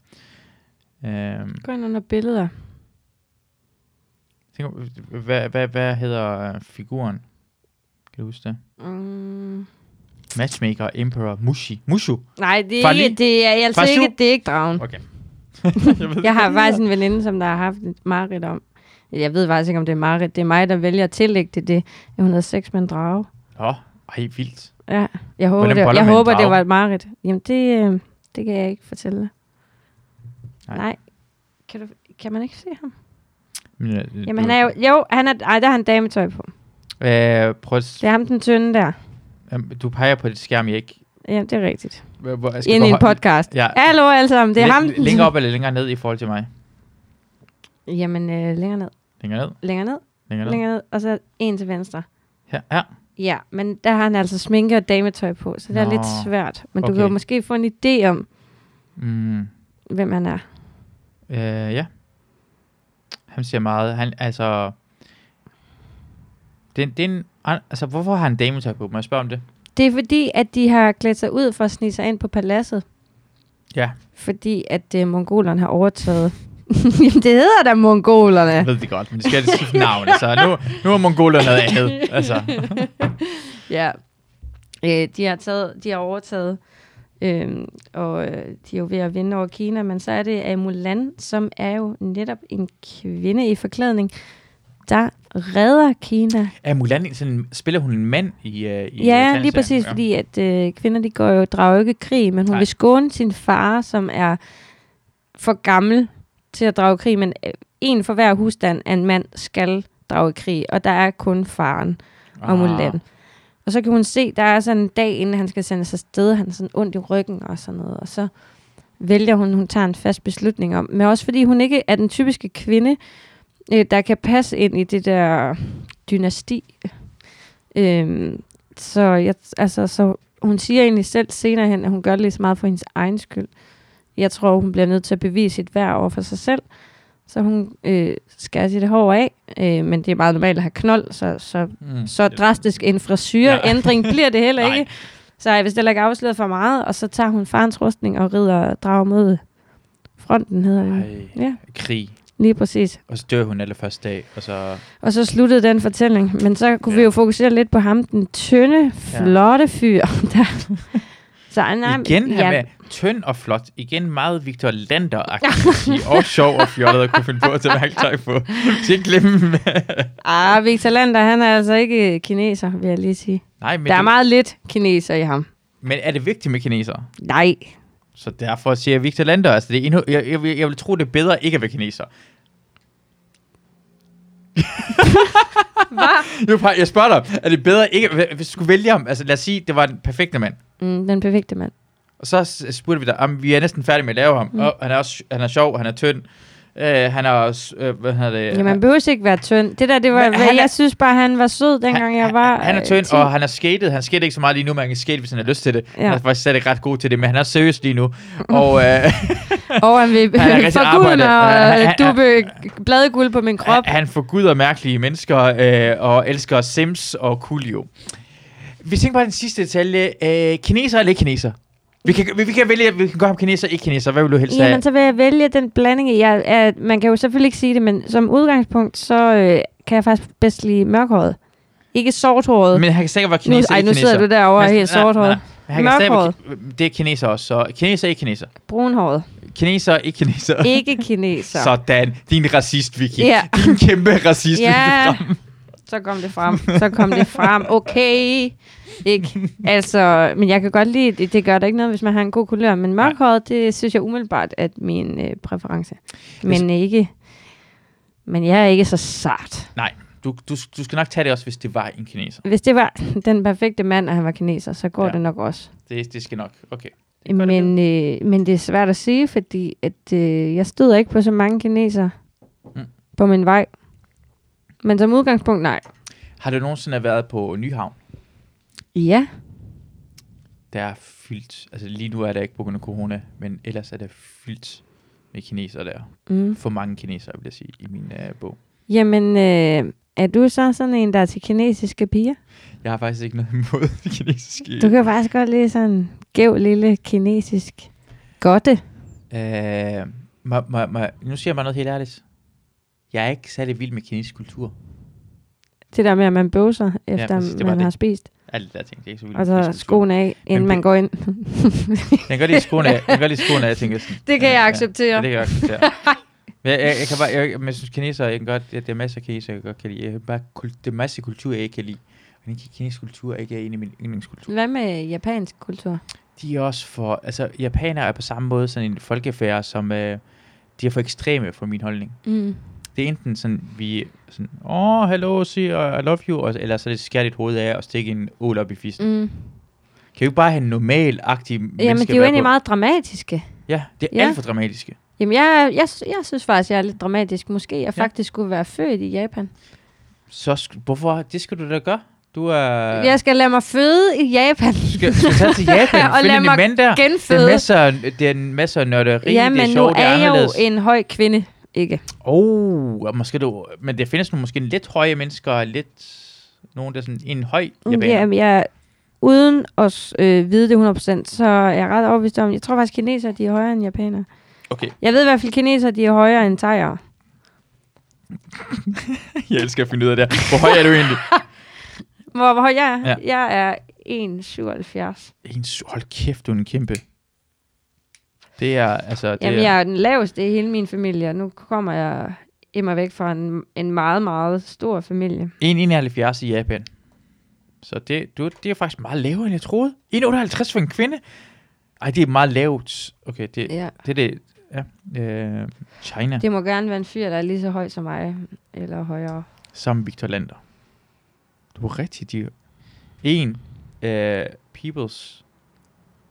S1: Uh,
S2: Gå ind under billeder.
S1: Tænk, om- hvad, hvad, hvad hedder øh, figuren? Kan du huske det?
S2: Mm.
S1: Matchmaker, Emperor, Mushi. Mushu. [laughs]
S2: Nej, det er,
S1: Farli?
S2: ikke, det er altså
S1: Farsu?
S2: ikke, det er ikke dragen.
S1: Okay. [laughs]
S2: Jeg har faktisk en veninde, som der har haft et mareridt om Jeg ved faktisk ikke, om det er Marit. Det er mig, der vælger at tillægge det det, at hun havde sex med en drage.
S1: Åh, ej, vildt.
S2: Ja, jeg håber,
S1: Hvordan
S2: det,
S1: boller
S2: jeg
S1: man en
S2: håber, det
S1: drage?
S2: var et Marit. Jamen, det, øh, det kan jeg ikke fortælle dig.
S1: Nej.
S2: Nej. Nej. Kan, du, kan man ikke se ham?
S1: Men, øh,
S2: Jamen,
S1: du-
S2: han er jo... Jo, han er, ej, der har han dametøj på.
S1: Øh, prøv at... s-
S2: Det er ham, den tynde der.
S1: Jamen, Du peger på dit skærm, jeg ikke...
S2: Jamen, det er rigtigt.
S1: Hvor- hvor- jeg skal
S2: Ind i
S1: gå
S2: en
S1: høj-
S2: podcast.
S1: Ja.
S2: Hallo alle sammen, det er
S1: Læ-
S2: ham.
S1: læ-
S2: den-
S1: Længere op eller længere ned i forhold til mig?
S2: Jamen, øh, længere ned.
S1: Længere ned?
S2: Længere ned.
S1: Længere ned?
S2: Længere ned. Og så en til venstre.
S1: Her? her.
S2: Ja, men der har han altså sminke og dametøj på, så det er
S1: Nå.
S2: lidt svært. Men okay. du kan jo
S1: Okay.
S2: måske få en idé om,
S1: Mm.
S2: hvem han er.
S1: Øh, ja. Han siger meget. Han, altså... Det, er en- det er en, an- altså, hvorfor har han dametøj på? Må jeg spørge om det?
S2: Det er fordi, at de har klædt sig ud for at snige sig ind på paladset.
S1: Ja.
S2: Fordi at øh, mongolerne har overtaget. [laughs] Jamen, det hedder da mongolerne.
S1: Jeg ved det godt, men de skal have det skifte navn. Altså, nu, nu er mongolerne noget andet. Altså,
S2: [laughs] Ja. Øh, de, har taget, de har overtaget, øh, og øh, de er jo ved at vinde over Kina, men så er det af Mulan, som er jo netop en kvinde i forklædning, der redder Kina.
S1: er Mulan en sådan, spiller hun en mand i... Uh, i
S2: Ja,
S1: tegneserien?
S2: lige præcis,
S1: Ja.
S2: fordi at øh, kvinder, de går jo, drager jo ikke i krig, men hun
S1: Nej.
S2: Nej. vil skåne sin far, som er for gammel til at drage i krig, men øh, en for hver husstand af en mand skal drage i krig, og der er kun faren og
S1: Ah.
S2: Mulan. Og så kan hun se, der er sådan en dag, inden han skal sendes afsted, han er sådan ondt i ryggen og sådan noget, og så vælger hun, hun tager en fast beslutning om. Men også fordi hun ikke er den typiske kvinde, øh, der kan passe ind i det der dynasti. Øhm, så, jeg, altså, så hun siger egentlig selv senere hen, at hun gør det lige så meget for hendes egen skyld. Jeg tror, hun bliver nødt til at bevise sit værd over for sig selv. Så hun øh, skærer sit hår af, øh, men det er meget normalt at have knold, så, så
S1: Mm.
S2: så drastisk en frisyrændring ja.
S1: [laughs]
S2: bliver det heller
S1: Nej.
S2: ikke. Så jeg vil stille ikke afsløre for meget, og så tager hun farens rustning og rider og drager mod fronten, hedder det.
S1: Ej,
S2: Ja,
S1: krig.
S2: lige præcis.
S1: Og så dør hun aller første dag, og så...
S2: Og så sluttede den fortælling, men så kunne ja. vi
S1: Ja.
S2: jo fokusere lidt på ham, den tynde, flotte fyr. [laughs] Der. Så nej,
S1: igen ja. han
S2: ja,
S1: er tynd og flot. Igen meget Victor lander Og sjov og fjollet at kunne finde på at tage værktøj på. Så ikke glemme
S2: ah, Victor Lander, han er altså ikke kineser, vil jeg lige sige.
S1: Nej, men,
S2: der er
S1: det,
S2: meget lidt kineser i ham.
S1: men er det vigtigt med kinesere?
S2: Nej,
S1: Så derfor siger jeg Victor Lander. Altså, det er endnu, jeg, jeg, vil- jeg vil tro, det er bedre ikke at være
S2: [laughs]
S1: kineser. Hvad? Jeg, jeg spørger dig, er det bedre ikke... Hvis du skulle vælge ham, altså lad os sige, det var den perfekte mand.
S2: mm, den perfekte mand.
S1: Og så s- spurgte vi dig, om vi er næsten færdige med at lave ham. Mm. Og han er, også, han er sjov, han er tynd. Øh, han er også, øh, hvad hedder det?
S2: Ja, man behøver ikke være tynd. Det der, det var,
S1: Men han
S2: hvad,
S1: er-
S2: jeg synes bare, han var sød, dengang jeg var
S1: Han, han er
S2: øh,
S1: tynd,
S2: 10.
S1: og han er skatet. Han skater ikke så meget lige nu, men han kan skate, hvis han har lyst til det. Ja. [laughs]
S2: Ja.
S1: Han er faktisk slet ikke ret god til det, men han er seriøs lige nu. Og øh,
S2: Og han vil
S1: Han er rigtig
S2: forgude
S1: arbejder. Han-
S2: og
S1: han-
S2: dubbe øh, bladeguld på min [laughs] krop.
S1: han forguder mærkelige mennesker, øh, og elsker Sims og Coolio. Vi tænker bare den sidste detalje. Øh, kineser eller ikke kineser? Vi kan, vi, vi kan vælge, vi kan gøre ham kineser, ikke kineser. Hvad vil du helst have?
S2: Jamen, så vil jeg vælge den blanding. i- Jeg, jeg, man kan jo selvfølgelig ikke sige det, men som udgangspunkt, så øh, kan jeg faktisk bedst lide mørkhåret. Ikke sorthåret.
S1: Men han kan sikkert være
S2: nu,
S1: kineser,
S2: ej,
S1: ikke
S2: nu sidder
S1: kineser.
S2: du derovre
S1: Han-
S2: helt
S1: nej,
S2: sorthåret.
S1: nej, nej. Han kan stadig være ki- Det er kineser også, så kineser, ikke kineser. [laughs]
S2: Brunhåret.
S1: Kineser, ikke kineser.
S2: Ikke kineser. så.
S1: Sådan. Din racist, Vicky.
S2: Ja.
S1: [laughs] Din kæmpe racist, Vicky.
S2: Ja.
S1: frem.
S2: så kom det frem. Så kom det frem. Okay. Ikke? Altså, men jeg kan godt lide, det, det gør da ikke noget, hvis man har en god kulør, men mørkhåret, det synes jeg umiddelbart er min øh, præference. Men ikke... Men jeg er ikke så sart.
S1: Nej, du, du, du skal nok tage det også, hvis det var en kineser.
S2: Hvis det var den perfekte mand, og han var kineser, så går
S1: Ja.
S2: ja. det nok også.
S1: Det, det skal nok. Okay. Det gør det
S2: Men, øh, men det er svært at sige, fordi at, øh, jeg støder ikke på så mange kineser
S1: Mm.
S2: mm. på min vej. Men som udgangspunkt, nej.
S1: Har du nogensinde været på Nyhavn?
S2: Ja.
S1: Der er fyldt. Altså lige nu er der ikke på grund af corona, men ellers er der fyldt med kineser der.
S2: Mm.
S1: For mange kinesere, vil jeg sige, i min øh, bog.
S2: Jamen, øh, er du så sådan en, der er til kinesiske piger?
S1: Jeg har faktisk ikke noget [laughs] imod de kinesiske.
S2: Du kan faktisk godt lide sådan en gæv lille kinesisk godte.
S1: Øh, må, må, må, nu siger jeg mig noget helt ærligt. Jeg er ikke særlig vild med kinesisk kultur.
S2: Det der med, at man bøvser, efter
S1: præcis, det
S2: ja,
S1: var
S2: man
S1: det.
S2: har spist.
S1: Alt det der ting, det er ikke så vild med
S2: Og så
S1: kinesisk kultur.
S2: Altså, skoene af, inden
S1: Men
S2: man
S1: det-
S2: går ind.
S1: Jeg kan godt lide skoene af. Jeg kan godt lide skoene af, jeg tænker sådan.
S2: [laughs] Det kan jeg
S1: Ja, Ja,
S2: acceptere. [laughs]
S1: det kan jeg acceptere. Men jeg, jeg, jeg, kan bare, jeg, men jeg synes, kinesere, jeg kan godt, det er masser af kinesere, jeg godt kan lide. Jeg kan bare, kul- det er masser af kultur, jeg ikke kan lide. Men ikke- kinesisk kultur er ikke en af min yndlingskultur.
S2: Hvad med japansk kultur?
S1: De er også for... Altså, japanere er på samme måde sådan en folkefærd, som... Øh, de er for ekstreme for min holdning.
S2: Mm.
S1: Det er enten sådan, vi sådan, åh, oh, hello, see, I love you, og, eller så er det skært dit hoved af og stikke en ål op i fissen. Mm.
S2: Mm.
S1: Kan vi ikke bare have normal-agtige mennesker?
S2: Jamen, de
S1: at
S2: er jo
S1: være
S2: egentlig
S1: på?
S2: meget dramatiske.
S1: Ja, det er
S2: Ja.
S1: ja. alt for dramatiske.
S2: Jamen, jeg, jeg, jeg synes faktisk, jeg er lidt dramatisk. Måske jeg
S1: Ja.
S2: ja. faktisk skulle være født i Japan.
S1: Så sk- hvorfor? Det skal du da gøre. Du er...
S2: Jeg skal lade mig føde i Japan.
S1: Øh, Du skal, skal tage til
S2: [laughs]
S1: Japan
S2: Og
S1: og finde
S2: lad
S1: en
S2: mig
S1: mand der. Det er
S2: Genføde.
S1: masser, af- det er en masse af nørderi,
S2: Ja,
S1: det er
S2: men nu
S1: sjovt, det er
S2: er jeg
S1: anderledes.
S2: jo en høj kvinde, ikke?
S1: Åh, oh, måske du, men der findes nogle måske lidt høje mennesker, og lidt nogen, der er sådan en høj japaner. Yeah.
S2: Jamen, jeg, uden at øh, vide det 100%, så er jeg ret overbevist om, jeg tror faktisk, kinesere de er højere end japanere.
S1: Okay,
S2: Jeg ved i hvert fald, kinesere de er højere end thaier.
S1: jeg elsker at finde ud af det her. Hvor høj er du egentlig?
S2: Hvor, hvor høj jeg er?
S1: Ja.
S2: Jeg er 1,77.
S1: En, su- hold kæft, du er en kæmpe. Det er, altså, det
S2: Jamen,
S1: er,
S2: jeg er den laveste i hele min familie, og nu kommer jeg immer væk fra en, en meget, meget stor familie.
S1: 1,71 i Japan. Så det, du, det er faktisk meget lavere, end jeg troede. 1,58 for en kvinde? Ej, det er meget lavt. Okay, det,
S2: Ja.
S1: det er det. Ja, øh, China, det.
S2: Det må gerne være en fyr, der er lige så høj som mig, eller højere.
S1: som Victor Lander. Du er rigtig dyr. En, øh, Peoples,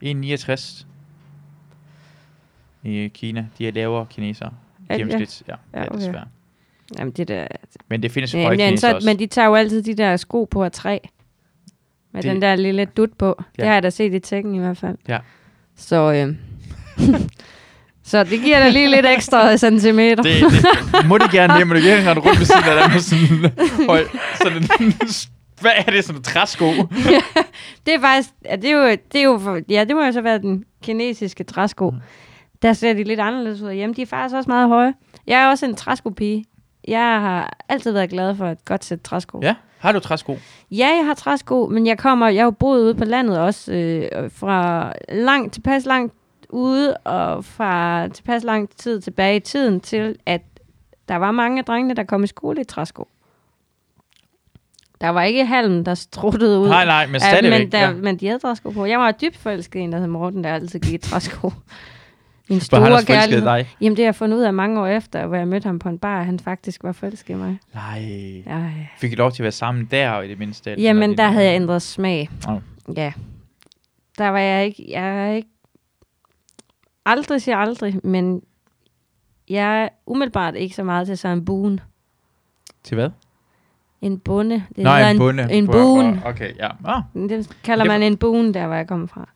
S1: 1,69 i Kina. De er lavere kinesere.
S2: Ja,
S1: Gennemsnit, ja,
S2: Ja,
S1: ja,
S2: okay.
S1: desværre.
S2: Jamen, det der...
S1: Men det findes høje
S2: Jamen, ja,
S1: kinesere
S2: så,
S1: også.
S2: men de tager jo altid de der sko på af træ. Med
S1: Det-
S2: det, den der lille dut på. Ja.
S1: Ja.
S2: Det har jeg da set i Tekken i hvert fald.
S1: Ja.
S2: Så, øh, [laughs] så det giver da lige lidt ekstra centimeter.
S1: Det, det, må det gerne det, men du kan ikke rende rundt ved siden af dig med sådan, en høj, sådan en, hvad er det, sådan en træsko?
S2: Det er faktisk, ja, det er jo, det er jo for, ja, det må jo så være den kinesiske
S1: Mm.
S2: træsko. Der ser de lidt anderledes ud hjemme. De er faktisk også meget høje. Jeg er også en træskopige. Jeg har altid været glad for et godt sæt træsko.
S1: Ja, har du træsko?
S2: Ja, jeg har træsko, men jeg kommer, jeg har jo boet ude på landet også, øh, fra langt, tilpas langt ude, og fra tilpas lang tid tilbage i tiden til, at der var mange af drengene, der kom i skole i træsko. Der var ikke halm, der struttede ud.
S1: Nej, nej, men
S2: Ja,
S1: stadigvæk.
S2: men, der,
S1: ja.
S2: men de havde træsko på. Jeg var dybt forelsket i en, der hed Morten, der altid gik i
S1: [laughs]
S2: træsko. Min
S1: For
S2: store
S1: han har også forelsket
S2: kærlighed.
S1: dig.
S2: Jamen, det har jeg fundet ud af mange år efter, hvor jeg mødte ham på en bar, at han faktisk var forelsket i mig.
S1: Nej.
S2: Ej.
S1: Fik I lov til at være sammen der i det mindste? eller
S2: Jamen,
S1: sådan
S2: der
S1: noget?
S2: havde jeg ændret smag.
S1: Nå.
S2: Ja. Der var jeg ikke... Jeg er ikke... Aldrig siger aldrig, men jeg er umiddelbart ikke så meget til sådan en buen.
S1: Til hvad?
S2: En bonde. Det
S1: Nej,
S2: hedder
S1: en bunde.
S2: En buen.
S1: Okay, ja. Ah,
S2: Det kalder
S1: Det var-
S2: man en buen, der hvor jeg kommer fra.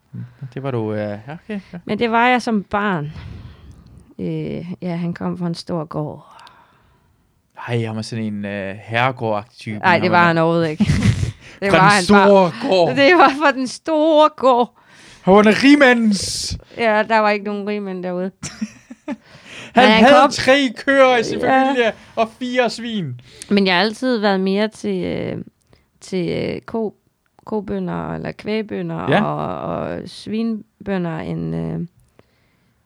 S1: det var du, øh, ja, okay. Ja.
S2: Men det var jeg som barn. Øh, ja, han kom fra en stor gård.
S1: Ej, jeg var sådan en øh, herregård-agtig type.
S2: Nej, det var han
S1: [laughs]
S2: overhovedet ikke. det
S1: Fra
S2: var
S1: den
S2: han bare.
S1: store gård.
S2: Det var fra den store gård.
S1: Han var en rigmandens.
S2: Ja, der var ikke nogen rigmænd derude.
S1: [laughs] Han,
S2: Men han
S1: havde
S2: kom-
S1: tre køer i sin
S2: Ja.
S1: familie og fire svin.
S2: Men jeg har altid været mere til, øh, til øh, ko, kobønder, eller kvægbønder
S1: Ja.
S2: ja. og, og svinbønder end, øh,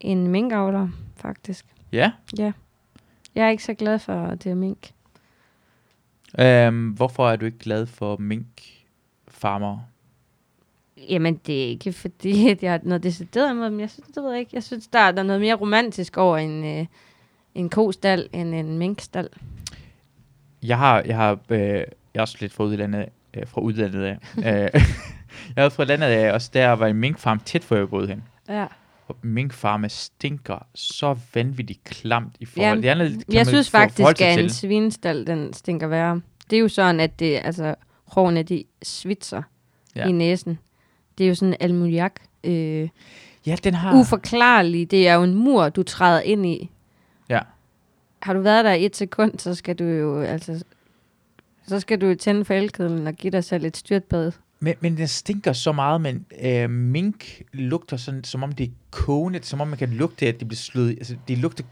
S2: end minkavler, faktisk.
S1: Ja.
S2: Jeg er ikke så glad for det er mink.
S1: Øhm, hvorfor er du ikke glad for minkfarmer?
S2: Jamen, det er ikke fordi, [laughs] at jeg har noget decideret imod dem. Jeg synes, det ved jeg ikke. Jeg synes, der er, der er noget mere romantisk over en, øh, en kostal end en minkstal.
S1: Jeg har, jeg har, øh, jeg er også lidt fra udlandet, øh, fra udlandet af. Øh, [laughs] jeg er fra landet af, også der var en minkfarm tæt for, jeg boede hen.
S2: Ja.
S1: Og minkfarme stinker så vanvittigt klamt i forhold.
S2: Jamen,
S1: det er noget, kan
S2: Jeg
S1: man
S2: synes
S1: for- forholde
S2: faktisk,
S1: sig
S2: at en
S1: til.
S2: svinestal, den stinker værre. Det er jo sådan, at det, altså, hårene, de svitser
S1: Ja.
S2: ja. i næsen. Det er jo sådan en almoniak. Øh,
S1: Ja, den har...
S2: uforklarlig. Det er jo en mur, du træder ind i.
S1: Ja.
S2: Har du været der i et sekund, så skal du jo, altså, så skal du jo tænde for elkedlen og give dig selv et styrtbad.
S1: Men, men den stinker så meget, men øh, mink lugter sådan, som om det er kogende, som om man kan lugte, at det bliver slået. i. Altså, det lugter...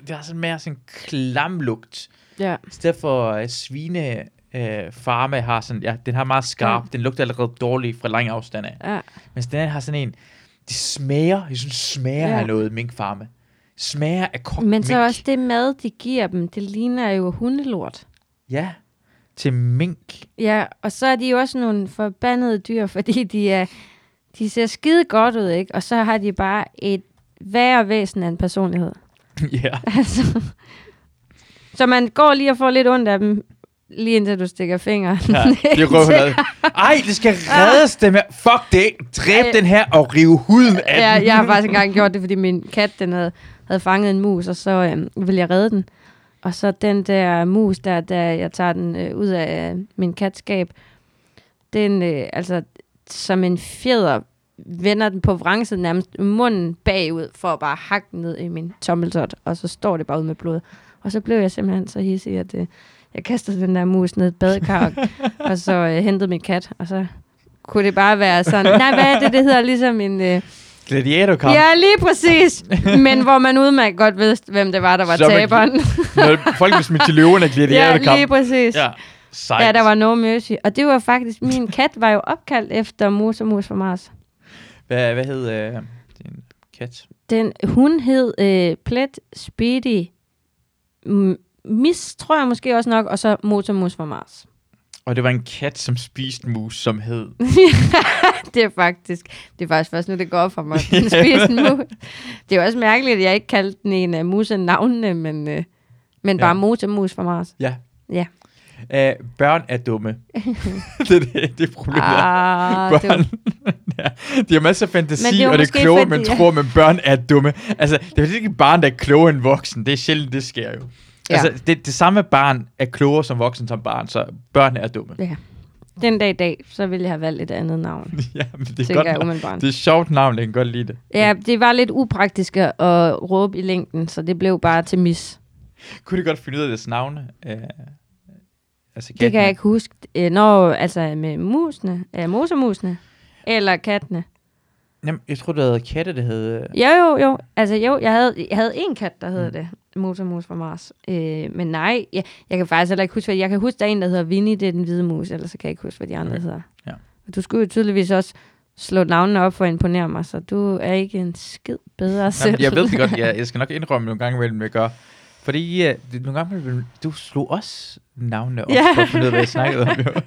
S1: Det har sådan mere sådan en klam lugt.
S2: Ja.
S1: I stedet for øh, svine, øh, farme har sådan, ja, den har meget skarp, den lugter allerede dårligt fra lang afstand af.
S2: Ja.
S1: Men den her har sådan en, det smager, jeg synes, smager
S2: Ja.
S1: ja. af noget minkfarme. smager af kogt
S2: Men så
S1: mink.
S2: også det mad, de giver dem, det ligner jo hundelort.
S1: Ja, til mink.
S2: Ja, og så er de jo også nogle forbandede dyr, [laughs] fordi de, er, de ser skide godt ud, ikke? Og så har de bare et værre væsen af en personlighed.
S1: [laughs]
S2: [laughs]
S1: ja.
S2: Altså. Så man går lige og får lidt ondt af dem, lige indtil du stikker fingeren.
S1: [laughs]
S2: [laughs]
S1: ja, det er røvhullet. Ej, det skal reddes dem her. Fuck det. Dræb
S2: Ej.
S1: den her og rive huden af
S2: ja,
S1: den.
S2: jeg har faktisk engang gjort det, fordi min kat den havde, havde fanget en mus, og så øhm, ville jeg redde den. Og så den der mus, der, der jeg tager den øh, ud af øh, min katskab, den øh, altså som en fjeder vender den på vrangsiden nærmest munden bagud, for at bare hakke den ned i min tommeltot, og så står det bare ud med blod. Og så blev jeg simpelthen så hissig, at øh, jeg kastede den der mus ned i et badekar, og
S1: [laughs]
S2: og så øh, hentede min kat, og så kunne det bare være sådan, nej, hvad er det, det hedder ligesom en... Øh,
S1: Gladiatorkamp.
S2: Ja, lige
S1: [laughs]
S2: præcis. Men hvor man udmærket godt vidste, hvem det var, der var
S1: Så man-
S2: taberen.
S1: Når folk blev smidt til løverne af
S2: [laughs] ja,
S1: gladiatorkamp.
S2: lige præcis. Ja.
S1: Ja, sejt.
S2: ja, der var no mercy. Og det var faktisk, min kat var jo opkaldt efter Motormus fra Mars.
S1: Hvad, hvad hed øh, din kat?
S2: Den, hun hed øh, Plet Speedy M- Miss, tror jeg måske også nok, og så Motormus fra Mars. [laughs]
S1: Og det var en kat, som spiste mus, som hed...
S2: Det er faktisk, det er faktisk først nu, det går op for mig. Den spiser en
S1: [laughs]
S2: mus. Det er jo også mærkeligt, at jeg ikke kaldte den en af musen navnene, men, øh, men
S1: Ja.
S2: bare Motormus fra Mars.
S1: Ja.
S2: Ja.
S1: Æh, børn er dumme. [laughs] det er det, det er problemet. Ah, [laughs]
S2: [laughs] Ah, det var
S1: børn. ja, de har masser af
S2: Men det
S1: fantasi,
S2: er jo
S1: og det er
S2: måske
S1: kloge,
S2: fordi-
S1: men tror, men børn er dumme. Altså, det er jo ikke et barn, der er klogere end voksen. Det er sjældent, det sker jo. Ja.
S2: Ja.
S1: Altså, det, det samme barn er klogere som voksen som barn, så børn er dumme.
S2: den dag i dag, så ville jeg have valgt et andet navn,
S1: [laughs] ja, men det er,
S2: tænker
S1: godt,
S2: jeg
S1: navn.
S2: umiddelbart.
S1: det er et sjovt navn, jeg kan godt lide det.
S2: Ja, det var lidt upraktisk at at råbe i længden, så det blev bare til mis.
S1: Kunne de godt finde ud af deres navne? Øh, altså,
S2: Det kan jeg ikke huske. Øh, Nå, altså med musene, øh, mosemusene, eller kattene.
S1: Jamen, jeg tror, det havde katte, det hed... øh,
S2: Jo, jo, jo. Altså jo, jeg havde, jeg havde en kat, der
S1: Mm.
S2: hed det. Motormus fra Mars. Øh, men nej, jeg, jeg kan faktisk heller ikke huske, hvad jeg kan huske, der er en, der hedder Vinnie, det er den hvide mus, ellers så kan jeg ikke huske, hvad de andre
S1: Okay.
S2: okay. hedder.
S1: Ja.
S2: Og Du skulle jo tydeligvis også slå navnene op for at imponere mig, så du er ikke en skid bedre selv.
S1: Jamen, jeg ved det godt, jeg, jeg skal nok indrømme nogle gange imellem, jeg gør. Fordi øh, det- nogle gange imellem, du slog også navnene op,
S2: Ja.
S1: for at finde ud af, hvad jeg snakkede om. Jo.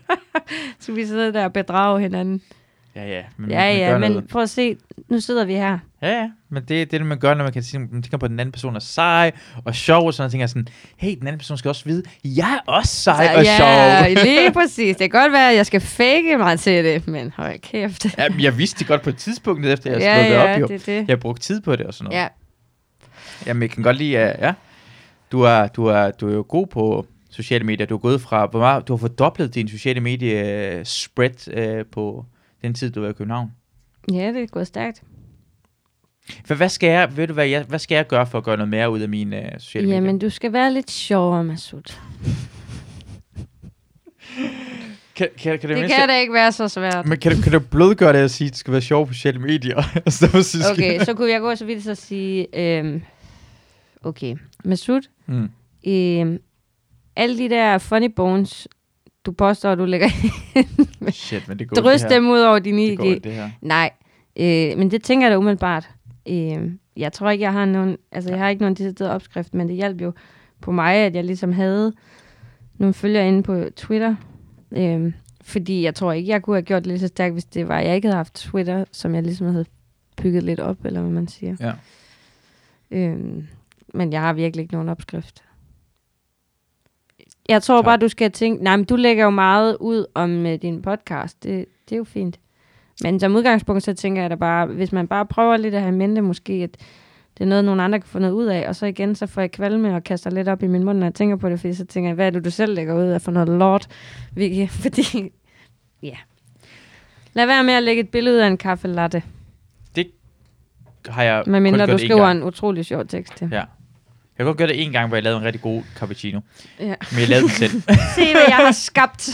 S2: Skal vi sidde der og bedrage hinanden?
S1: Ja, ja. Men,
S2: Ja,
S1: man
S2: ja,
S1: Mm, gør
S2: men
S1: Noget.
S2: prøv at se, nu sidder vi her.
S1: Ja, ja. Men det er det, man gør, når man kan sige, man tænker på, at den anden person er sej og sjov, og sådan noget. tænker jeg sådan, hey, den anden person skal også vide, jeg er også sej
S2: Så-
S1: og
S2: ja,
S1: sjov.
S2: [laughs] lige præcis. Det kan godt være, at jeg skal fake mig til det, men hold kæft.
S1: [laughs] Jamen, jeg vidste det godt på et tidspunkt, efter jeg
S2: ja,
S1: slog det
S2: ja,
S1: op, jo.
S2: det er det.
S1: Jeg brugte tid på det og sådan noget.
S2: Ja,
S1: Jamen, jeg kan godt lide, at ja. du, er, du, er, du er jo god på sociale medier. Du er gået fra, hvor meget, du har fordoblet din sociale medie spread øh, på den tid, du var i København.
S2: ja, det er gået stærkt.
S1: Hvad, hvad, skal jeg, ved du hvad, jeg, hvad skal jeg gøre for at gøre noget mere ud af mine øh, sociale medier?
S2: Jamen, du skal være lidt sjovere, Masud.
S1: Kan, kan, kan, det
S2: Det
S1: mindste-
S2: kan da ikke være så svært.
S1: Men kan, du- kan du blødgøre det at sige, at det skal være sjovt på sociale medier? [laughs] Altså, det var sidst-
S2: Okay, så kunne jeg gå så vidt så sige, øhm, okay, Masud,
S1: Mm.
S2: [laughs] øhm, alle de der funny bones, du påstår, du lægger
S1: Shit, men det
S2: [laughs]
S1: går
S2: drys
S1: det her.
S2: dem ud over din
S1: Det
S2: IG.
S1: går ondt, det her.
S2: Nej, øh, men det tænker jeg da umiddelbart. Øh, jeg tror ikke, jeg har nogen, altså jeg har ikke nogen decideret opskrift, men det hjalp jo på mig, at jeg ligesom havde nogle følgere inde på Twitter. Øh, fordi jeg tror ikke, jeg kunne have gjort det lige så stærkt, hvis det var, jeg ikke havde haft Twitter, som jeg ligesom havde bygget lidt op, eller hvad man siger.
S1: Ja.
S2: Øh, men jeg har virkelig ikke nogen opskrift. Jeg tror
S1: Klar.
S2: bare, du skal tænke, nej, men du lægger jo meget ud om øh, din podcast. Det, det er jo fint. Men som udgangspunkt, så tænker jeg da bare, hvis man bare prøver lidt at have i mente måske, at det er noget, nogen andre kan få noget ud af, og så igen, så får jeg kvalme og kaster lidt op i min mund, når jeg tænker på det, fordi så tænker jeg, hvad er det, du selv lægger ud af for noget lort, Vicky? [laughs] Fordi, ja. Lad være med at lægge et billede ud af en kaffe latte,
S1: Har jeg kun
S2: medmindre
S1: gjort
S2: du
S1: det én
S2: skriver
S1: gang.
S2: en utrolig sjov tekst til.
S1: Ja. Jeg kunne godt gøre det en gang, hvor jeg lavede en rigtig god cappuccino.
S2: Ja.
S1: Men jeg lavede den
S2: [laughs]
S1: selv.
S2: Se, hvad jeg har skabt.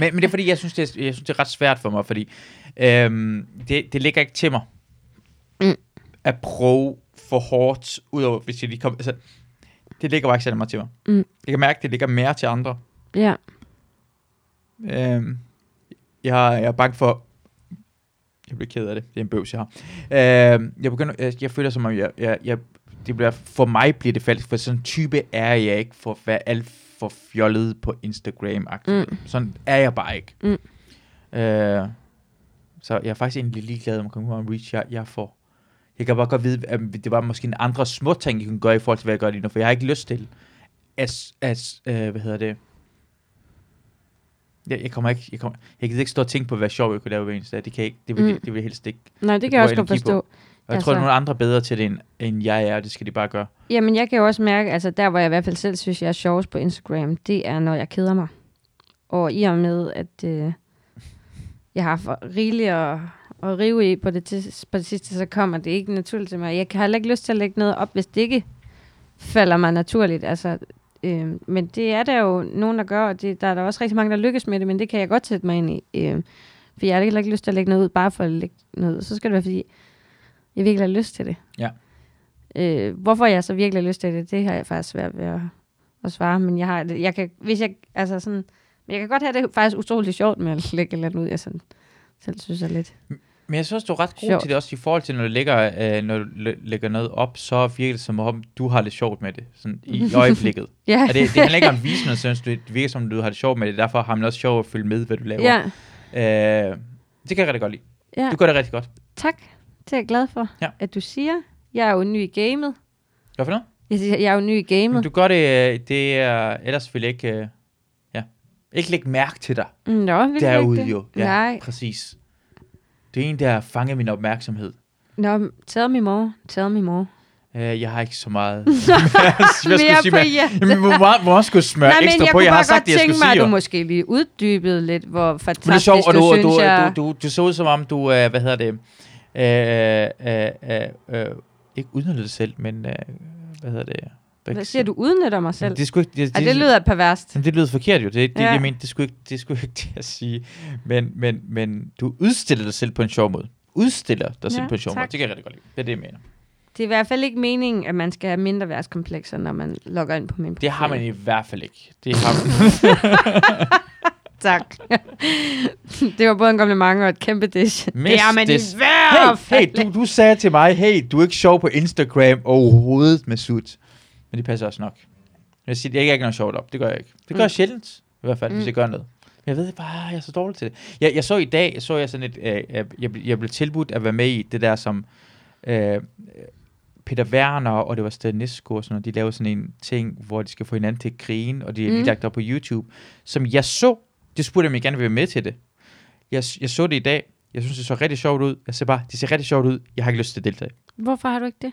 S1: men, men det er fordi, jeg synes, det er, jeg synes, det er ret svært for mig, fordi øhm, det, det ligger ikke til mig
S2: Mm.
S1: at prøve for hårdt, udover hvis jeg lige kommer... Altså, det ligger bare ikke særlig meget til mig.
S2: Mm.
S1: Jeg kan mærke, det ligger mere til andre.
S2: Ja,
S1: Øhm, jeg, jeg er bange for... Jeg bliver ked af det. Det er en bøvs, jeg har. Øhm, jeg, begynder, jeg, jeg føler, som om jeg, jeg, jeg det bliver, for mig bliver det falsk, for sådan en type er jeg ikke, for at være alt for fjollet på Instagram. Mm. Sådan er jeg bare ikke.
S2: Mm.
S1: Øh, så jeg er faktisk egentlig ligeglad, om man kommer om reach, jeg, jeg får. Jeg kan bare godt vide, at det var måske en andre små ting, jeg kunne gøre i forhold til, hvad jeg gør lige nu, for jeg har ikke lyst til, at, at øh, hvad hedder det, jeg, jeg kommer ikke, jeg, kommer, jeg gider ikke stå og tænke på, hvad sjov jeg kunne lave hver eneste dag. Det kan jeg ikke, det vil,
S2: Mm.
S1: mm. det vil jeg helst ikke.
S2: Nej, det kan
S1: bruger
S2: jeg også godt
S1: energi på.
S2: forstå.
S1: Og jeg tror,
S2: Altså-
S1: at nogle andre er bedre til det, end, end jeg er, og det skal de bare gøre.
S2: Jamen, jeg kan jo også mærke, altså der, hvor jeg i hvert fald selv synes, jeg er sjovest på Instagram, det er, når jeg keder mig. Og i og med, at øh, jeg har for rigeligt at, at rive i på det, tids, på det sidste, så kommer det ikke naturligt til mig. Jeg har heller ikke lyst til at lægge noget op, hvis det ikke falder mig naturligt. Altså, øh, men det er der jo nogen, der gør, og det, der er der også rigtig mange, der lykkes med det, men det kan jeg godt sætte mig ind i. Øh, for jeg har heller ikke lyst til at lægge noget ud, bare for at lægge noget ud. Så skal det være, fordi jeg virkelig har lyst til det. Øh, hvorfor jeg så virkelig har lyst til det, det har jeg faktisk svært ved at, at svare. Men jeg har, det- jeg kan, hvis jeg, altså sådan, men jeg kan godt have det faktisk utroligt sjovt med at lægge et eller andet ud, jeg sådan, selv synes er lidt.
S1: Men jeg synes, du er ret god
S2: Sjovt.
S1: til det også i forhold til, når du lægger, øh, når du læ- lægger noget op, så virker det som om, du har det sjovt med det, sådan
S2: [laughs]
S1: i øjeblikket.
S2: Ja,
S1: og det, det handler
S2: [laughs]
S1: ikke om visen, og synes, du- det virker som, du har det sjovt med det, derfor har man også sjovt at følge med, hvad du laver.
S2: ja,
S1: Øh, det kan jeg rigtig godt lide.
S2: ja.
S1: Du gør det rigtig godt.
S2: Tak, det er jeg glad for,
S1: Ja.
S2: at du siger. Jeg er jo ny i gamet.
S1: Hvad for noget?
S2: Jeg, siger, jeg er jo ny i
S1: Men
S2: gamet.
S1: du gør det, øh, det er, ellers vil jeg ikke, øh, ja, ikke lægge mærke til dig
S2: Mm, Nå, vil du ikke
S1: derude
S2: det?
S1: jo. Ja,
S2: Nej.
S1: præcis. Det er en, der fanger min opmærksomhed.
S2: Nå, tell me more, tell me more.
S1: Øh, jeg har ikke så
S2: [laughs]
S1: meget. [laughs] Hvad skal jeg sige,
S2: på
S1: mand?
S2: hjertet.
S1: Jamen, hvor meget, hvor meget skulle jeg smøre
S2: Nej, men
S1: ekstra
S2: jeg
S1: på?
S2: kunne
S1: Jeg har
S2: bare
S1: sagt
S2: godt
S1: det, jeg skulle
S2: tænke
S1: sige.
S2: mig, at du
S1: jo.
S2: måske lige uddybede lidt, hvor fantastisk
S1: Men det er sjovt, og du,
S2: du,
S1: og
S2: synes,
S1: du,
S2: jeg...
S1: du, du, du, så ud som om, du, øh, hvad hedder det, øh, øh, øh, øh, ikke udnytter det selv, men, øh, hvad hedder det?
S2: Hvad siger du? Udnytter mig selv?
S1: Det, er sgu ikke, det, Mm.
S2: Ja, det lyder perverst.
S1: Jamen, det lyder forkert jo. Det, det,
S2: Ja.
S1: ja. jeg mente, det skulle ikke det, skulle ikke [laughs] det at sige. Men, men, men du udstiller dig selv på en sjov måde. Udstiller dig
S2: Ja,
S1: selv på en sjov
S2: tak.
S1: måde. Det kan jeg rigtig godt lide. Det er det, jeg mener.
S2: Det er i hvert fald ikke meningen, at man skal have mindre værtskomplekser, når man logger ind på min
S1: Det har
S2: profil.
S1: man i hvert fald ikke. Det har
S2: [laughs]
S1: man.
S2: Tak. [laughs] det var både en kompliment og et kæmpe dish. det
S1: Mest
S2: har man
S1: dish.
S2: i hvert
S1: hey,
S2: fald.
S1: hey du, du sagde til mig, hey, du er ikke sjov på Instagram overhovedet, Masud. Men det passer også nok. Jeg siger, jeg er ikke noget sjovt op. Det gør jeg ikke. Det gør jeg sjældent, i hvert fald, mm.
S2: Mm.
S1: hvis jeg gør noget. Jeg ved bare, jeg er så dårlig til det. Jeg, jeg så i dag, så jeg sådan et, øh, jeg, jeg, blev- jeg blev tilbudt at være med i det der, som øh, Peter Werner, og det var Sted Nisko og sådan noget, de lavede sådan en ting, hvor de skal få hinanden til at grine, og det er lige
S2: Mm.
S1: lagt op på YouTube, som jeg så, det spurgte jeg, om jeg gerne ville være med til det. Jeg, jeg så det i dag, jeg synes, det så rigtig sjovt ud. Jeg ser bare, det ser rigtig sjovt ud. Jeg har ikke lyst til at deltage.
S2: Hvorfor har du ikke det?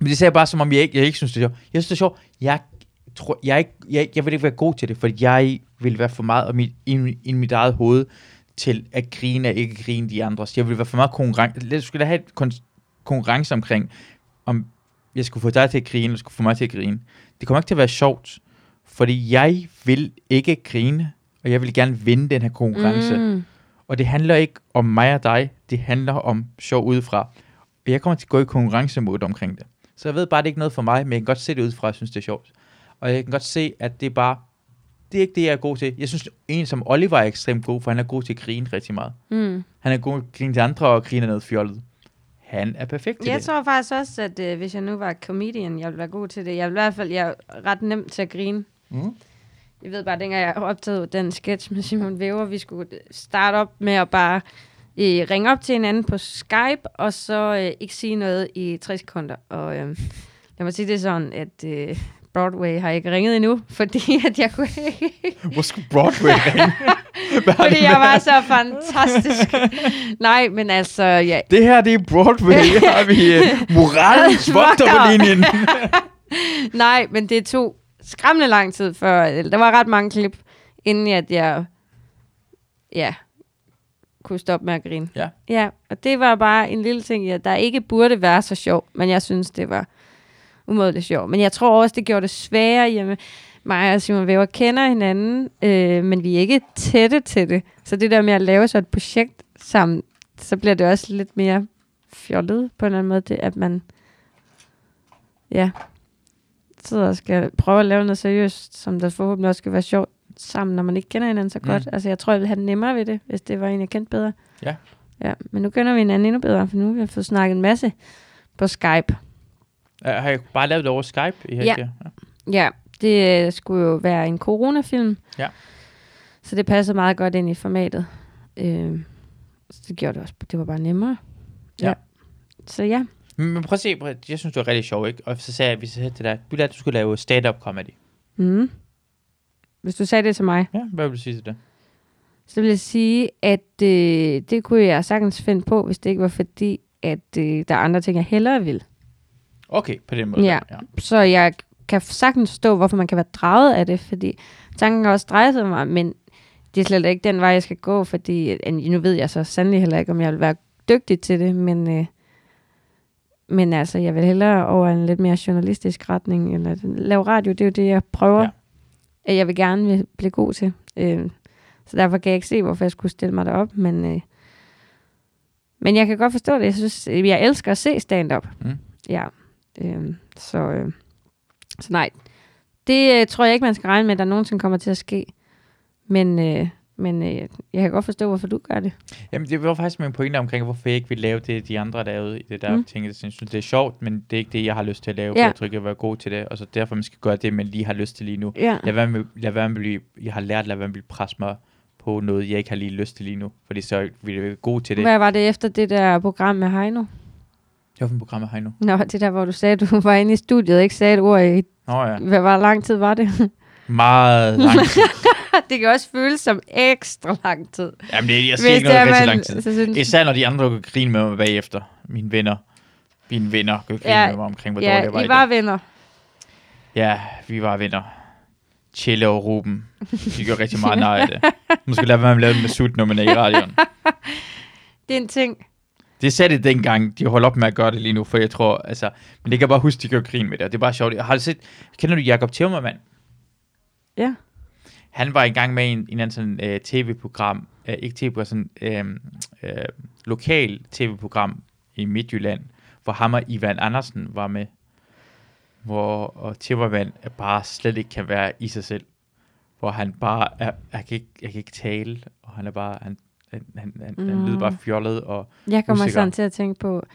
S1: Men det ser bare, som om jeg ikke, jeg ikke synes, det er sjovt. Jeg synes, det er sjovt. Jeg, tror, jeg, er ikke, jeg, jeg vil ikke være god til det, for jeg vil være for meget om mit, i, mit- i mit eget hoved til at grine og ikke grine de andre. Så jeg vil være for meget konkurrence. Jeg skulle da have et kon- konkurrence omkring, om jeg skulle få dig til at grine, eller skulle få mig til at grine. Det kommer ikke til at være sjovt, fordi jeg vil ikke grine, og jeg vil gerne vinde den her konkurrence.
S2: Mm.
S1: Og det handler ikke om mig og dig, det handler om sjov udefra. Og jeg kommer til at gå i konkurrencemode omkring det. Så jeg ved bare, det er ikke noget for mig, men jeg kan godt se det udefra, jeg synes, det er sjovt. Og jeg kan godt se, at det er bare, det er ikke det, jeg er god til. Jeg synes, en som Oliver er ekstremt god, for han er god til at grine rigtig meget.
S2: Mm.
S1: Han er god til at grine til andre og grine noget fjollet. Han er perfekt til
S2: Jeg
S1: det.
S2: tror faktisk også, at øh, hvis jeg nu var comedian, jeg ville være god til det. Jeg vil i hvert fald jeg er ret nem til at grine.
S1: Mm.
S2: Jeg ved bare, dengang jeg optagede den sketch med Simon Væver, vi skulle øh, starte op med at bare øh, ringe op til hinanden på Skype, og så øh, ikke sige noget i 60 sekunder. Og øh, lad mig sige det sådan, at øh, Broadway har ikke ringet endnu, [laughs] fordi at jeg kunne ikke
S1: Hvor skulle
S2: [laughs]
S1: Broadway ringe? Hvad har
S2: fordi
S1: det
S2: jeg
S1: med-
S2: var så fantastisk. Nej, men altså, ja,
S1: Det her, det er Broadway. Her har vi uh,
S2: [laughs]
S1: moralens vogter på linjen.
S2: Nej, men det tog skræmmende lang tid før. eller Der var ret mange klip, inden at jeg ja, kunne stoppe med at grine.
S1: Ja.
S2: ja og det var bare en lille ting, ja, der ikke burde være så sjov, men jeg synes, det var umådeligt sjovt. Men jeg tror også, det gjorde det sværere hjemme. Mig og Simon Væver kender hinanden, øh, men vi er ikke tætte til det. Så det der med at lave så et projekt sammen, så bliver det også lidt mere fjollet på en eller anden måde, det, at man ja, sidder og skal prøve at lave noget seriøst, som der forhåbentlig også skal være sjovt sammen, når man ikke kender hinanden så
S1: Mm.
S2: godt. Altså, jeg tror, jeg ville have det nemmere ved det, hvis det var en, jeg kendte bedre.
S1: Ja.
S2: Ja, men nu kender vi hinanden endnu bedre, for nu har vi fået snakket en masse på Skype.
S1: Øh, Har jeg bare lavet det over Skype i
S2: Ja.
S1: helgen? Ja.
S2: Ja, det øh, skulle jo være en coronafilm.
S1: Ja.
S2: Så det passede meget godt ind i formatet. Øh, så det gjorde det også. Det var bare nemmere.
S1: Ja.
S2: Så ja.
S1: Men men prøv at se, prøv, at- jeg synes, du er rigtig sjov, ikke? Og så sagde jeg, vi sagde til dig, du lærte, du skulle lave stand-up comedy.
S2: Mm. Hvis du sagde det til mig,
S1: Ja, hvad vil du sige til det?
S2: så vil jeg sige, at øh, det kunne jeg sagtens finde på, hvis det ikke var fordi, at øh, der er andre ting, jeg hellere vil.
S1: Okay, på den måde.
S2: Ja.
S1: ja.
S2: Så jeg kan sagtens forstå, hvorfor man kan være draget af det, fordi tanken kan også dreje sig om mig, men det er slet ikke den vej, jeg skal gå, fordi at- nu ved jeg så sandelig heller ikke, om jeg vil være dygtig til det, men, øh, men altså, jeg vil hellere over en lidt mere journalistisk retning, eller lave radio, det er jo det, jeg prøver,
S1: Ja.
S2: ja. at jeg vil gerne vil blive god til. Øh, så derfor kan jeg ikke se, hvorfor jeg skulle stille mig derop, men, øh, men jeg kan godt forstå det. Jeg synes, øh, jeg elsker at se stand-up.
S1: Mm.
S2: Ja, øh, så, øh, så nej, det øh, tror jeg ikke, man skal regne med, at der nogensinde kommer til at ske. Men, øh, men øh, jeg kan godt forstå, hvorfor du gør det.
S1: Jamen, det var faktisk min pointe omkring, hvorfor jeg ikke vil lave det, de andre lavede i det der mm.
S2: Mm.
S1: ting. Jeg synes, det er sjovt, men det er ikke det, jeg har lyst til at lave.
S2: Ja.
S1: Ja. Jeg tror ikke, jeg vil være god til det, og så derfor man skal gøre det, man lige har lyst til lige nu.
S2: Ja.
S1: Lad være med, lad være med at blive, jeg har lært, lad være med at blive presse mig på noget, jeg ikke har lige lyst til lige nu, fordi så vil jeg være god til det. Hvad?
S2: Hvad var det efter det der program med Heino?
S1: Jeg har fået programmet her nu.
S2: Nå, det der, hvor du sagde, du var inde i studiet og ikke sagde et ord i...
S1: Nå ja,
S2: Hvad var lang tid var det?
S1: meget lang tid.
S2: [laughs] det kan også føles som ekstra lang tid.
S1: Jamen, det, jeg siger ikke noget, der så lang tid.
S2: Så synes,
S1: Især når de andre kunne grine med mig bagefter. Mine venner. Mine venner kunne grine
S2: Ja,
S1: med mig omkring, hvor ja,
S2: ja,
S1: dårlig jeg var,
S2: I
S1: i
S2: var
S1: var
S2: venner.
S1: Ja, vi var venner. Chille og Ruben. Vi gjorde rigtig meget nej
S2: [laughs]
S1: af det. Måske lade være med at lave det med sult, når man er i radioen.
S2: Det er en ting.
S1: Det sagde det dengang. De holder op med at gøre det lige nu, for jeg tror, altså... Men det kan jeg bare huske, de gør grin med det, og det er bare sjovt. Jeg har du set... Kender du Jakob Timmermann?
S2: Ja.
S1: Han var engang med i en, en anden sådan øh, tv-program, øh, ikke tv-program, sådan øh, øh, lokal tv-program i Midtjylland, hvor ham og Ivan Andersen var med, hvor og Timmermann er bare slet ikke kan være i sig selv, hvor han bare er, jeg kan ikke, jeg kan ikke tale, og han er bare, han, han, han, han, mm. han lyder
S2: Mm.
S1: bare fjollet, og
S2: Jeg kommer
S1: Usikker.
S2: sådan til at tænke på...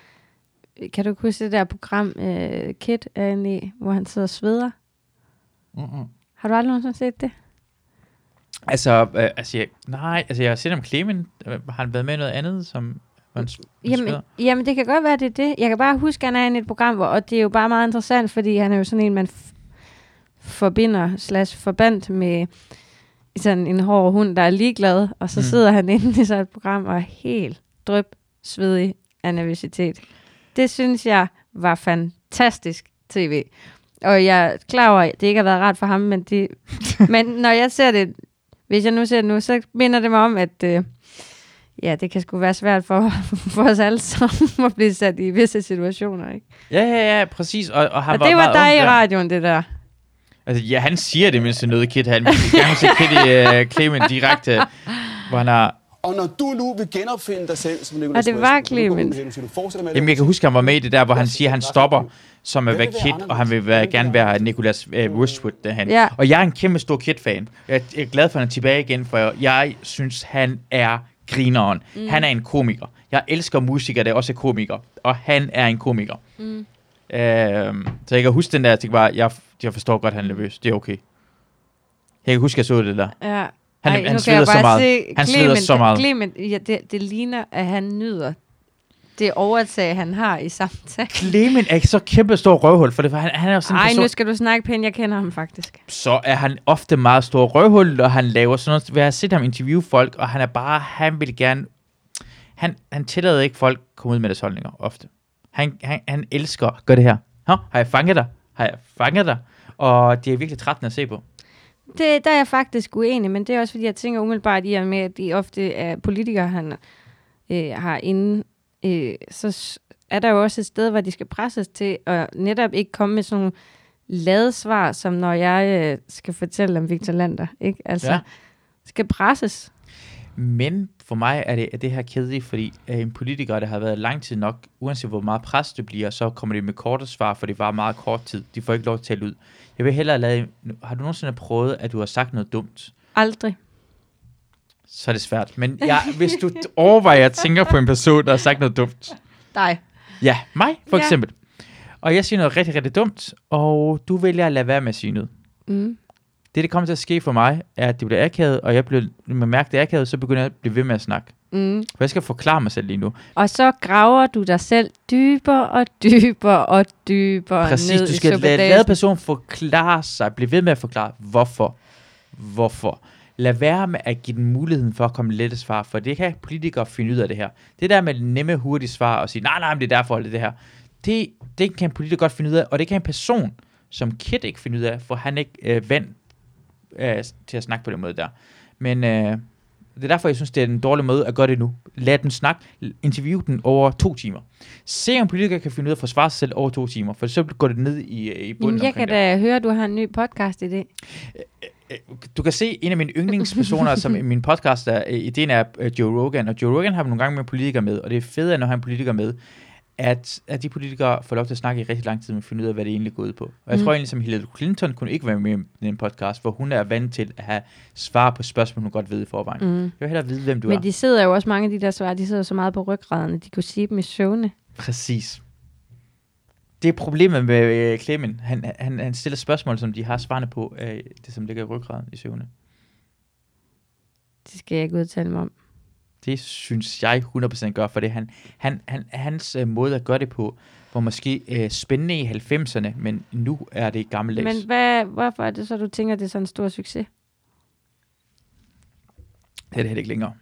S2: Kan du ikke huske det der program, øh, Kid er inde i, hvor han sidder og sveder?
S1: Mm-mm.
S2: Har du aldrig nogensinde set det?
S1: altså, øh, altså jeg, nej, altså jeg har set om Clemen, øh, har han været med i noget andet, som var en, s- en
S2: Jamen,
S1: spæder?
S2: jamen, det kan godt være, det er det. Jeg kan bare huske, at han er inde i et program, hvor, og det er jo bare meget interessant, fordi han er jo sådan en, man f- forbinder slash forbandt med sådan en hård hund, der er ligeglad, og så
S1: Mm.
S2: mm. sidder han [laughs] inde i sådan et program og er helt drøb svedig af nervøsitet. Det synes jeg var fantastisk tv. Og jeg er klar over, at det ikke har været rart for ham, men,
S1: [laughs]
S2: det, men når jeg ser det, hvis jeg nu ser det nu, så minder det mig om, at øh, ja, det kan sgu være svært for, [laughs] for os alle sammen at blive sat i visse situationer. Ikke?
S1: Ja, ja, ja, præcis. Og, og han
S2: Og det
S1: var
S2: var
S1: meget
S2: dig
S1: ung
S2: i
S1: der.
S2: radioen, det der.
S1: Altså, ja, han siger det, mens han nød Kit. Han vil gerne se Kit i uh, Clement direkte, hvor han har...
S3: Og når du nu vil genopfinde dig selv som Nicolas
S2: Og det
S3: Madsen,
S2: var
S3: så vil du gå ud
S2: Clemens.
S3: med det, du siger, du fortsætter med at
S1: Jamen, jeg kan huske, han var med i det der, hvor han siger, at han stopper som at være
S3: Hvem vil være
S1: Kit,
S3: anderledes?
S1: og han vil være, gerne være Nicholas uh, Westwood derhen.
S2: Ja.
S1: Og jeg er en kæmpe stor Kit-fan. Jeg er- jeg er glad for, at han er tilbage igen, for jeg synes, han er grineren. Mm. Han er en komiker. Jeg elsker musikere, der også er komikere. Og han er en komiker. Mm. Uh, så jeg kan huske den der, jeg tænkte bare, jeg, jeg forstår godt, han er nervøs. Det er okay. Jeg kan huske, jeg så det der.
S2: Ja.
S1: Han-
S2: Ej,
S1: han
S2: nu kan
S1: sveder
S2: jeg
S1: så
S2: bare
S1: meget.
S2: se
S1: Han sveder så meget.
S2: Clement, ja, det, det ligner, at han nyder det overtag, han har i samtalen.
S1: Clemen er så kæmpe stor røvhul, for det for han, han er jo sådan en
S2: Ej,
S1: person,
S2: nu skal du snakke pænt, jeg kender ham faktisk.
S1: så er han ofte meget stor røvhul, og han laver sådan noget. Jeg har set ham interviewe folk, og han er bare, han vil gerne, han, han tillader ikke folk at komme ud med deres holdninger ofte. Han, han, han elsker at gøre det her. Hå, har jeg fanget dig? Har jeg fanget dig? Og det er virkelig trættende at se på.
S2: Det, der er jeg faktisk uenig, men det er også fordi, jeg tænker umiddelbart i og med, at de ofte er politikere, han øh, har inde, øh, så s- er der jo også et sted, hvor de skal presses til at netop ikke komme med sådan nogle ladesvar, som når jeg øh, skal fortælle om Victor Lander, ikke? Altså,
S1: Ja.
S2: ja. skal presses.
S1: Men for mig er det, er det her kedeligt, fordi øh, en politiker, der har været lang tid nok, uanset hvor meget pres det bliver, så kommer det med korte svar, for det var meget kort tid. De får ikke lov til at tale ud. Jeg vil hellere lade... Har du nogensinde prøvet, at du har sagt noget dumt?
S2: Aldrig.
S1: Så er det svært. Men jeg, hvis du overvejer at tænke på en person, der har sagt noget dumt.
S2: Nej.
S1: Ja, mig for
S2: Ja.
S1: eksempel. Og jeg siger noget rigtig, rigtig dumt, og du vælger at lade være med at sige noget.
S2: Mm.
S1: Det, der kommer til at ske for mig, er, at det bliver akavet, og jeg bliver, når man mærker, det er akavet, så begynder jeg at blive ved med at snakke.
S2: Mm.
S1: For jeg skal forklare mig selv lige nu.
S2: Og så graver du dig selv dybere og dybere og dybere
S1: Præcis,
S2: ned
S1: du skal
S2: i
S1: lade,
S2: suppedasen.
S1: lade personen forklare sig, blive ved med at forklare, hvorfor. Hvorfor. Lad være med at give den muligheden for at komme lette svar, for det kan politikere finde ud af det her. Det der med nemme, hurtige svar og sige, nej, nej, men det er derfor, det er det her. Det, det kan en politiker godt finde ud af, og det kan en person som Kit ikke finde ud af, for han er ikke øh, vant øh, til at snakke på den måde der. Men øh, det er derfor, jeg synes, det er en dårlig måde at gøre det nu. Lad den snakke, interview den over to timer. Se om politikere kan finde ud af at forsvare sig selv over to timer, for så går det ned i, øh, i bunden
S2: Jamen, jeg kan
S1: omkring
S2: da høre, at du har en ny podcast i det.
S1: det. Øh, Du kan se en af mine yndlingspersoner, [laughs] som i min podcast er, øh, ideen er øh, Joe Rogan, og Joe Rogan har vi nogle gange med politikere med, og det er fedt, når han politiker med, at, at de politikere får lov til at snakke i rigtig lang tid, men finde ud af, hvad det egentlig går ud på. Og jeg mm. tror egentlig, som Hillary Clinton kunne ikke være med i en podcast, hvor hun er vant til at have svar på spørgsmål, hun godt ved i forvejen. Mm. Jeg vil hellere vide, hvem du er.
S2: Men de sidder jo også, mange af de der svar, de sidder jo så meget på ryggraderne, de kunne sige dem i søvne.
S1: Præcis. Det er problemet med øh, Clemen. Han, han, han stiller spørgsmål, som de har svarene på, øh, det som ligger i ryggraden i søvne.
S2: Det skal jeg ikke udtale mig om.
S1: Det synes jeg 100% gør, for det han, han, han, hans øh, måde at gøre det på, var måske øh, spændende i 90'erne, men nu er det gammeldags.
S2: Men hvad, hvorfor er det så, du tænker, det er sådan en stor succes?
S1: Det er det heller ikke længere.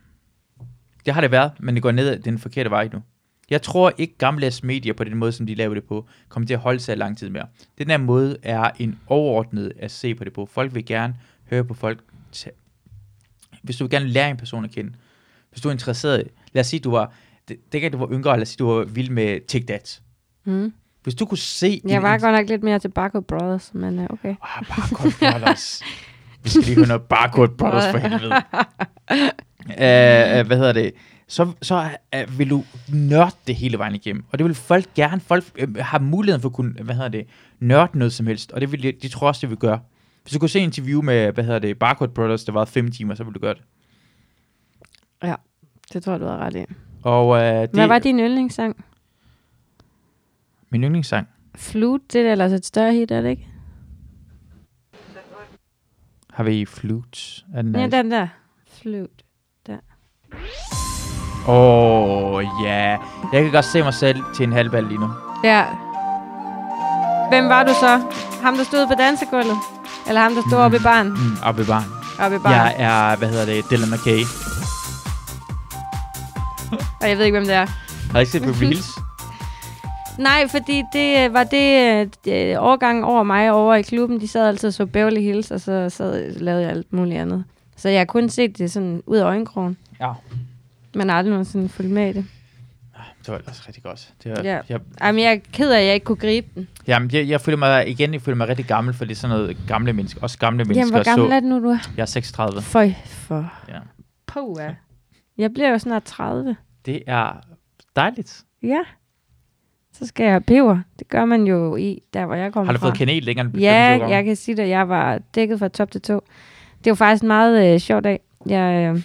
S1: Det har det været, men det går ned ad den forkerte vej nu. Jeg tror ikke gammeldags medier på den måde, som de laver det på, kommer til at holde sig i lang tid mere. Den her måde er en overordnet at se på det på. Folk vil gerne høre på folk. ta- Hvis du vil gerne lære en person at kende, hvis du er interesseret, lad os sige, du var, det, det kan du var yngre, lad os sige, du var vild med TikTok.
S2: Mm.
S1: Hvis du kunne se...
S2: Jeg
S1: en-
S2: var godt nok lidt mere til Barco Brothers, men øh, okay.
S1: Ah, Barcode Brothers. Vi skal lige høre noget Barcode Brothers for
S2: [laughs]
S1: helvede. Uh, hvad hedder det? Så, så uh, vil du nørde det hele vejen igennem. Og det vil folk gerne. Folk uh, har muligheden for at kunne, hvad hedder det, nørde noget som helst. Og det vil, de- de tror også, det vil gøre. Hvis du kunne se et interview med, hvad hedder det, Barcode Brothers, der var 5 timer, så ville du gøre det.
S2: Ja, det tror jeg, du har ret i.
S1: Og uh, det
S2: Hvad var din yndlingssang?
S1: min yndlingssang.
S2: Flute, det er da ellers et større hit, er det ikke?
S1: Har vi Flute? Er den
S2: Ja,
S1: nice?
S2: den der. Flute.
S1: Åh, oh, ja. Yeah. Jeg kan godt se mig selv til en halvbal lige nu.
S2: Ja. Hvem var du så? Ham, der stod på dansegulvet? Eller ham, der stod oppe i baren?
S1: Mm, op i barn.
S2: Oppe i baren.
S1: Jeg er, hvad hedder det, Dylan McKay.
S2: Og jeg ved ikke, hvem det er.
S1: Har I ikke set
S2: Mhm.
S1: Beverly Hills?
S2: Nej, fordi det øh, var det øh, det, øh, årgangen over mig over i klubben. De sad altid og så Beverly Hills, og så sad, lavede jeg alt muligt andet. Så jeg har kun set det sådan ud af øjenkrogen.
S1: Ja.
S2: Men aldrig nogensinde fulgt med i det.
S1: Det var ellers rigtig godt. Det var,
S2: Ja.
S1: yeah. jeg,
S2: Ej, men jeg er ked af, at jeg ikke kunne gribe den.
S1: jamen, jeg, jeg, føler mig, igen, jeg føler mig rigtig gammel, for det er sådan noget gamle mennesker. Også gamle
S2: Jamen,
S1: mennesker.
S2: hvor gammel
S1: så,
S2: er det nu, du er?
S1: Jeg er 36.
S2: Føj for
S1: Ja.
S2: poa. Jeg bliver jo snart 30.
S1: Det er dejligt.
S2: Ja. Så skal jeg have peber. Det gør man jo i, der hvor jeg kommer
S1: Har du
S2: fra.
S1: fået kanel længere end
S2: Ja, jeg kan sige det. Jeg var dækket fra top til tå. Det var faktisk en meget øh, sjov dag. Jeg, øh,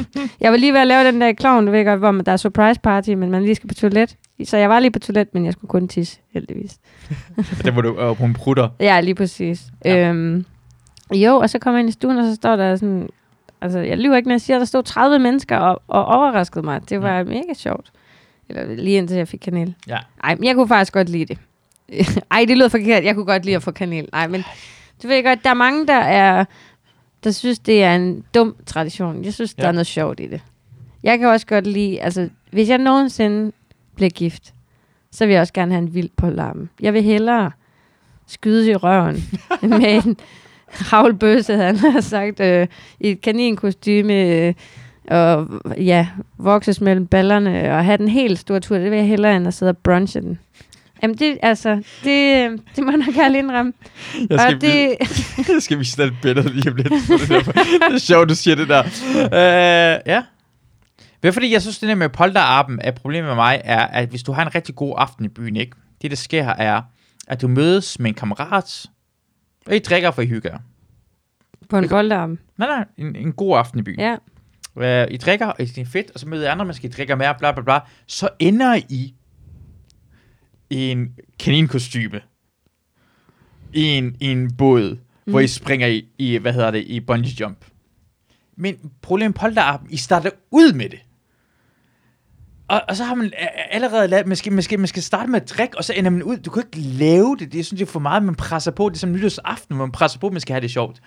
S2: [laughs] jeg var lige ved at lave den der klovn, du ved godt, hvor man, der er surprise party, men man lige skal på toilet. Så jeg var lige på toilet, men jeg skulle kun tisse, heldigvis.
S1: Det var du øh, hun prutter.
S2: Ja, lige præcis.
S1: Ja.
S2: Ja. Øhm, jo, og så kommer jeg ind i stuen, og så står der sådan... Altså, jeg lyver ikke, når jeg siger, at der stod 30 mennesker og, og overraskede mig. Det var mega sjovt. Eller lige indtil jeg fik kanel.
S1: Ja.
S2: Ej, men jeg kunne faktisk godt lide det. [laughs] Ej, det lyder forkert. Jeg kunne godt lide at få kanel. Nej, men du ved godt, der er mange, der er der synes, det er en dum tradition. Jeg synes,
S1: Ja.
S2: ja. der er noget sjovt i det. Jeg kan også godt lide, altså, hvis jeg nogensinde bliver gift, så vil jeg også gerne have en vild på lammen. Jeg vil hellere skydes i røven med en havlbøsse, han har sagt, øh, i et kaninkostyme, øh, og ja, vokses mellem ballerne, og have den helt store tur. Det vil jeg hellere, end at sidde og brunche den. Jamen det, altså, det, øh, det må jeg nok ærligt indrømme.
S1: Jeg
S2: Og det,
S1: jeg [laughs] skal vise dig et billede lige om lidt. [laughs] Det, der. det er sjovt, du siger det der. Øh, ja. Det er fordi, jeg synes, det der med polterappen er problemet med mig, er, at hvis du har en rigtig god aften i byen, ikke? Det, der sker, er, at du mødes med en kammerat, og I drikker for I hygger. jer.
S2: på en boldarm.
S1: Nej, nej, en, en god aften i byen.
S2: Ja.
S1: Øh, I drikker, og I- det er fedt, og så møder I andre, man skal drikke mere, bla bla bla. Så ender I i en kaninkostyme i en, i en båd, mm. hvor I springer i, i, hvad hedder det, i bungee jump. Men problemet polterappen, I starter ud med det. Og, og så har man a- a- allerede lavet, man skal, man, skal, man skal starte med at drikke, og så ender man ud. Du kan ikke lave det. Det synes jeg er for meget, man presser på. Det er som nytårsaften, hvor man presser på, at man skal have det sjovt.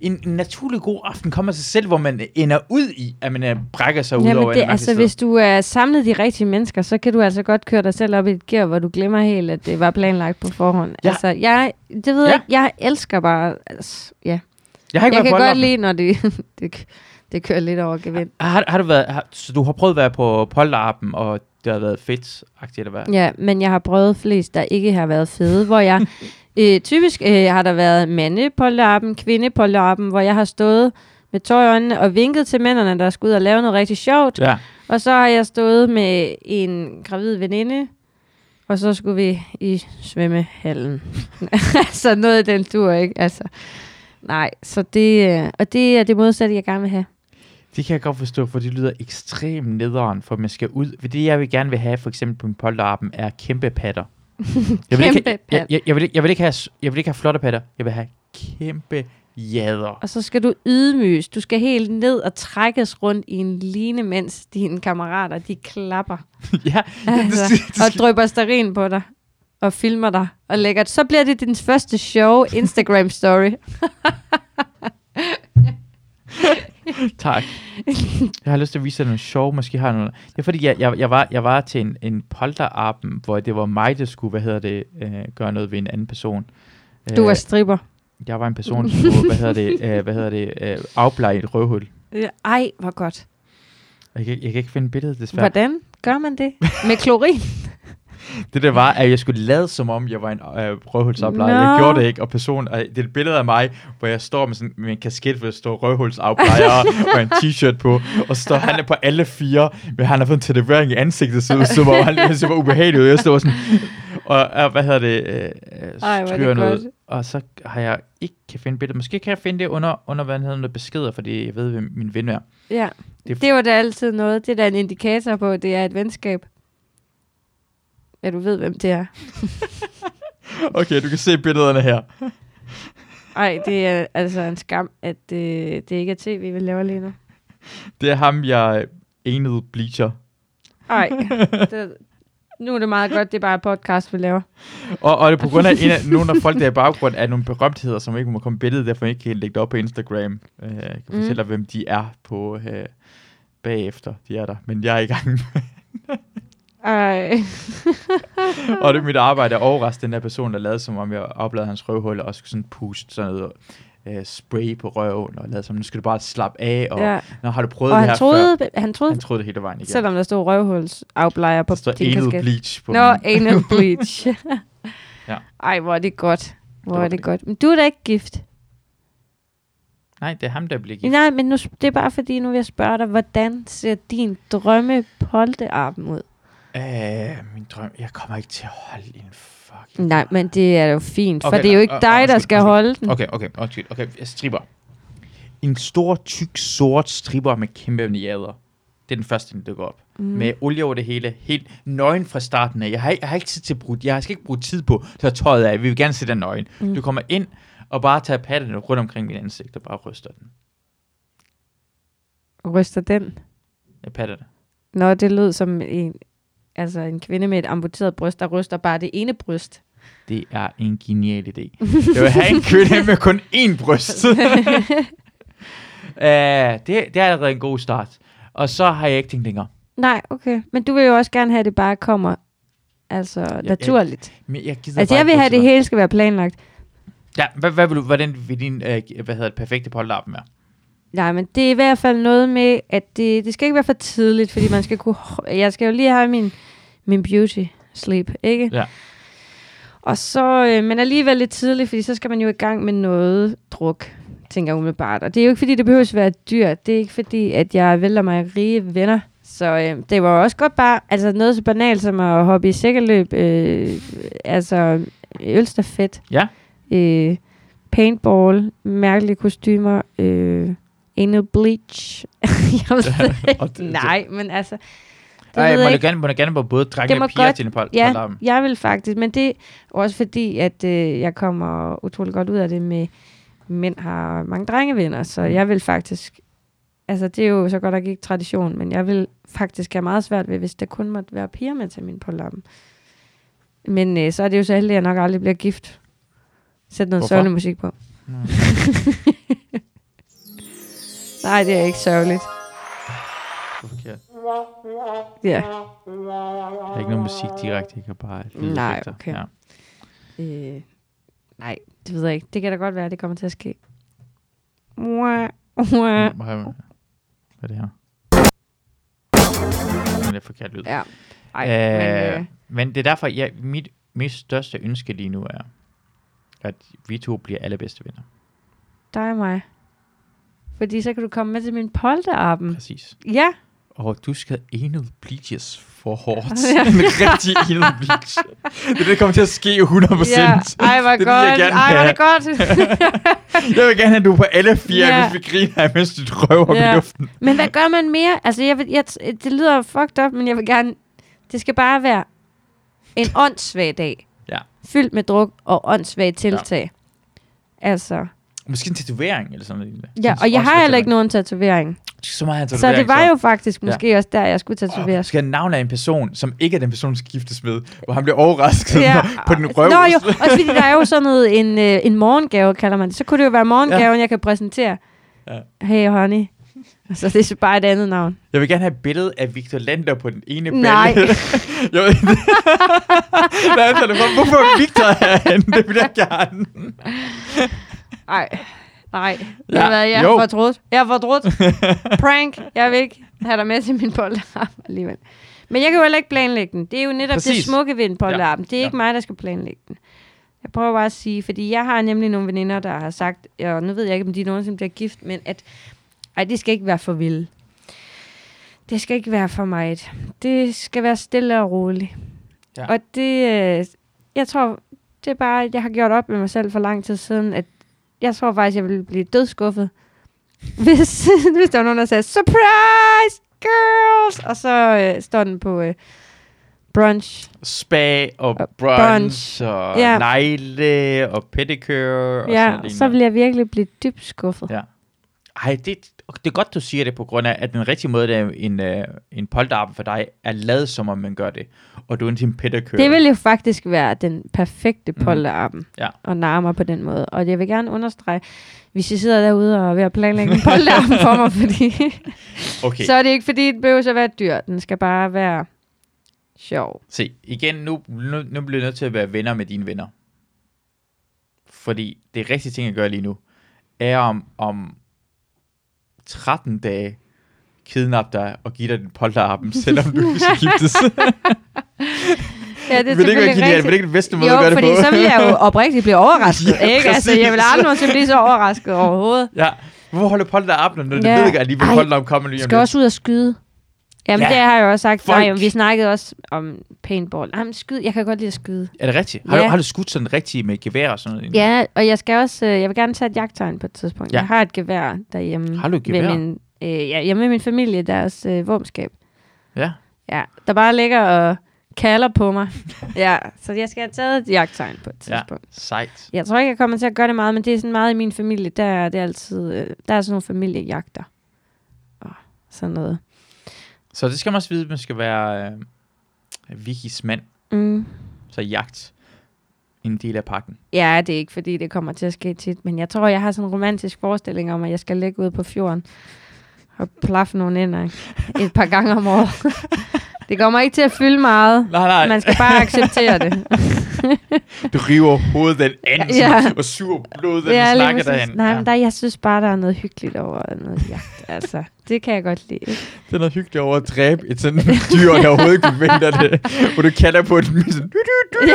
S1: En, en naturlig god aften kommer af sig selv, hvor man ender ud i, at man øh, brækker sig ud
S2: Jamen,
S1: over
S2: det,
S1: mærkelig
S2: altså,
S1: sted.
S2: hvis du er samlet de rigtige mennesker, så kan du altså godt køre dig selv op i et gear, hvor du glemmer helt, at det var planlagt på forhånd.
S1: Ja.
S2: Altså, jeg, det ved jeg
S1: Ja.
S2: ikke, jeg elsker bare, altså, ja.
S1: jeg, har ikke været
S2: Jeg kan
S1: på
S2: godt
S1: Oldermand.
S2: lide, når det, [laughs] det, det kører lidt over gevind.
S1: Har, har du været, har, så du har prøvet at være på polterappen, og det har været fedt, agtigt eller hvad?
S2: Ja, men jeg har prøvet flest, der ikke har været fede, hvor jeg... Øh, typisk øh, har der været mande på lappen, kvinde på lappen, hvor jeg har stået med tår i øjnene og vinket til mændene, der skulle ud og lave noget rigtig sjovt.
S1: Ja.
S2: Og så har jeg stået med en gravid veninde, og så skulle vi i svømmehallen. [laughs] altså noget af den tur, ikke? Altså, nej, så det, øh, og det er det modsatte, jeg gerne vil have.
S1: Det kan jeg godt forstå, for det lyder ekstremt nederen, for man skal ud. For det, jeg vil gerne vil have, for eksempel på min polterappen, er kæmpe
S2: [laughs]
S1: patter. Jeg vil, ikke,
S2: Kæmpe
S1: have-
S2: patter.
S1: jeg, jeg, jeg, vil, ikke- jeg, vil ikke have, s- jeg vil ikke have flotte patter. Jeg vil have kæmpe jader. [laughs]
S2: Og så skal du ydmyges. Du skal helt ned og trækkes rundt i en line, mens dine kammerater, de klapper.
S1: [laughs]
S2: [laughs]
S1: ja,
S2: Altså,
S1: det, det,
S2: og
S1: det,
S2: drypper sterin på dig. Og filmer dig. Og lægger Så bliver det din første show,
S1: [laughs]
S2: Instagram story.
S1: tak. Jeg har lyst til at vise dig nogle sjove, måske har jeg nogle. Det er fordi, jeg, jeg, jeg, var, jeg var til en, en polterappen, hvor det var mig, der skulle, hvad hedder det, øh, gøre noget ved en anden person.
S2: Du
S1: Øh,
S2: er stripper.
S1: Jeg var en person, som skulle, hvad hedder det, øh, hvad hedder det øh, afbleje et røvhul.
S2: Ej, hvor godt.
S1: Jeg kan, ikke- jeg kan ikke finde billedet, desværre.
S2: Hvordan gør man
S1: [laughs]
S2: det? Med klorin?
S1: Det der var, at jeg skulle lade som om, jeg var en øh, røvhulsafplejer.
S2: Nå.
S1: Jeg gjorde det ikke, og personen, øh, det er et billede af mig, hvor jeg står med, sådan, med en kasket, hvor der står
S2: [laughs]
S1: røvhulsafplejer og en t-shirt på, og så står han på alle fire, men han har fået en tatovering i ansigtet, så det så var han han ser bare ubehagelig ud. Jeg står sådan, og, og hvad hedder det, øh, øh,
S2: Ej, hvor er det
S1: stryger noget.
S2: godt.
S1: Og så har jeg ikke kan finde billedet. Måske kan jeg finde det under, under hvad hedder noget beskeder, fordi jeg ved, hvem min ven er.
S2: Ja.
S1: Det-
S2: Det, det var da altid noget. Det er da en indikator på, at det er et venskab. Ja, du ved, hvem det er.
S1: Okay, du kan se billederne her.
S2: Ej, det er altså en skam, at øh, det ikke er tv, vi laver lige nu.
S1: Det er ham, jeg enede bleacher.
S2: [laughs] Ej, det, nu er det meget godt, det er bare et podcast, vi laver.
S1: Og, og det er på grund af, en af nogle af folk, der er i baggrund, er nogle berømtheder, som ikke må komme i billedet, derfor ikke kan lægge det op på Instagram. Øh, Jeg kan
S2: Mm.
S1: fortælle dig, hvem de er på øh, bagefter. De er der, men jeg er i gang.
S2: Ej.
S1: og det er mit arbejde at overraske den der person, der lavede, som om jeg opladede hans røvhul, og skulle sådan puste sådan noget øh, spray på røven, og lavede som, nu skal du bare slappe af, og ja.
S2: Ja.
S1: når har du prøvet
S2: Og
S1: det her
S2: han troede, han
S1: før?
S2: troede,
S1: Han troede det hele vejen igen.
S2: selvom der stod røvhulsafblejer på
S1: der står
S2: din
S1: enede
S2: kasket.
S1: bleach på
S2: Nå,
S1: min- [laughs]
S2: anal bleach.
S1: Ja.
S2: Ej, hvor er det godt. Hvor
S1: Det var
S2: er det
S1: det.
S2: godt. Men du er da ikke gift.
S1: Nej, det er ham, der bliver gift.
S2: Nej, men nu, sp- det er bare fordi, nu vil jeg spørge dig, hvordan ser din drømme poltearben ud?
S1: Øh, min drøm, jeg kommer ikke til at holde en fucking
S2: Nej, men det er jo fint, okay,
S1: Okay,
S2: for det er jo ikke
S1: og- og-
S2: dig, der
S1: undskyld,
S2: skal
S1: undskyld.
S2: holde den.
S1: Okay, okay, undskyld. Okay, stripper. En stor, tyk, sort stripper med kæmpe niader. Det er den første, der dukker op. Mm. Med olie over det hele. Helt nøgen fra starten af. Jeg har, ikke- jeg har ikke tid til at bruge... Jeg skal ikke bruge tid på at tage tøjet af. Vi vil gerne se den nøgen. Mm. Du kommer ind og bare tager patterne rundt omkring min ansigt og bare ryster den.
S2: Ryster den.
S1: Ja, patterne.
S2: Nå, det lød som en, altså en kvinde med et amputeret bryst, der ryster bare det ene bryst.
S1: Det er en genial idé. Jeg vil have en kvinde med kun én
S2: [laughs]
S1: bryst. [laughs] uh, det, det er allerede en god start. Og så har jeg ikke tænkt længere.
S2: Nej, okay. Men du vil jo også gerne have, at det bare kommer altså naturligt.
S1: Men jeg gider
S2: altså,
S1: bare
S2: jeg vil
S1: ikke
S2: have, at det
S1: ryste
S2: hele skal være planlagt.
S1: Ja, hvad, hvad vil du, hvordan vil din, øh, hvad hedder det, perfekte polterappen være?
S2: Nej, men det er i hvert fald noget med, at det, det skal ikke være for tidligt, fordi man skal kunne... Jeg skal jo lige have min, min beauty sleep, ikke?
S1: Ja.
S2: Og så, øh, men alligevel lidt tidligt, fordi så skal man jo i gang med noget druk, tænker jeg umiddelbart. Og det er jo ikke, fordi det behøver at være dyrt. Det er ikke, fordi at jeg vælter mig rige venner. Så øh, det var jo også godt bare, altså noget så banalt som at hoppe i sækkerløb, øh, altså ølstafet,
S1: Ja.
S2: øh, paintball, mærkelige kostymer, øh, anal bleach. [laughs] jeg ved det
S1: [laughs] Og det-
S2: [laughs] ikke. Nej, men altså, ved
S1: Nej,
S2: jeg ikke.
S1: Monaghan, Monaghan var både drenge og piger til en hold.
S2: Ja,
S1: hold om.
S2: jeg vil faktisk, men det er også fordi, at øh, jeg kommer utrolig godt ud af det med, mænd har mange drengevenner, så
S1: Mm.
S2: jeg vil faktisk, altså det er jo så godt nok ikke tradition, men jeg vil faktisk have meget svært ved, hvis der kun måtte være piger med til min pålappen. Men øh, så er det jo så heldigt, at jeg nok aldrig bliver gift. Sæt noget
S1: Hvorfor?
S2: sørgelig musik på.
S1: Nå.
S2: Nej, det er ikke sørgeligt.
S1: Det var forkert.
S2: [laughs] Ja.
S1: Der er ikke noget musik direkte, jeg kan bare lyde
S2: Nej,
S1: effekter.
S2: okay.
S1: Ja.
S2: Øh, nej, det ved jeg ikke. Det kan da godt være, at det kommer til at ske. Mua, mua.
S1: Mm, Hvad hvad er det her? Det er forkert lyd.
S2: Ja. Ej,
S1: Øh,
S2: men, øh,
S1: men det er derfor, jeg, mit, mit største ønske lige nu er, at vi to bliver allerbedste venner.
S2: dig og mig. Fordi så kan du komme med til min polterappen.
S1: Præcis.
S2: Ja,
S1: Og du skal anal bleaches for
S2: [laughs]
S1: hårdt.
S2: Ja.
S1: en rigtig anal bleach. Det er det, der kommer til at ske 100%.
S2: ja. Ej, hvor
S1: det,
S2: godt.
S1: Jeg, gerne
S2: Ej,
S1: vil
S2: hvor er
S1: have.
S2: det godt. [laughs]
S1: jeg vil gerne have, at du er på alle fire,
S2: Ja.
S1: hvis vi griner, mens du drøver op i
S2: Ja.
S1: luften.
S2: men hvad gør man mere? Altså, jeg vil, jeg, det lyder fucked up, men jeg vil gerne... Det skal bare være en åndssvag dag.
S1: Ja.
S2: Fyldt med druk og åndssvage tiltag. Ja. Altså,
S1: Måske en tatovering eller sådan noget.
S2: ja, og jeg har heller ikke nogen tatovering.
S1: Så meget
S2: Så det var jo faktisk måske også der, jeg skulle
S1: Oh,
S2: tatoveres.
S1: skal have navn af en person, som ikke er den person, der skal giftes med, hvor han bliver overrasket
S2: Ja.
S1: ja. [laughs] på den røv.
S2: Nå jo, også fordi der er jo sådan noget, en, øh, en morgengave kalder man det. Så kunne det jo være morgengaven, jeg kan præsentere.
S1: Ja.
S2: Hey honey. Og så er det så bare et andet
S1: [laughs]
S2: navn.
S1: Jeg vil gerne have et billede af Victor Lander på den ene balle.
S2: Nej.
S1: [laughs] jeg ved ikke. Der er telefon. Hvorfor er Victor herinde? Det vil jeg gerne.
S2: [laughs] Nej. Nej.
S1: Ja,
S2: Ja. Hvad, jeg
S1: jo.
S2: har fortrudt. Jeg har
S1: [laughs]
S2: fortrudt. Prank. Jeg vil ikke have dig med til min [laughs] polterarm alligevel. Men jeg kan jo heller ikke planlægge den. Det er jo netop
S1: Præcis.
S2: det smukke ved en polterarm. Det er
S1: Ja.
S2: ikke mig, der skal planlægge den. Jeg prøver bare at sige, fordi jeg har nemlig nogle veninder, der har sagt, og nu ved jeg ikke, om de nogensinde bliver gift, men at ej, det skal ikke være for vildt. Det skal ikke være for meget. Det skal være stille og roligt.
S1: Ja.
S2: Ja. Og det, øh, jeg tror, det er bare, at jeg har gjort op med mig selv for lang tid siden, at jeg tror faktisk, jeg ville blive dødskuffet, hvis, [laughs] hvis der var nogen, der sagde, surprise, girls! Og så øh, står den på øh, brunch.
S1: Spa og
S2: Og
S1: brunch og
S2: Øh, Ja.
S1: negle og pedicure. Og
S2: ja,
S1: sådan
S2: så
S1: noget.
S2: ville jeg virkelig blive dybt skuffet.
S1: Ja. Ej, det, det er godt, du siger det, på grund af, at den rigtige måde, det er en, øh, en polterappen for dig, er lavet som om man gør det. Og du er en team pedicure.
S2: Det ville jo faktisk være den perfekte
S1: Mhm.
S2: polterarm
S1: Ja.
S2: og narre mig på den måde. Og jeg vil gerne understrege, hvis I sidder derude og er ved at
S1: [laughs]
S2: planlægge en polterarm for mig, fordi,
S1: Okay,
S2: okay. så er det ikke fordi, den behøver at være dyr. Den skal bare være sjov.
S1: se. Igen, nu, nu, nu bliver jeg nødt til at være venner med dine venner. Fordi det rigtige ting, jeg gør lige nu, er om, om 13 dage kidnappe dig og give dig den
S2: [laughs]
S1: polterappen, selvom du ikke skal giftes.
S2: Ja, det er
S1: vil det ikke være
S2: selvfølgelig
S1: genialt?
S2: rigtigt.
S1: Vil det ikke den bedste måde
S2: Jo,
S1: at gøre det på?
S2: fordi så ville jeg jo oprigtigt blive overrasket,
S1: [laughs] Ja,
S2: ja, ikke? Altså,
S1: præcis.
S2: jeg ville aldrig nogensinde blive så overrasket overhovedet.
S1: [laughs] Ja, hvorfor holder polterappen, når
S2: Ja.
S1: du ved ikke, at lige vil
S2: Ej,
S1: polterappen kommer lige om
S2: Skal
S1: lidt?
S2: også ud og skyde. Jamen,
S1: Ja.
S2: ja. det har jeg jo også sagt.
S1: Folk.
S2: Nej, men vi snakkede også om paintball. Jamen, skyd. Jeg kan godt lide at skyde.
S1: Er det rigtigt? Har, ja.
S2: Ja.
S1: du, har du skudt sådan rigtigt med gevær og sådan noget?
S2: Ja, og jeg skal også, øh, jeg vil gerne tage et jagttegn på et tidspunkt.
S1: Mm. Ja.
S2: Ja. Jeg har et gevær derhjemme.
S1: Har du et gevær?
S2: Ved min, øh, ja, hjemme ved min familie, deres øh, våbenskab.
S1: ja.
S2: Ja, der bare ligger og kalder
S1: [laughs]
S2: på mig. ja, så jeg skal have taget et jagttegn på et
S1: ja.
S2: tidspunkt.
S1: Sejt.
S2: Jeg tror ikke, jeg kommer til at gøre det meget, men det er sådan meget i min familie. Der er det altid, øh, der er sådan nogle familiejagter. Og sådan noget.
S1: Så det skal man også vide, man skal være øh, Vikis mand,
S2: Mm.
S1: så jagt en del af pakken.
S2: Ja, det er ikke, fordi det kommer til at ske tit, men jeg tror, jeg har sådan en romantisk forestilling om, at jeg skal ligge ude på fjorden og plaffe nogle ind et par gange om året. det kommer ikke til at fylde meget.
S1: Nej, nej,
S2: Man skal bare acceptere
S1: [laughs]
S2: det.
S1: du river hovedet den anden, ja.
S2: Ja.
S1: og sur blod, den ja,
S2: lige
S1: snakker
S2: præcis.
S1: derhen.
S2: Nej,
S1: Ja.
S2: men der, jeg synes bare, der er noget hyggeligt over noget jagt. Altså, det kan jeg godt lide. ikke?
S1: Det er noget hyggeligt over at dræbe et sådan dyr, der overhovedet ikke forventer det. Hvor du kalder på den, men sådan, du, du, du.
S2: Ja.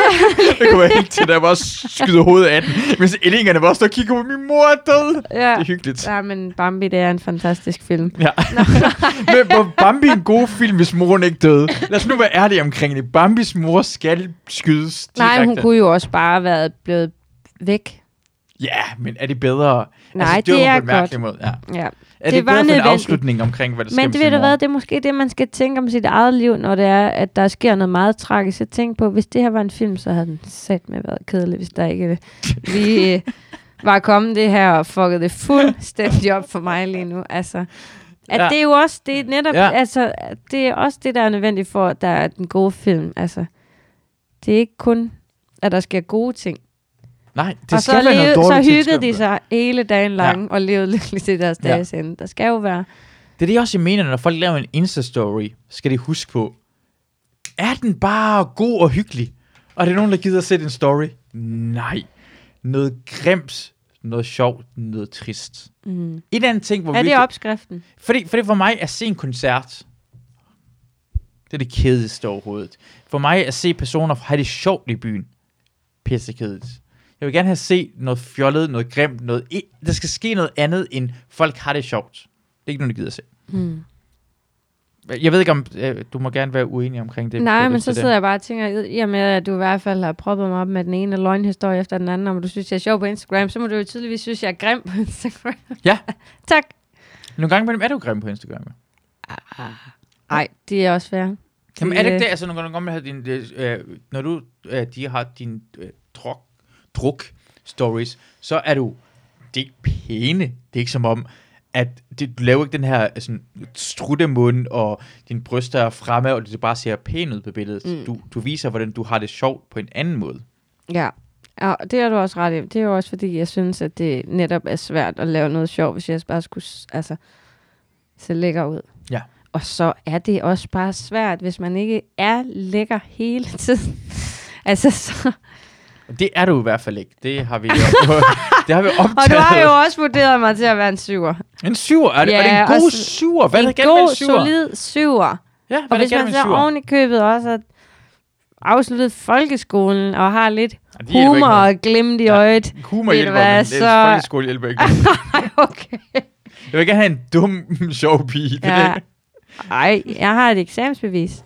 S1: Det kommer helt til, der bare skyder hovedet af den. Mens ællingerne bare står og kigger på, min mor er død. Det
S2: Ja.
S1: er hyggeligt.
S2: Ja, men Bambi, det er en fantastisk film.
S1: Ja. Men var Bambi en god film, hvis moren ikke døde? Lad os nu være ærlige omkring det. Bambis mor skal skydes direkte.
S2: Nej, hun kunne jo også bare have været blevet væk.
S1: Ja, men er det bedre? Altså,
S2: Nej,
S1: dør
S2: det
S1: hun
S2: er
S1: på en mærkelig Måde. Ja.
S2: Ja.
S1: er det,
S2: det
S1: det
S2: var
S1: bedre for en
S2: nødvendigt.
S1: afslutning omkring, hvad der sker
S2: Men
S1: med
S2: det
S1: sin
S2: ved du
S1: mor?
S2: hvad, det er måske det, man skal tænke om sit eget liv, når det er, at der sker noget meget tragisk. Så tænk på, hvis det her var en film, så havde den sat med været kedelig, hvis der ikke
S1: [laughs]
S2: vi øh, var kommet det her og fuckede det fuldstændig op for mig lige nu. Altså, at
S1: Ja. Mm.
S2: ja. det er jo også, det er netop,
S1: Ja.
S2: ja. altså, at det er også det, der er nødvendigt for, at der er den gode film. Altså, det er ikke kun, at der sker gode ting.
S1: Nej,
S2: og
S1: det
S2: så,
S1: skal være noget
S2: så
S1: dårligt. til et
S2: hyggede de
S1: skønt.
S2: sig hele dagen lang ja. og levede lykkeligt i deres
S1: Ja.
S2: ja. dages ende. Der skal jo være
S1: Det er det, jeg også mener, når folk laver en Insta-story, skal de huske på, er den bare god og hyggelig? Og er det nogen, der gider at sætte en story? Nej. Noget grimt, noget sjovt, noget trist. Mm. En anden ting, hvor
S2: Er
S1: vi...
S2: det opskriften?
S1: Fordi, fordi for mig at se en koncert, det er det kedeligste overhovedet. For mig at se personer have det sjovt i byen, pissekedeligt. Jeg vil gerne have set noget fjollet, noget grimt, noget... i- Der skal ske noget andet, end folk har det sjovt. Det er ikke nogen, der gider at se.
S2: Hmm.
S1: Jeg ved ikke om, øh, du må gerne være uenig omkring det. hvis du
S2: Nej,
S1: har
S2: men
S1: lyst
S2: så
S1: til det.
S2: sidder jeg bare og tænker, i og med at du i hvert fald har proppet mig op med den ene løgnhistorie efter den anden, om du synes, jeg er sjov på Instagram, så må du jo tydeligvis synes, jeg er grim på Instagram.
S1: Ja.
S2: [laughs] tak.
S1: Nogle gange imellem er du grim på Instagram. jo.
S2: Nej, det er også fair.
S1: Jamen er det
S2: øh,
S1: ikke det? Altså, nogle gange imellem har din, øh, når du øh, de har din øh, druk, druk stories, så er du, det er ikke pæne. Det er ikke som om, at det, du laver ikke den her øh, sådan, struttemund, og dine bryster er fremme, og det bare ser pænt ud på billedet. Mm. Du, du viser, hvordan du har det sjovt på en anden måde.
S2: Ja. ja, det har du også ret i. Det er jo også, fordi jeg synes, at det netop er svært at lave noget sjovt, hvis jeg bare skulle s- altså, se lækker ud.
S1: Ja.
S2: Og så er det også bare svært, hvis man ikke er lækker hele tiden. [laughs] altså, så...
S1: Og det er du i hvert fald ikke. Det
S2: [laughs]
S1: har vi, det har vi optaget.
S2: Og du har jo også vurderet mig til at være en syver.
S1: En syver? Er det, ja, er det
S2: Ja,
S1: en god
S2: også-
S1: syver? Hvad er
S2: en
S1: det galt med en
S2: god,
S1: syver?
S2: solid syver.
S1: Ja, hvad
S2: Og
S1: er det
S2: hvis
S1: galt
S2: man
S1: med en
S2: så
S1: syver?
S2: oven i købet også har afsluttet folkeskolen og har lidt
S1: Ja, det hjælper
S2: humor
S1: ikke noget.
S2: og glimt i
S1: Ja.
S2: øjet. [laughs]
S1: Humor
S2: Ved du
S1: hjælper,
S2: hvad,
S1: men det
S2: så-
S1: er faktisk skole hjælper ikke.
S2: Ej, okay.
S1: Jeg vil gerne have en dum, [laughs] sjov pige. Ja.
S2: Ja. Ej, jeg har et eksamensbevis.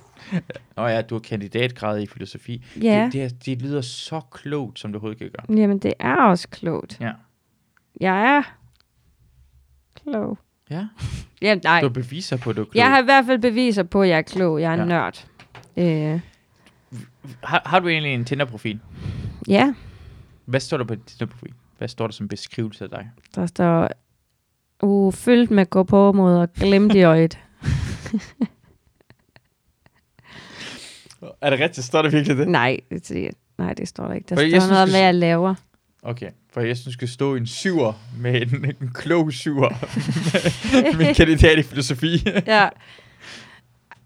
S1: Nå ja, du har kandidatgrad i filosofi.
S2: Ja.
S1: Det, det, er- det lyder så klogt, som det overhovedet kan gøre.
S2: Jamen, det er også klogt.
S1: Ja.
S2: Jeg er klog.
S1: Ja,
S2: Jamen, nej.
S1: du har beviser på, at du er klog.
S2: Jeg har i hvert fald beviser på, at jeg er klog. Jeg er
S1: Ja.
S2: ja. nørd. Øh,
S1: Har, har du egentlig en Tinder-profil?
S2: ja,
S1: Hvad står der på din Tinder-profil? Hvad står der som beskrivelse af dig?
S2: der står ufyldt med gå på mod og glemt i øjet.
S1: Er det rigtigt? Står der virkelig det?
S2: Nej, det, det- nej, det står der ikke. Der
S1: Fordi
S2: Fordi
S1: jeg
S2: står
S1: synes,
S2: noget
S1: det-
S2: med, at jeg
S1: [laughs]
S2: laver.
S1: Okay, for jeg synes, du skal stå en syver med en, en klog
S2: [laughs]
S1: syver [laughs] med en kandidat i filosofi.
S2: ja.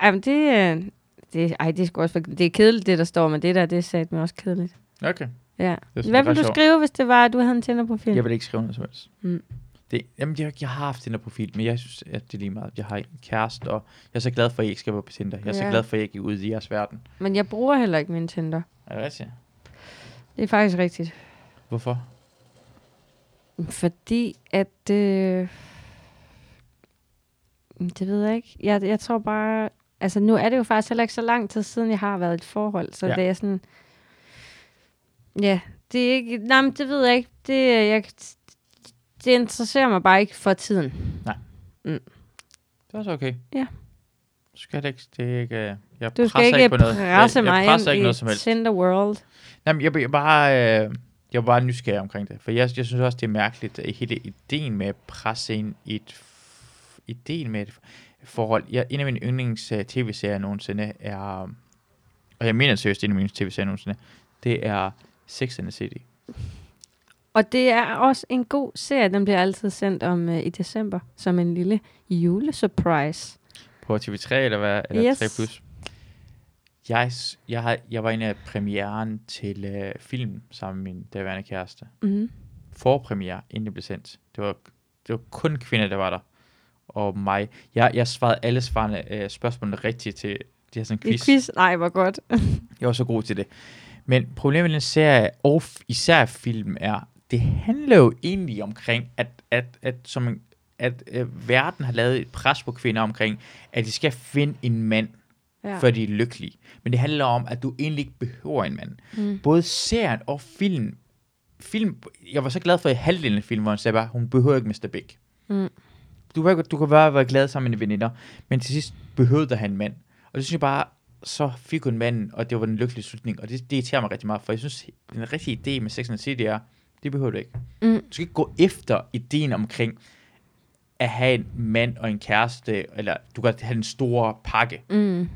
S2: Jamen, det, øh, det, ej, det, er sgu også, for- det er kedeligt, det der står, men det der, det sagde mig også kedeligt.
S1: okay.
S2: Ja.
S1: Det er
S2: Hvad
S1: ret
S2: ville du
S1: sjovt.
S2: skrive, hvis det var, at du havde en Tinder-profil?
S1: Jeg vil ikke skrive noget som helst.
S2: Mm.
S1: Det, jamen, jeg, jeg har haft Tinder-profil, men jeg synes, at det er lige meget. Jeg har en kæreste, og jeg er så glad for, at I ikke skal være på Tinder. Jeg er så
S2: Ja.
S1: glad for, at I ikke er ude i jeres verden.
S2: Men jeg bruger heller ikke min Tinder.
S1: Er det rigtigt?
S2: Det er faktisk rigtigt.
S1: Hvorfor?
S2: Fordi at... Øh, det ved jeg ikke. Jeg, jeg tror bare... Altså, nu er det jo faktisk heller ikke så lang tid siden, jeg har været i et forhold, så
S1: Ja.
S2: ja. det er sådan... Ja, det er ikke... Nej, men det ved jeg ikke. Det, øh, jeg, det interesserer mig bare ikke for tiden.
S1: Det er også okay.
S2: Ja.
S1: Du skal heller ikke, det er ikke, øh, jeg
S2: Du
S1: presser
S2: skal ikke
S1: på noget.
S2: presse
S1: jeg,
S2: mig
S1: jeg presser
S2: ind
S1: ikke noget
S2: i
S1: som helst.
S2: Tinder World.
S1: Jamen, jeg, jeg, bare, øh, jeg var bare nysgerrig omkring det, for jeg, jeg synes også, det er mærkeligt, at hele ideen med at presse ind i et, f- ideen med et forhold. Jeg, en af mine yndlings uh, tv-serier nogensinde er, og jeg mener seriøst, en af mine tv-serier nogensinde, det er Sex and the City.
S2: Og det er også en god serie. Den bliver altid sendt om øh, i december, som en lille julesurprise.
S1: På TV3 eller hvad? Eller
S2: Yes.
S1: 3 plus. Jeg, s- jeg, har, jeg var inde af premieren til øh, film sammen med min daværende kæreste.
S2: Mm.
S1: forpremiere, inden det blev sendt. Det var, det var kun kvinder, der var der. Og mig. Jeg, jeg svarede alle svarene, øh, spørgsmålene rigtigt til det her sådan
S2: I
S1: quiz.
S2: quiz? Nej, hvor godt.
S1: Jeg var så god til det. Men problemet med den serie, og f- især film, er, det handler jo egentlig omkring, at, at, at, som, en- at øh, verden har lavet et pres på kvinder omkring, at de skal finde en mand, ja.
S2: Ja.
S1: før de er lykkelige. Men det handler om, at du egentlig ikke behøver en mand. Mm. Både serien og film, film, jeg var så glad for i halvdelen af filmen, hvor hun sagde bare, hun behøver ikke Mr. Big.
S2: Mm.
S1: du, kan, du kan bare være glad sammen med dine veninder, men til sidst behøvede han en mand. Og det synes jeg bare, så fik hun manden, og det var den lykkelige slutning, og det, det irriterer mig rigtig meget, for jeg synes, den rigtige idé med Sex and the City er, det behøver du ikke.
S2: Mm.
S1: Du skal ikke gå efter ideen omkring at have en mand og en kæreste, eller du kan have den store pakke.
S2: Mm.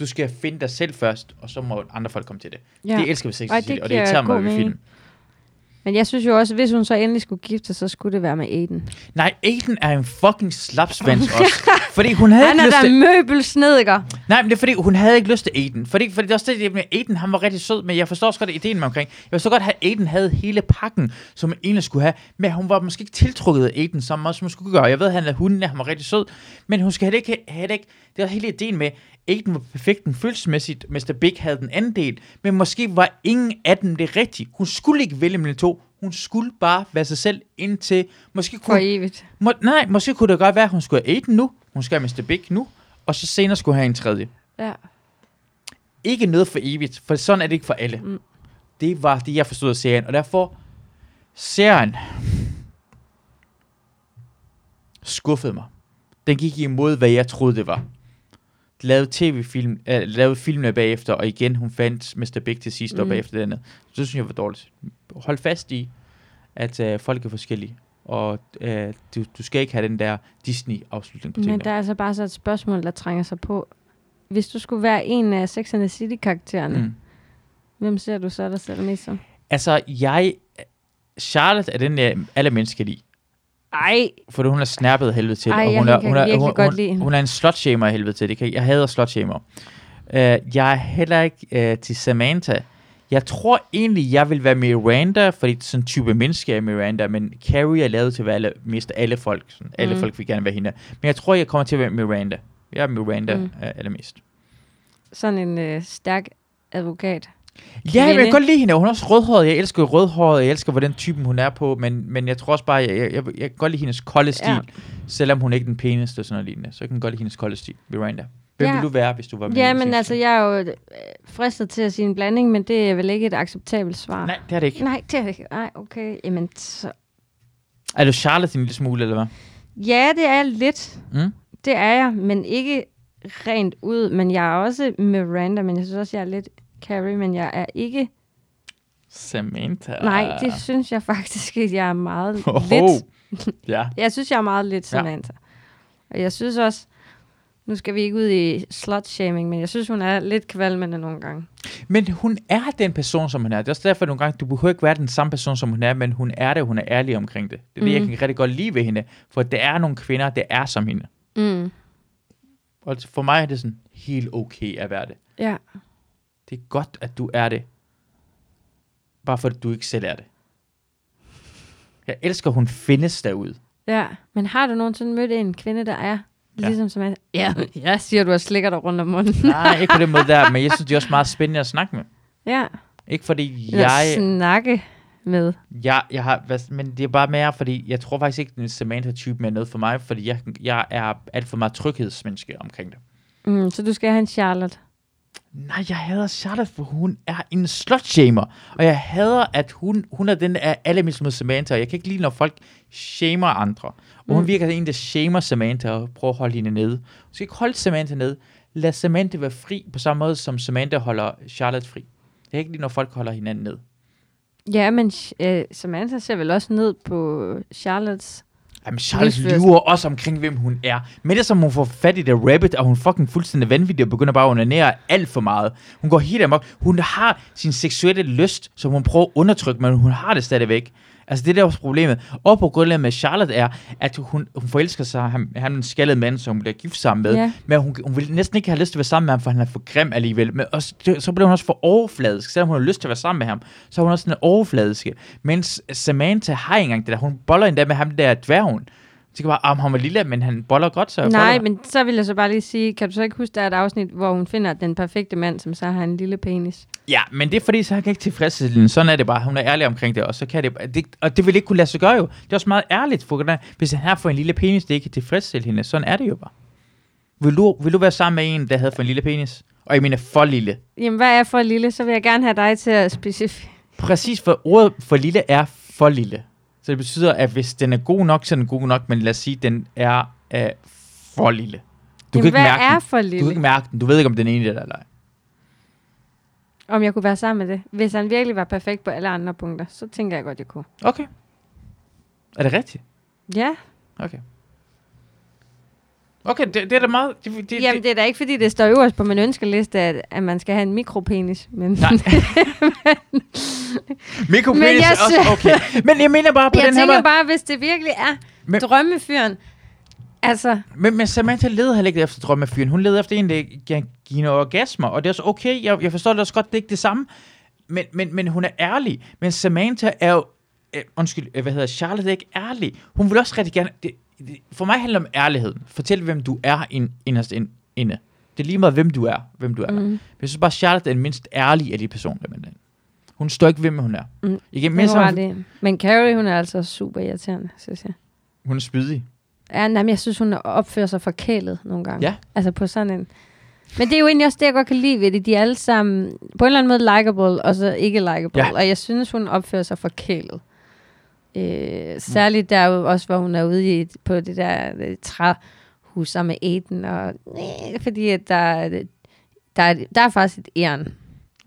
S1: Du skal finde dig selv først, og så må andre folk komme til det.
S2: Ja.
S1: Ja. Det elsker vi Sex
S2: Ej,
S1: and
S2: det
S1: the City, og det
S2: giver
S1: irriterer
S2: god
S1: mig ved
S2: mening.
S1: film.
S2: Men jeg synes jo også, hvis hun så endelig skulle gifte sig, så skulle det være med Aiden.
S1: Nej, Aiden er en
S2: [laughs]
S1: fucking slapsvans også. fordi hun havde
S2: Han
S1: ikke
S2: er
S1: lyst
S2: da
S1: til...
S2: møbelsnedker.
S1: Nej, men det er fordi, hun havde ikke lyst til Aiden. Fordi, fordi det er også det, det med Aiden, han var rigtig sød, men jeg forstår også godt ideen med omkring. Jeg forstår godt, at Aiden havde hele pakken, som man egentlig skulle have, men hun var måske ikke tiltrukket af Aiden så meget, som hun skulle gøre. Jeg ved, at han er hunden, han var rigtig sød, men hun skal heller ikke have det ikke. Det var hele ideen med, Aiden var perfekt den følelsesmæssigt, Mr. Big havde den anden del, men måske var ingen af dem det rigtige. Hun skulle ikke vælge mellem de to. Hun skulle bare være sig selv indtil... Måske
S2: For
S1: kunne
S2: evigt.
S1: Må, nej, måske kunne det godt være, at hun skulle have Aiden nu, hun skal have Mr. Big nu, og så senere skulle have en tredje.
S2: Ja.
S1: Ikke noget for evigt, for sådan er det ikke for alle.
S2: Mm.
S1: Mm. Det var det, jeg forstod af serien, og derfor serien skuffede mig. Den gik imod, hvad jeg troede, det var. Lavede tv-film, äh, lavede filmene bagefter, og igen, hun fandt Mr. Big til sidst, mm. og
S2: Mm.
S1: bagefter det andet. Så det synes jeg var dårligt. Hold fast i, at øh, folk er forskellige, og øh, du, du skal ikke have den der Disney-afslutning på
S2: Men
S1: tingene.
S2: der er altså bare så et spørgsmål, der trænger sig på. Hvis du skulle være en af Sex and the City-karaktererne, mm.
S1: Mm.
S2: hvem ser du så dig selv mest som?
S1: Altså, jeg... Charlotte er den, jeg allermindst kan lide.
S2: Ej,
S1: Fordi hun er snappet af helvede til.
S2: Ej, jeg
S1: hun
S2: kan virkelig
S1: hun,
S2: godt
S1: hun,
S2: lide hende.
S1: Hun er en slutshamer af helvede til. Det kan, jeg hader slutshamer. Uh, jeg er heller ikke uh, til Samantha. Jeg tror egentlig, jeg vil være Miranda, fordi sådan en type menneske er Miranda, men Carrie er lavet til at være alle, mest alle folk. Sådan, alle
S2: Mm.
S1: folk vil gerne være hende. Men jeg tror, jeg kommer til at være Miranda. Jeg er Miranda
S2: Mm.
S1: mm. uh, allermest.
S2: sådan en øh, stærk advokat.
S1: Ja, jeg
S2: Kvinde.
S1: kan godt lide hende. Hun er også rødhåret. Jeg elsker rødhåret. Jeg elsker, hvordan typen hun er på. Men, men jeg tror også bare, jeg, jeg, jeg, jeg kan godt lide hendes kolde stil.
S2: Ja.
S1: Ja. Selvom hun ikke er den pæneste og sådan noget lignende. Så jeg kan godt lide hendes kolde stil. Miranda. Hvem
S2: Ja.
S1: ja. ville du være, hvis du var med? i
S2: Ja,
S1: Sex
S2: men
S1: and
S2: altså,
S1: the City?
S2: jeg er jo øh, fristet til at sige en blanding, men det er vel ikke et acceptabelt svar.
S1: Nej, det er det ikke.
S2: Nej, det er ikke. Nej, okay. Jamen, så...
S1: Er du Charlotte en lille smule, eller hvad?
S2: Ja, det er jeg lidt.
S1: Mm?
S2: Det er jeg, men ikke rent ud. Men jeg er også Miranda, men jeg synes også, jeg er lidt Carrie, men jeg er ikke...
S1: Samantha.
S2: Nej, det synes jeg faktisk, at jeg er meget
S1: [laughs] Oho.
S2: lidt.
S1: Ja.
S2: Jeg synes, jeg er meget lidt Samantha. Og jeg synes også... Nu skal vi ikke ud i slut-shaming, men jeg synes, hun er lidt kvalmende nogle gange.
S1: Men hun er den person, som hun er. Det er også derfor, at nogle gange, du behøver ikke være den samme person, som hun er, men hun er det, hun er ærlig omkring det. Det er det,
S2: Mhm.
S1: jeg kan rigtig godt lide ved hende, for der er nogle kvinder, der er som hende.
S2: Mm.
S1: Og for mig er det sådan helt okay at være det.
S2: Ja.
S1: Det er godt, at du er det. Bare fordi du ikke selv er det. Jeg elsker, at hun findes derude.
S2: Ja, men har du nogensinde mødt en kvinde, der er ja.
S1: Ja.
S2: ligesom som jeg? Ja, jeg siger, du har slikker dig rundt om munden.
S1: Nej, ikke på den måde der, men jeg synes, det er også meget spændende at snakke med.
S2: ja,
S1: Ikke fordi
S2: eller jeg...
S1: jeg,
S2: snakke med.
S1: jeg, jeg har, hvad- men det er bare mere, fordi jeg tror faktisk ikke, den Samantha-typen er noget for mig, fordi jeg, jeg er alt for meget tryghedsmenneske omkring det.
S2: Mm, så du skal have en Charlotte.
S1: Nej, jeg hader Charlotte, for hun er en slutshamer. Og jeg hader, at hun, hun er den der er allermest mod Samantha. og Jeg kan ikke lide, når folk shamer andre. Og hun
S2: Mm.
S1: virker en, der shamer Samantha og prøver at holde hende nede. Hun skal ikke holde Samantha nede. Lad Samantha være fri på samme måde, som Samantha holder Charlotte fri. Jeg kan ikke lide, når folk holder hinanden ned.
S2: Ja, men øh, Samantha ser vel også ned på Charlottes.
S1: Jamen, Charlotte
S2: Livsførsel.
S1: lyver også omkring, hvem hun er. Men det er som, hun får fat i The Rabbit, og hun fucking fuldstændig vanvittig og begynder bare at onanere alt for meget. Hun går helt amok. Hun har sin seksuelle lyst, som hun prøver at undertrykke, men hun har det stadigvæk. Altså, det er der også problemet. Og på grundlag med Charlotte er, at hun, hun forelsker sig, han, han er en skaldet mand, som hun bliver gift sammen med.
S2: Ja.
S1: Men hun, hun vil næsten ikke have lyst til at være sammen med ham, for han er for grim alligevel. Men også, det, så bliver hun også for overfladisk. Selvom hun har lyst til at være sammen med ham, så er hun også sådan overfladisk. Mens Samantha har ikke engang det der. Hun boller endda med ham der dværgen. Så kan bare, om han var lille, men han boller godt, så jeg
S2: Nej,
S1: boller.
S2: men så vil jeg så bare lige sige, kan du så ikke huske, der er et afsnit, hvor hun finder den perfekte mand, som så har en lille penis?
S1: Ja, men det er fordi, så han kan ikke tilfredsstille hende. Sådan er det bare. Hun er ærlig omkring det, og så kan det, det og det vil ikke kunne lade sig gøre jo. Det er også meget ærligt, for hvordan- hvis han har fået en lille penis, det ikke kan tilfredsstille hende. Sådan er det jo bare. Vil du, vil du være sammen med en, der havde fået en lille penis? Og jeg mener for lille.
S2: Jamen, hvad er for lille? Så vil jeg gerne have dig til at specificere.
S1: Præcis, for ordet for lille er for lille. Så det betyder, at hvis den er god nok, så er den god nok, men lad os sige, at den er øh, for lille. Du
S2: Jamen,
S1: kan ikke
S2: hvad
S1: mærke
S2: er
S1: den.
S2: for
S1: Du kan
S2: lille?
S1: ikke mærke den. Du ved ikke, om den ene er der eller ej.
S2: Om jeg kunne være sammen med det. Hvis han virkelig var perfekt på alle andre punkter, så tænker jeg godt, jeg kunne.
S1: Okay. Er det rigtigt?
S2: Ja,
S1: Okay. Okay, det, det er da meget... Det, det,
S2: det, Jamen, det er da ikke, fordi det står øverst på min ønskeliste, at, at man skal have en mikropenis. Men
S1: Nej. Mikropenis
S2: Men jeg
S1: er også
S2: sy-
S1: okay. Men jeg
S2: [laughs]
S1: mener bare på
S2: [laughs] jeg
S1: den her
S2: tænker
S1: måde.
S2: bare, hvis det virkelig er
S1: Men-
S2: men, drømmefyren. Altså,
S1: Men, men Samantha leder heller ikke efter drømmefyren. Hun leder efter en, der kan give noget orgasmer. Og det er også okay. Jeg, jeg forstår det også godt, det er ikke det samme. Men, men, men hun er ærlig. Men Samantha er jo... Øh, undskyld, øh, hvad hedder Charlotte er ikke ærlig. Hun vil også rigtig gerne... Det, det, for mig handler det om ærligheden. Fortæl, hvem du er ind, inderst ind, inde. Det er lige meget, hvem du er. Hvem du er.
S2: Mm-hmm.
S1: Mm. Men jeg synes bare, Charlotte er den mindst ærlige af de personer, der er. Hun står ikke ved, hvem hun er. Mm. Igen,
S2: men,
S1: mens
S2: hun
S1: hun,
S2: det. men Carrie, hun er altså super irriterende, synes jeg.
S1: hun er spydig.
S2: Ja, nej, men jeg synes, hun opfører sig forkælet nogle gange.
S1: Ja.
S2: Altså på sådan en... Men det er jo egentlig også det, jeg godt kan lide ved det. De er alle sammen på en eller anden måde likable, og så ikke likable.
S1: Ja.
S2: Ja. Og jeg synes, hun opfører sig forkælet. Øh, særligt der jo også, hvor hun er ude i, et- på det der øh, træhus sammen med Aiden. Og, øh, fordi at der, er- der, er, der er faktisk et æren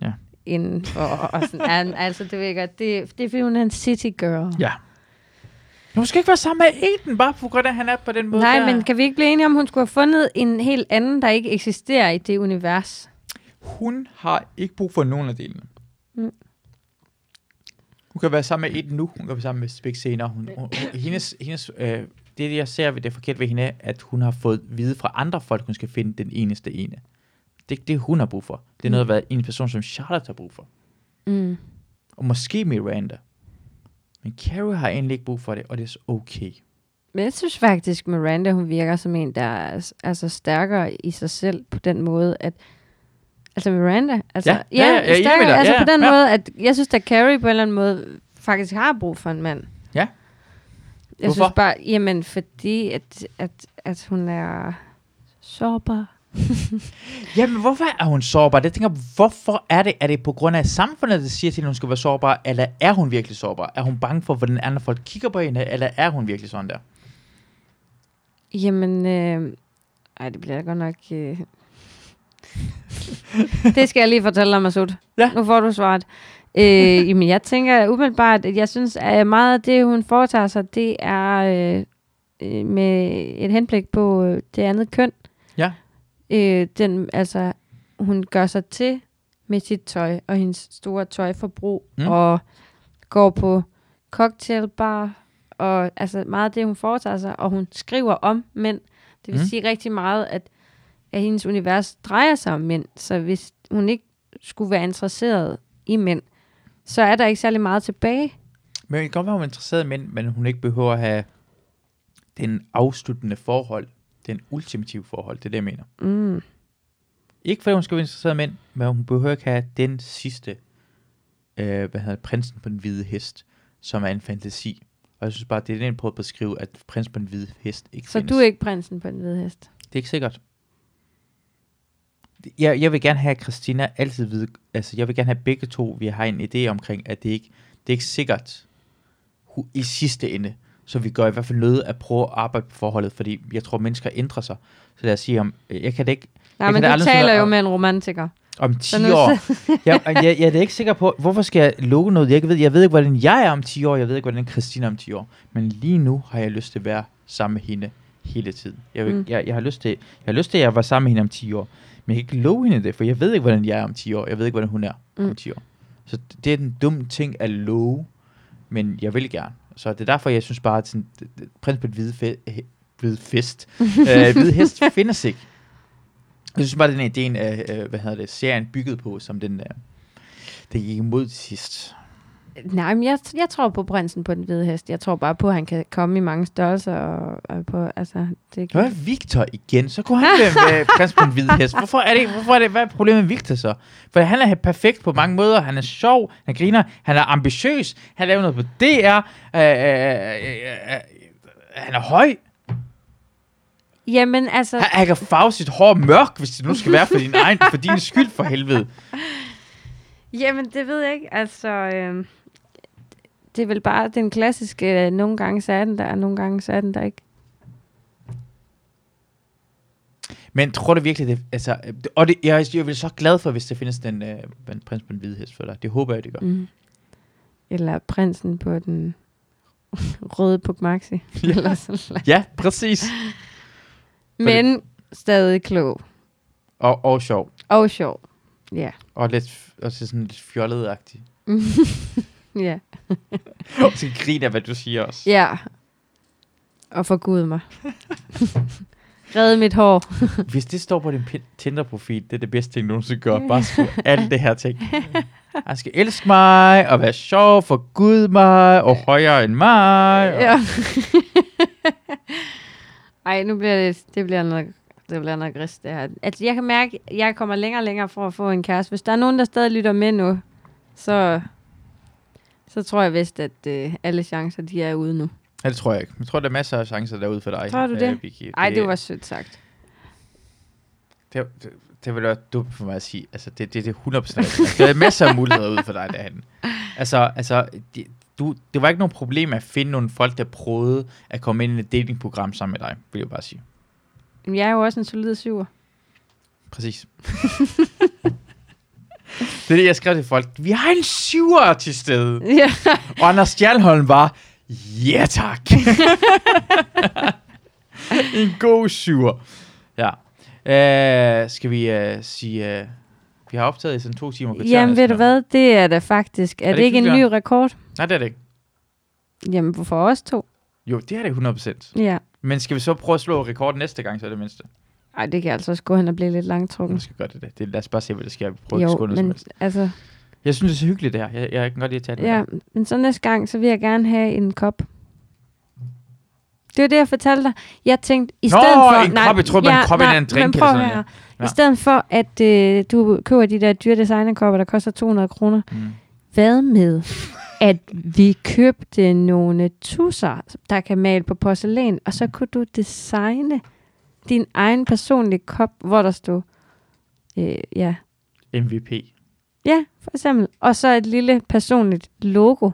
S1: Ja.
S2: inden for. Og sådan, ja, altså, det ved jeg godt. Det, det er, fordi hun er en city girl.
S1: Ja. Hun skal ikke være sammen med Aiden, bare på grund af, at han er på den måde.
S2: Nej,
S1: der.
S2: men kan vi ikke blive enige om, hun skulle have fundet en helt anden, der ikke eksisterer i det univers?
S1: Hun har ikke brug for nogen af delene. Mm. Hun kan være sammen med Aiden nu, hun kan være sammen med Spik senere. Hun, hun, hun, hendes, hendes, øh, det, det, jeg ser ved det er forkert ved hende, er, at hun har fået vide fra andre folk, hun skal finde den eneste ene. Det er ikke det, hun har brug for. Det er noget, hvad en person som Charlotte har brug for.
S2: Mm.
S1: Og måske Miranda. Men Carrie har egentlig ikke brug for det, og det er så okay.
S2: Men jeg synes faktisk, Miranda, hun virker som en, der er s- altså stærkere i sig selv på den måde, at Altså Miranda. Altså,
S1: Ja, ja, ja, jeg er enig med
S2: stærkere,
S1: dig.
S2: Altså
S1: Ja,
S2: på den
S1: ja.
S2: måde, at jeg synes, at Carrie på en eller anden måde faktisk har brug for en mand.
S1: Ja.
S2: Jeg
S1: Hvorfor?
S2: synes bare, jamen fordi, at, at, at hun er sårbar.
S1: Jamen, hvorfor er hun sårbar? Jeg tænker, hvorfor er det? Er det på grund af samfundet, der siger til hende, hun skal være sårbar? Eller er hun virkelig sårbar? Er hun bange for, hvordan andre folk kigger på hende? Eller er hun virkelig sådan der?
S2: Jamen, øh, ej, det bliver godt nok... Øh. [laughs] det skal jeg lige fortælle dig, Masud.
S1: Ja.
S2: Nu får du svaret. Øh,
S1: [laughs]
S2: jamen, jeg tænker umiddelbart, at jeg synes, at meget af det, hun foretager sig, det er øh, øh, med et henblik på øh, det andet køn.
S1: Ja.
S2: Øh, den, altså, hun gør sig til med sit tøj og hendes store tøjforbrug,
S1: Mm.
S2: mm. og går på cocktailbar, og altså meget af det, hun foretager sig, og hun skriver om mænd. Det vil
S1: Mm.
S2: mm. sige rigtig meget, at, at hendes univers drejer sig om mænd, så hvis hun ikke skulle være interesseret i mænd, så er der ikke særlig meget tilbage.
S1: Men det kan godt være, hun er interesseret i mænd, men hun ikke behøver at have den afsluttende forhold. Den ultimative forhold, det er det, jeg mener.
S2: Mm.
S1: Ikke fordi hun skal være interesseret i mænd, men hun behøver ikke have den sidste, øh, hvad hedder det, prinsen på den hvide hest, som er en fantasi. Og jeg synes bare, det er det, jeg prøver at beskrive, at prinsen på den hvide hest ikke
S2: Så
S1: findes.
S2: du er ikke prinsen på den hvide hest.
S1: Det er ikke sikkert. Jeg, jeg vil gerne have, at Christina altid ved, altså jeg vil gerne have begge to, vi har en idé omkring, at det ikke det er ikke sikkert hu- i sidste ende. Så vi gør i hvert fald noget at prøve at arbejde på forholdet, fordi jeg tror, mennesker ændrer sig. Så lad os sige, om, jeg kan det ikke...
S2: Nej,
S1: jeg
S2: men
S1: kan da
S2: du
S1: aldrig finde ud
S2: taler
S1: af-
S2: jo med en romantiker.
S1: om 10
S2: nu-
S1: år. jeg, jeg, jeg, er da ikke sikker på, hvorfor skal jeg lukke noget, jeg ikke ved. Jeg ved ikke, hvordan jeg er om 10 år, jeg ved ikke, hvordan Christina er om 10 år. Men lige nu har jeg lyst til at være sammen med hende hele tiden. Jeg, vil, mm.
S2: Mm.
S1: jeg, jeg, har lyst til, jeg har lyst til, at jeg var sammen med hende om 10 år. Men jeg kan ikke love hende det, for jeg ved ikke, hvordan jeg er om 10 år. Jeg ved ikke, hvordan hun er mm. om
S2: Mm.
S1: 10 år. Så det- det er den dumme ting at love, men jeg vil gerne. Så det er derfor, jeg synes bare, at sådan, det- det- prins på et hvide, fe, he- hvide
S2: [laughs]
S1: fest, øh, hvide hest findes ikke. Jeg synes bare, det er den ideen af, øh, hvad hedder det, serien bygget på, som den, øh, den gik imod til sidst.
S2: Nej, men jeg, jeg tror på prinsen på den hvide hest. Jeg tror bare på, at han kan komme i mange størrelser. Og, og på, altså, det
S1: Det
S2: kan,
S1: var Victor igen, så kunne han være [laughs] med prins på en hvid hest. Hvorfor er det, hvorfor er det, hvad er problemet med Victor så? For han er perfekt på mange måder, han er sjov, han griner, han er ambitiøs, han laver noget på DR, øh, øh, øh, øh, han er høj,
S2: Jamen, altså...
S1: han, han kan farve sit hår mørk, hvis det nu skal være for din egen, for din skyld for helvede.
S2: Jamen, det ved jeg ikke. Altså, øh, øhm, det er vel bare den klassiske, øh, nogle gange så er den der, og nogle gange så er den der ikke.
S1: Men tror du virkelig, det, altså, øh, og det, jeg, jeg er vel så glad for, hvis der findes den øh, den prins på den hvide hest for dig. Det håber jeg, det gør.
S2: Mm. Eller prinsen på den [laughs] røde Pugmaxi.
S1: Ja.
S2: [laughs] ja. Eller sådan.
S1: Ja, præcis.
S2: Men stadig klog.
S1: Og, og sjov.
S2: Og sjov. Ja.
S1: Og lidt, f- og så sådan lidt fjollet-agtig.
S2: Ja.
S1: Og så griner jeg, hvad du siger også.
S2: Ja. Og forgud [laughs] mig. Red mit hår.
S1: Hvis det står på din pin- Tinder-profil, det er det bedste, ting, du nogensinde gør. Bare skriv alt det her
S2: [laughs]
S1: ting. Han skal elske mig, og være sjov, for Gud mig, og højere end mig. Og...
S2: Ja. [laughs] Ej, nu bliver det, det bliver nok, det bliver nok rist, det her. Altså, jeg kan mærke, at jeg kommer længere og længere for at få en kæreste. Hvis der er nogen, der stadig lytter med nu, så, så tror jeg vist, at øh, alle chancer, de er ude nu.
S1: Ja, det tror jeg ikke. Jeg tror, der er masser af chancer derude for dig.
S2: Tror du det?
S1: øh, Vicky.
S2: Ej, det var sødt sagt.
S1: Det, det, det ville være dumt for mig at sige. Altså, det, det, det er 100% rigtigt. Altså, Der er masser af muligheder ude for dig derhen. Altså, altså det, du, det var ikke nogen problem at finde nogle folk, der prøvede at komme ind i et datingprogram sammen med dig, vil jeg bare sige.
S2: Jamen, jeg er jo også en solid syver.
S1: Præcis. det er det, jeg skrev til folk. Vi har en syver til stede.
S2: [laughs] Ja.
S1: Og Anders Stjernholm var, ja tak. [laughs] en god syver. Ja. Øh, skal vi øh, sige, øh, vi har optaget i sådan to timer. og kvarter
S2: Jamen, ved
S1: næsten
S2: du
S1: nu.
S2: hvad? Det er da faktisk. Er, er det,
S1: det
S2: det ikke en
S1: ikke
S2: ny rekord?
S1: Nej, det er det ikke.
S2: Jamen, for os to.
S1: Jo, det er det 100%.
S2: Ja.
S1: Men skal vi så prøve at slå rekorden næste gang, så er det mindste.
S2: Ej, det kan altså også gå hen og blive lidt
S1: Nu
S2: langtrukken.
S1: skal vi gøre det, det. det. Lad os bare se, hvad der sker. Vi prøver at
S2: Jo,
S1: skåle noget som
S2: men
S1: helst.
S2: altså,
S1: Jeg synes, det er så hyggeligt, det her. Jeg, jeg kan godt lide at tage det.
S2: Ja, men så næste gang, så vil jeg gerne have en kop. Det var det, jeg fortalte dig. Jeg tænkte, i
S1: Nå,
S2: stedet for...
S1: en kop, jeg troede, man kom ind i en drink
S2: men
S1: eller
S2: prøv at
S1: sådan
S2: høre.
S1: noget. Ja.
S2: I stedet for, at øh, du køber de der dyre designerkopper, der koster 200 kroner.
S1: Mm.
S2: Hvad med, at vi købte nogle tusser, der kan male på porcelæn, og så kunne du designe din egen personlige kop, hvor der stod... Øh, ja,
S1: MVP.
S2: Ja, for eksempel. Og så et lille personligt logo.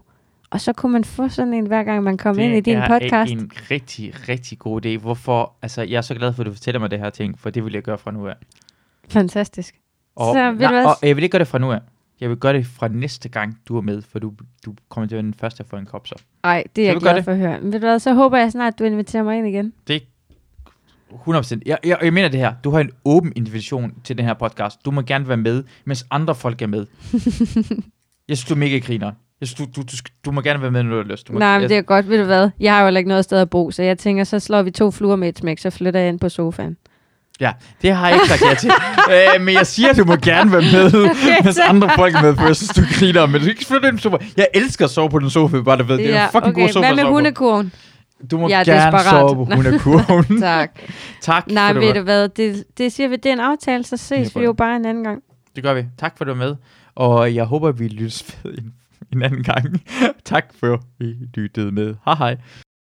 S2: Og så kunne man få sådan en, hver gang man kom
S1: Det
S2: ind i din
S1: er
S2: podcast.
S1: en rigtig, rigtig god idé. Hvorfor? Altså, jeg er så glad for, at du fortæller mig det her ting, for det vil jeg gøre fra nu af.
S2: Fantastisk.
S1: Og,
S2: Så vil
S1: nej,
S2: du hvad?
S1: og jeg vil ikke gøre det fra nu af. Jeg vil gøre det fra næste gang, du er med, for du, du kommer til at være den første at få en kop så.
S2: Ej, det er
S1: Så
S2: jeg
S1: vi gør
S2: glad
S1: det.
S2: for at høre. Men ved du hvad, så håber jeg snart, du inviterer mig ind igen.
S1: 100%. Jeg, jeg, jeg mener det her. Du har en åben invitation til den her podcast. Du må gerne være med, mens andre folk er
S2: [laughs]
S1: med. jeg synes, du er mega griner. Jeg synes, du, du, du, skal- du må gerne være med, når du har lyst. Du må,
S2: Nej,
S1: jeg,
S2: men det er godt, ved du hvad. Jeg har jo heller ikke noget sted at bo, så jeg tænker, så slår vi to fluer med et smæk, så flytter jeg ind på sofaen.
S1: Ja, det har jeg ikke sagt ja
S2: [laughs]
S1: til. øh, men jeg siger, at du må gerne være med, [laughs] okay, mens andre folk er med, for jeg synes, du griner. Men du kan ikke flytte den sofa. Jeg elsker at sove på den sofa, bare det ved. Det er en fucking okay. god sofa
S2: Hvad
S1: at
S2: med
S1: sove [laughs]
S2: hundekurven?
S1: på. Du må
S2: Jeg er
S1: gerne
S2: desperat.
S1: sove på hundekurven.
S2: [laughs] Tak.
S1: tak
S2: Nej,
S1: for
S2: ved
S1: det.
S2: du hvad, det, det siger vi, det er en aftale, så
S1: Ja,
S2: ses
S1: for
S2: vi jo
S1: det.
S2: bare en anden gang.
S1: Det gør vi. Tak for, at du var med. Og jeg [laughs] håber, vi lyttes ved en, en anden gang. tak for, at I lyttede med. Hej hej.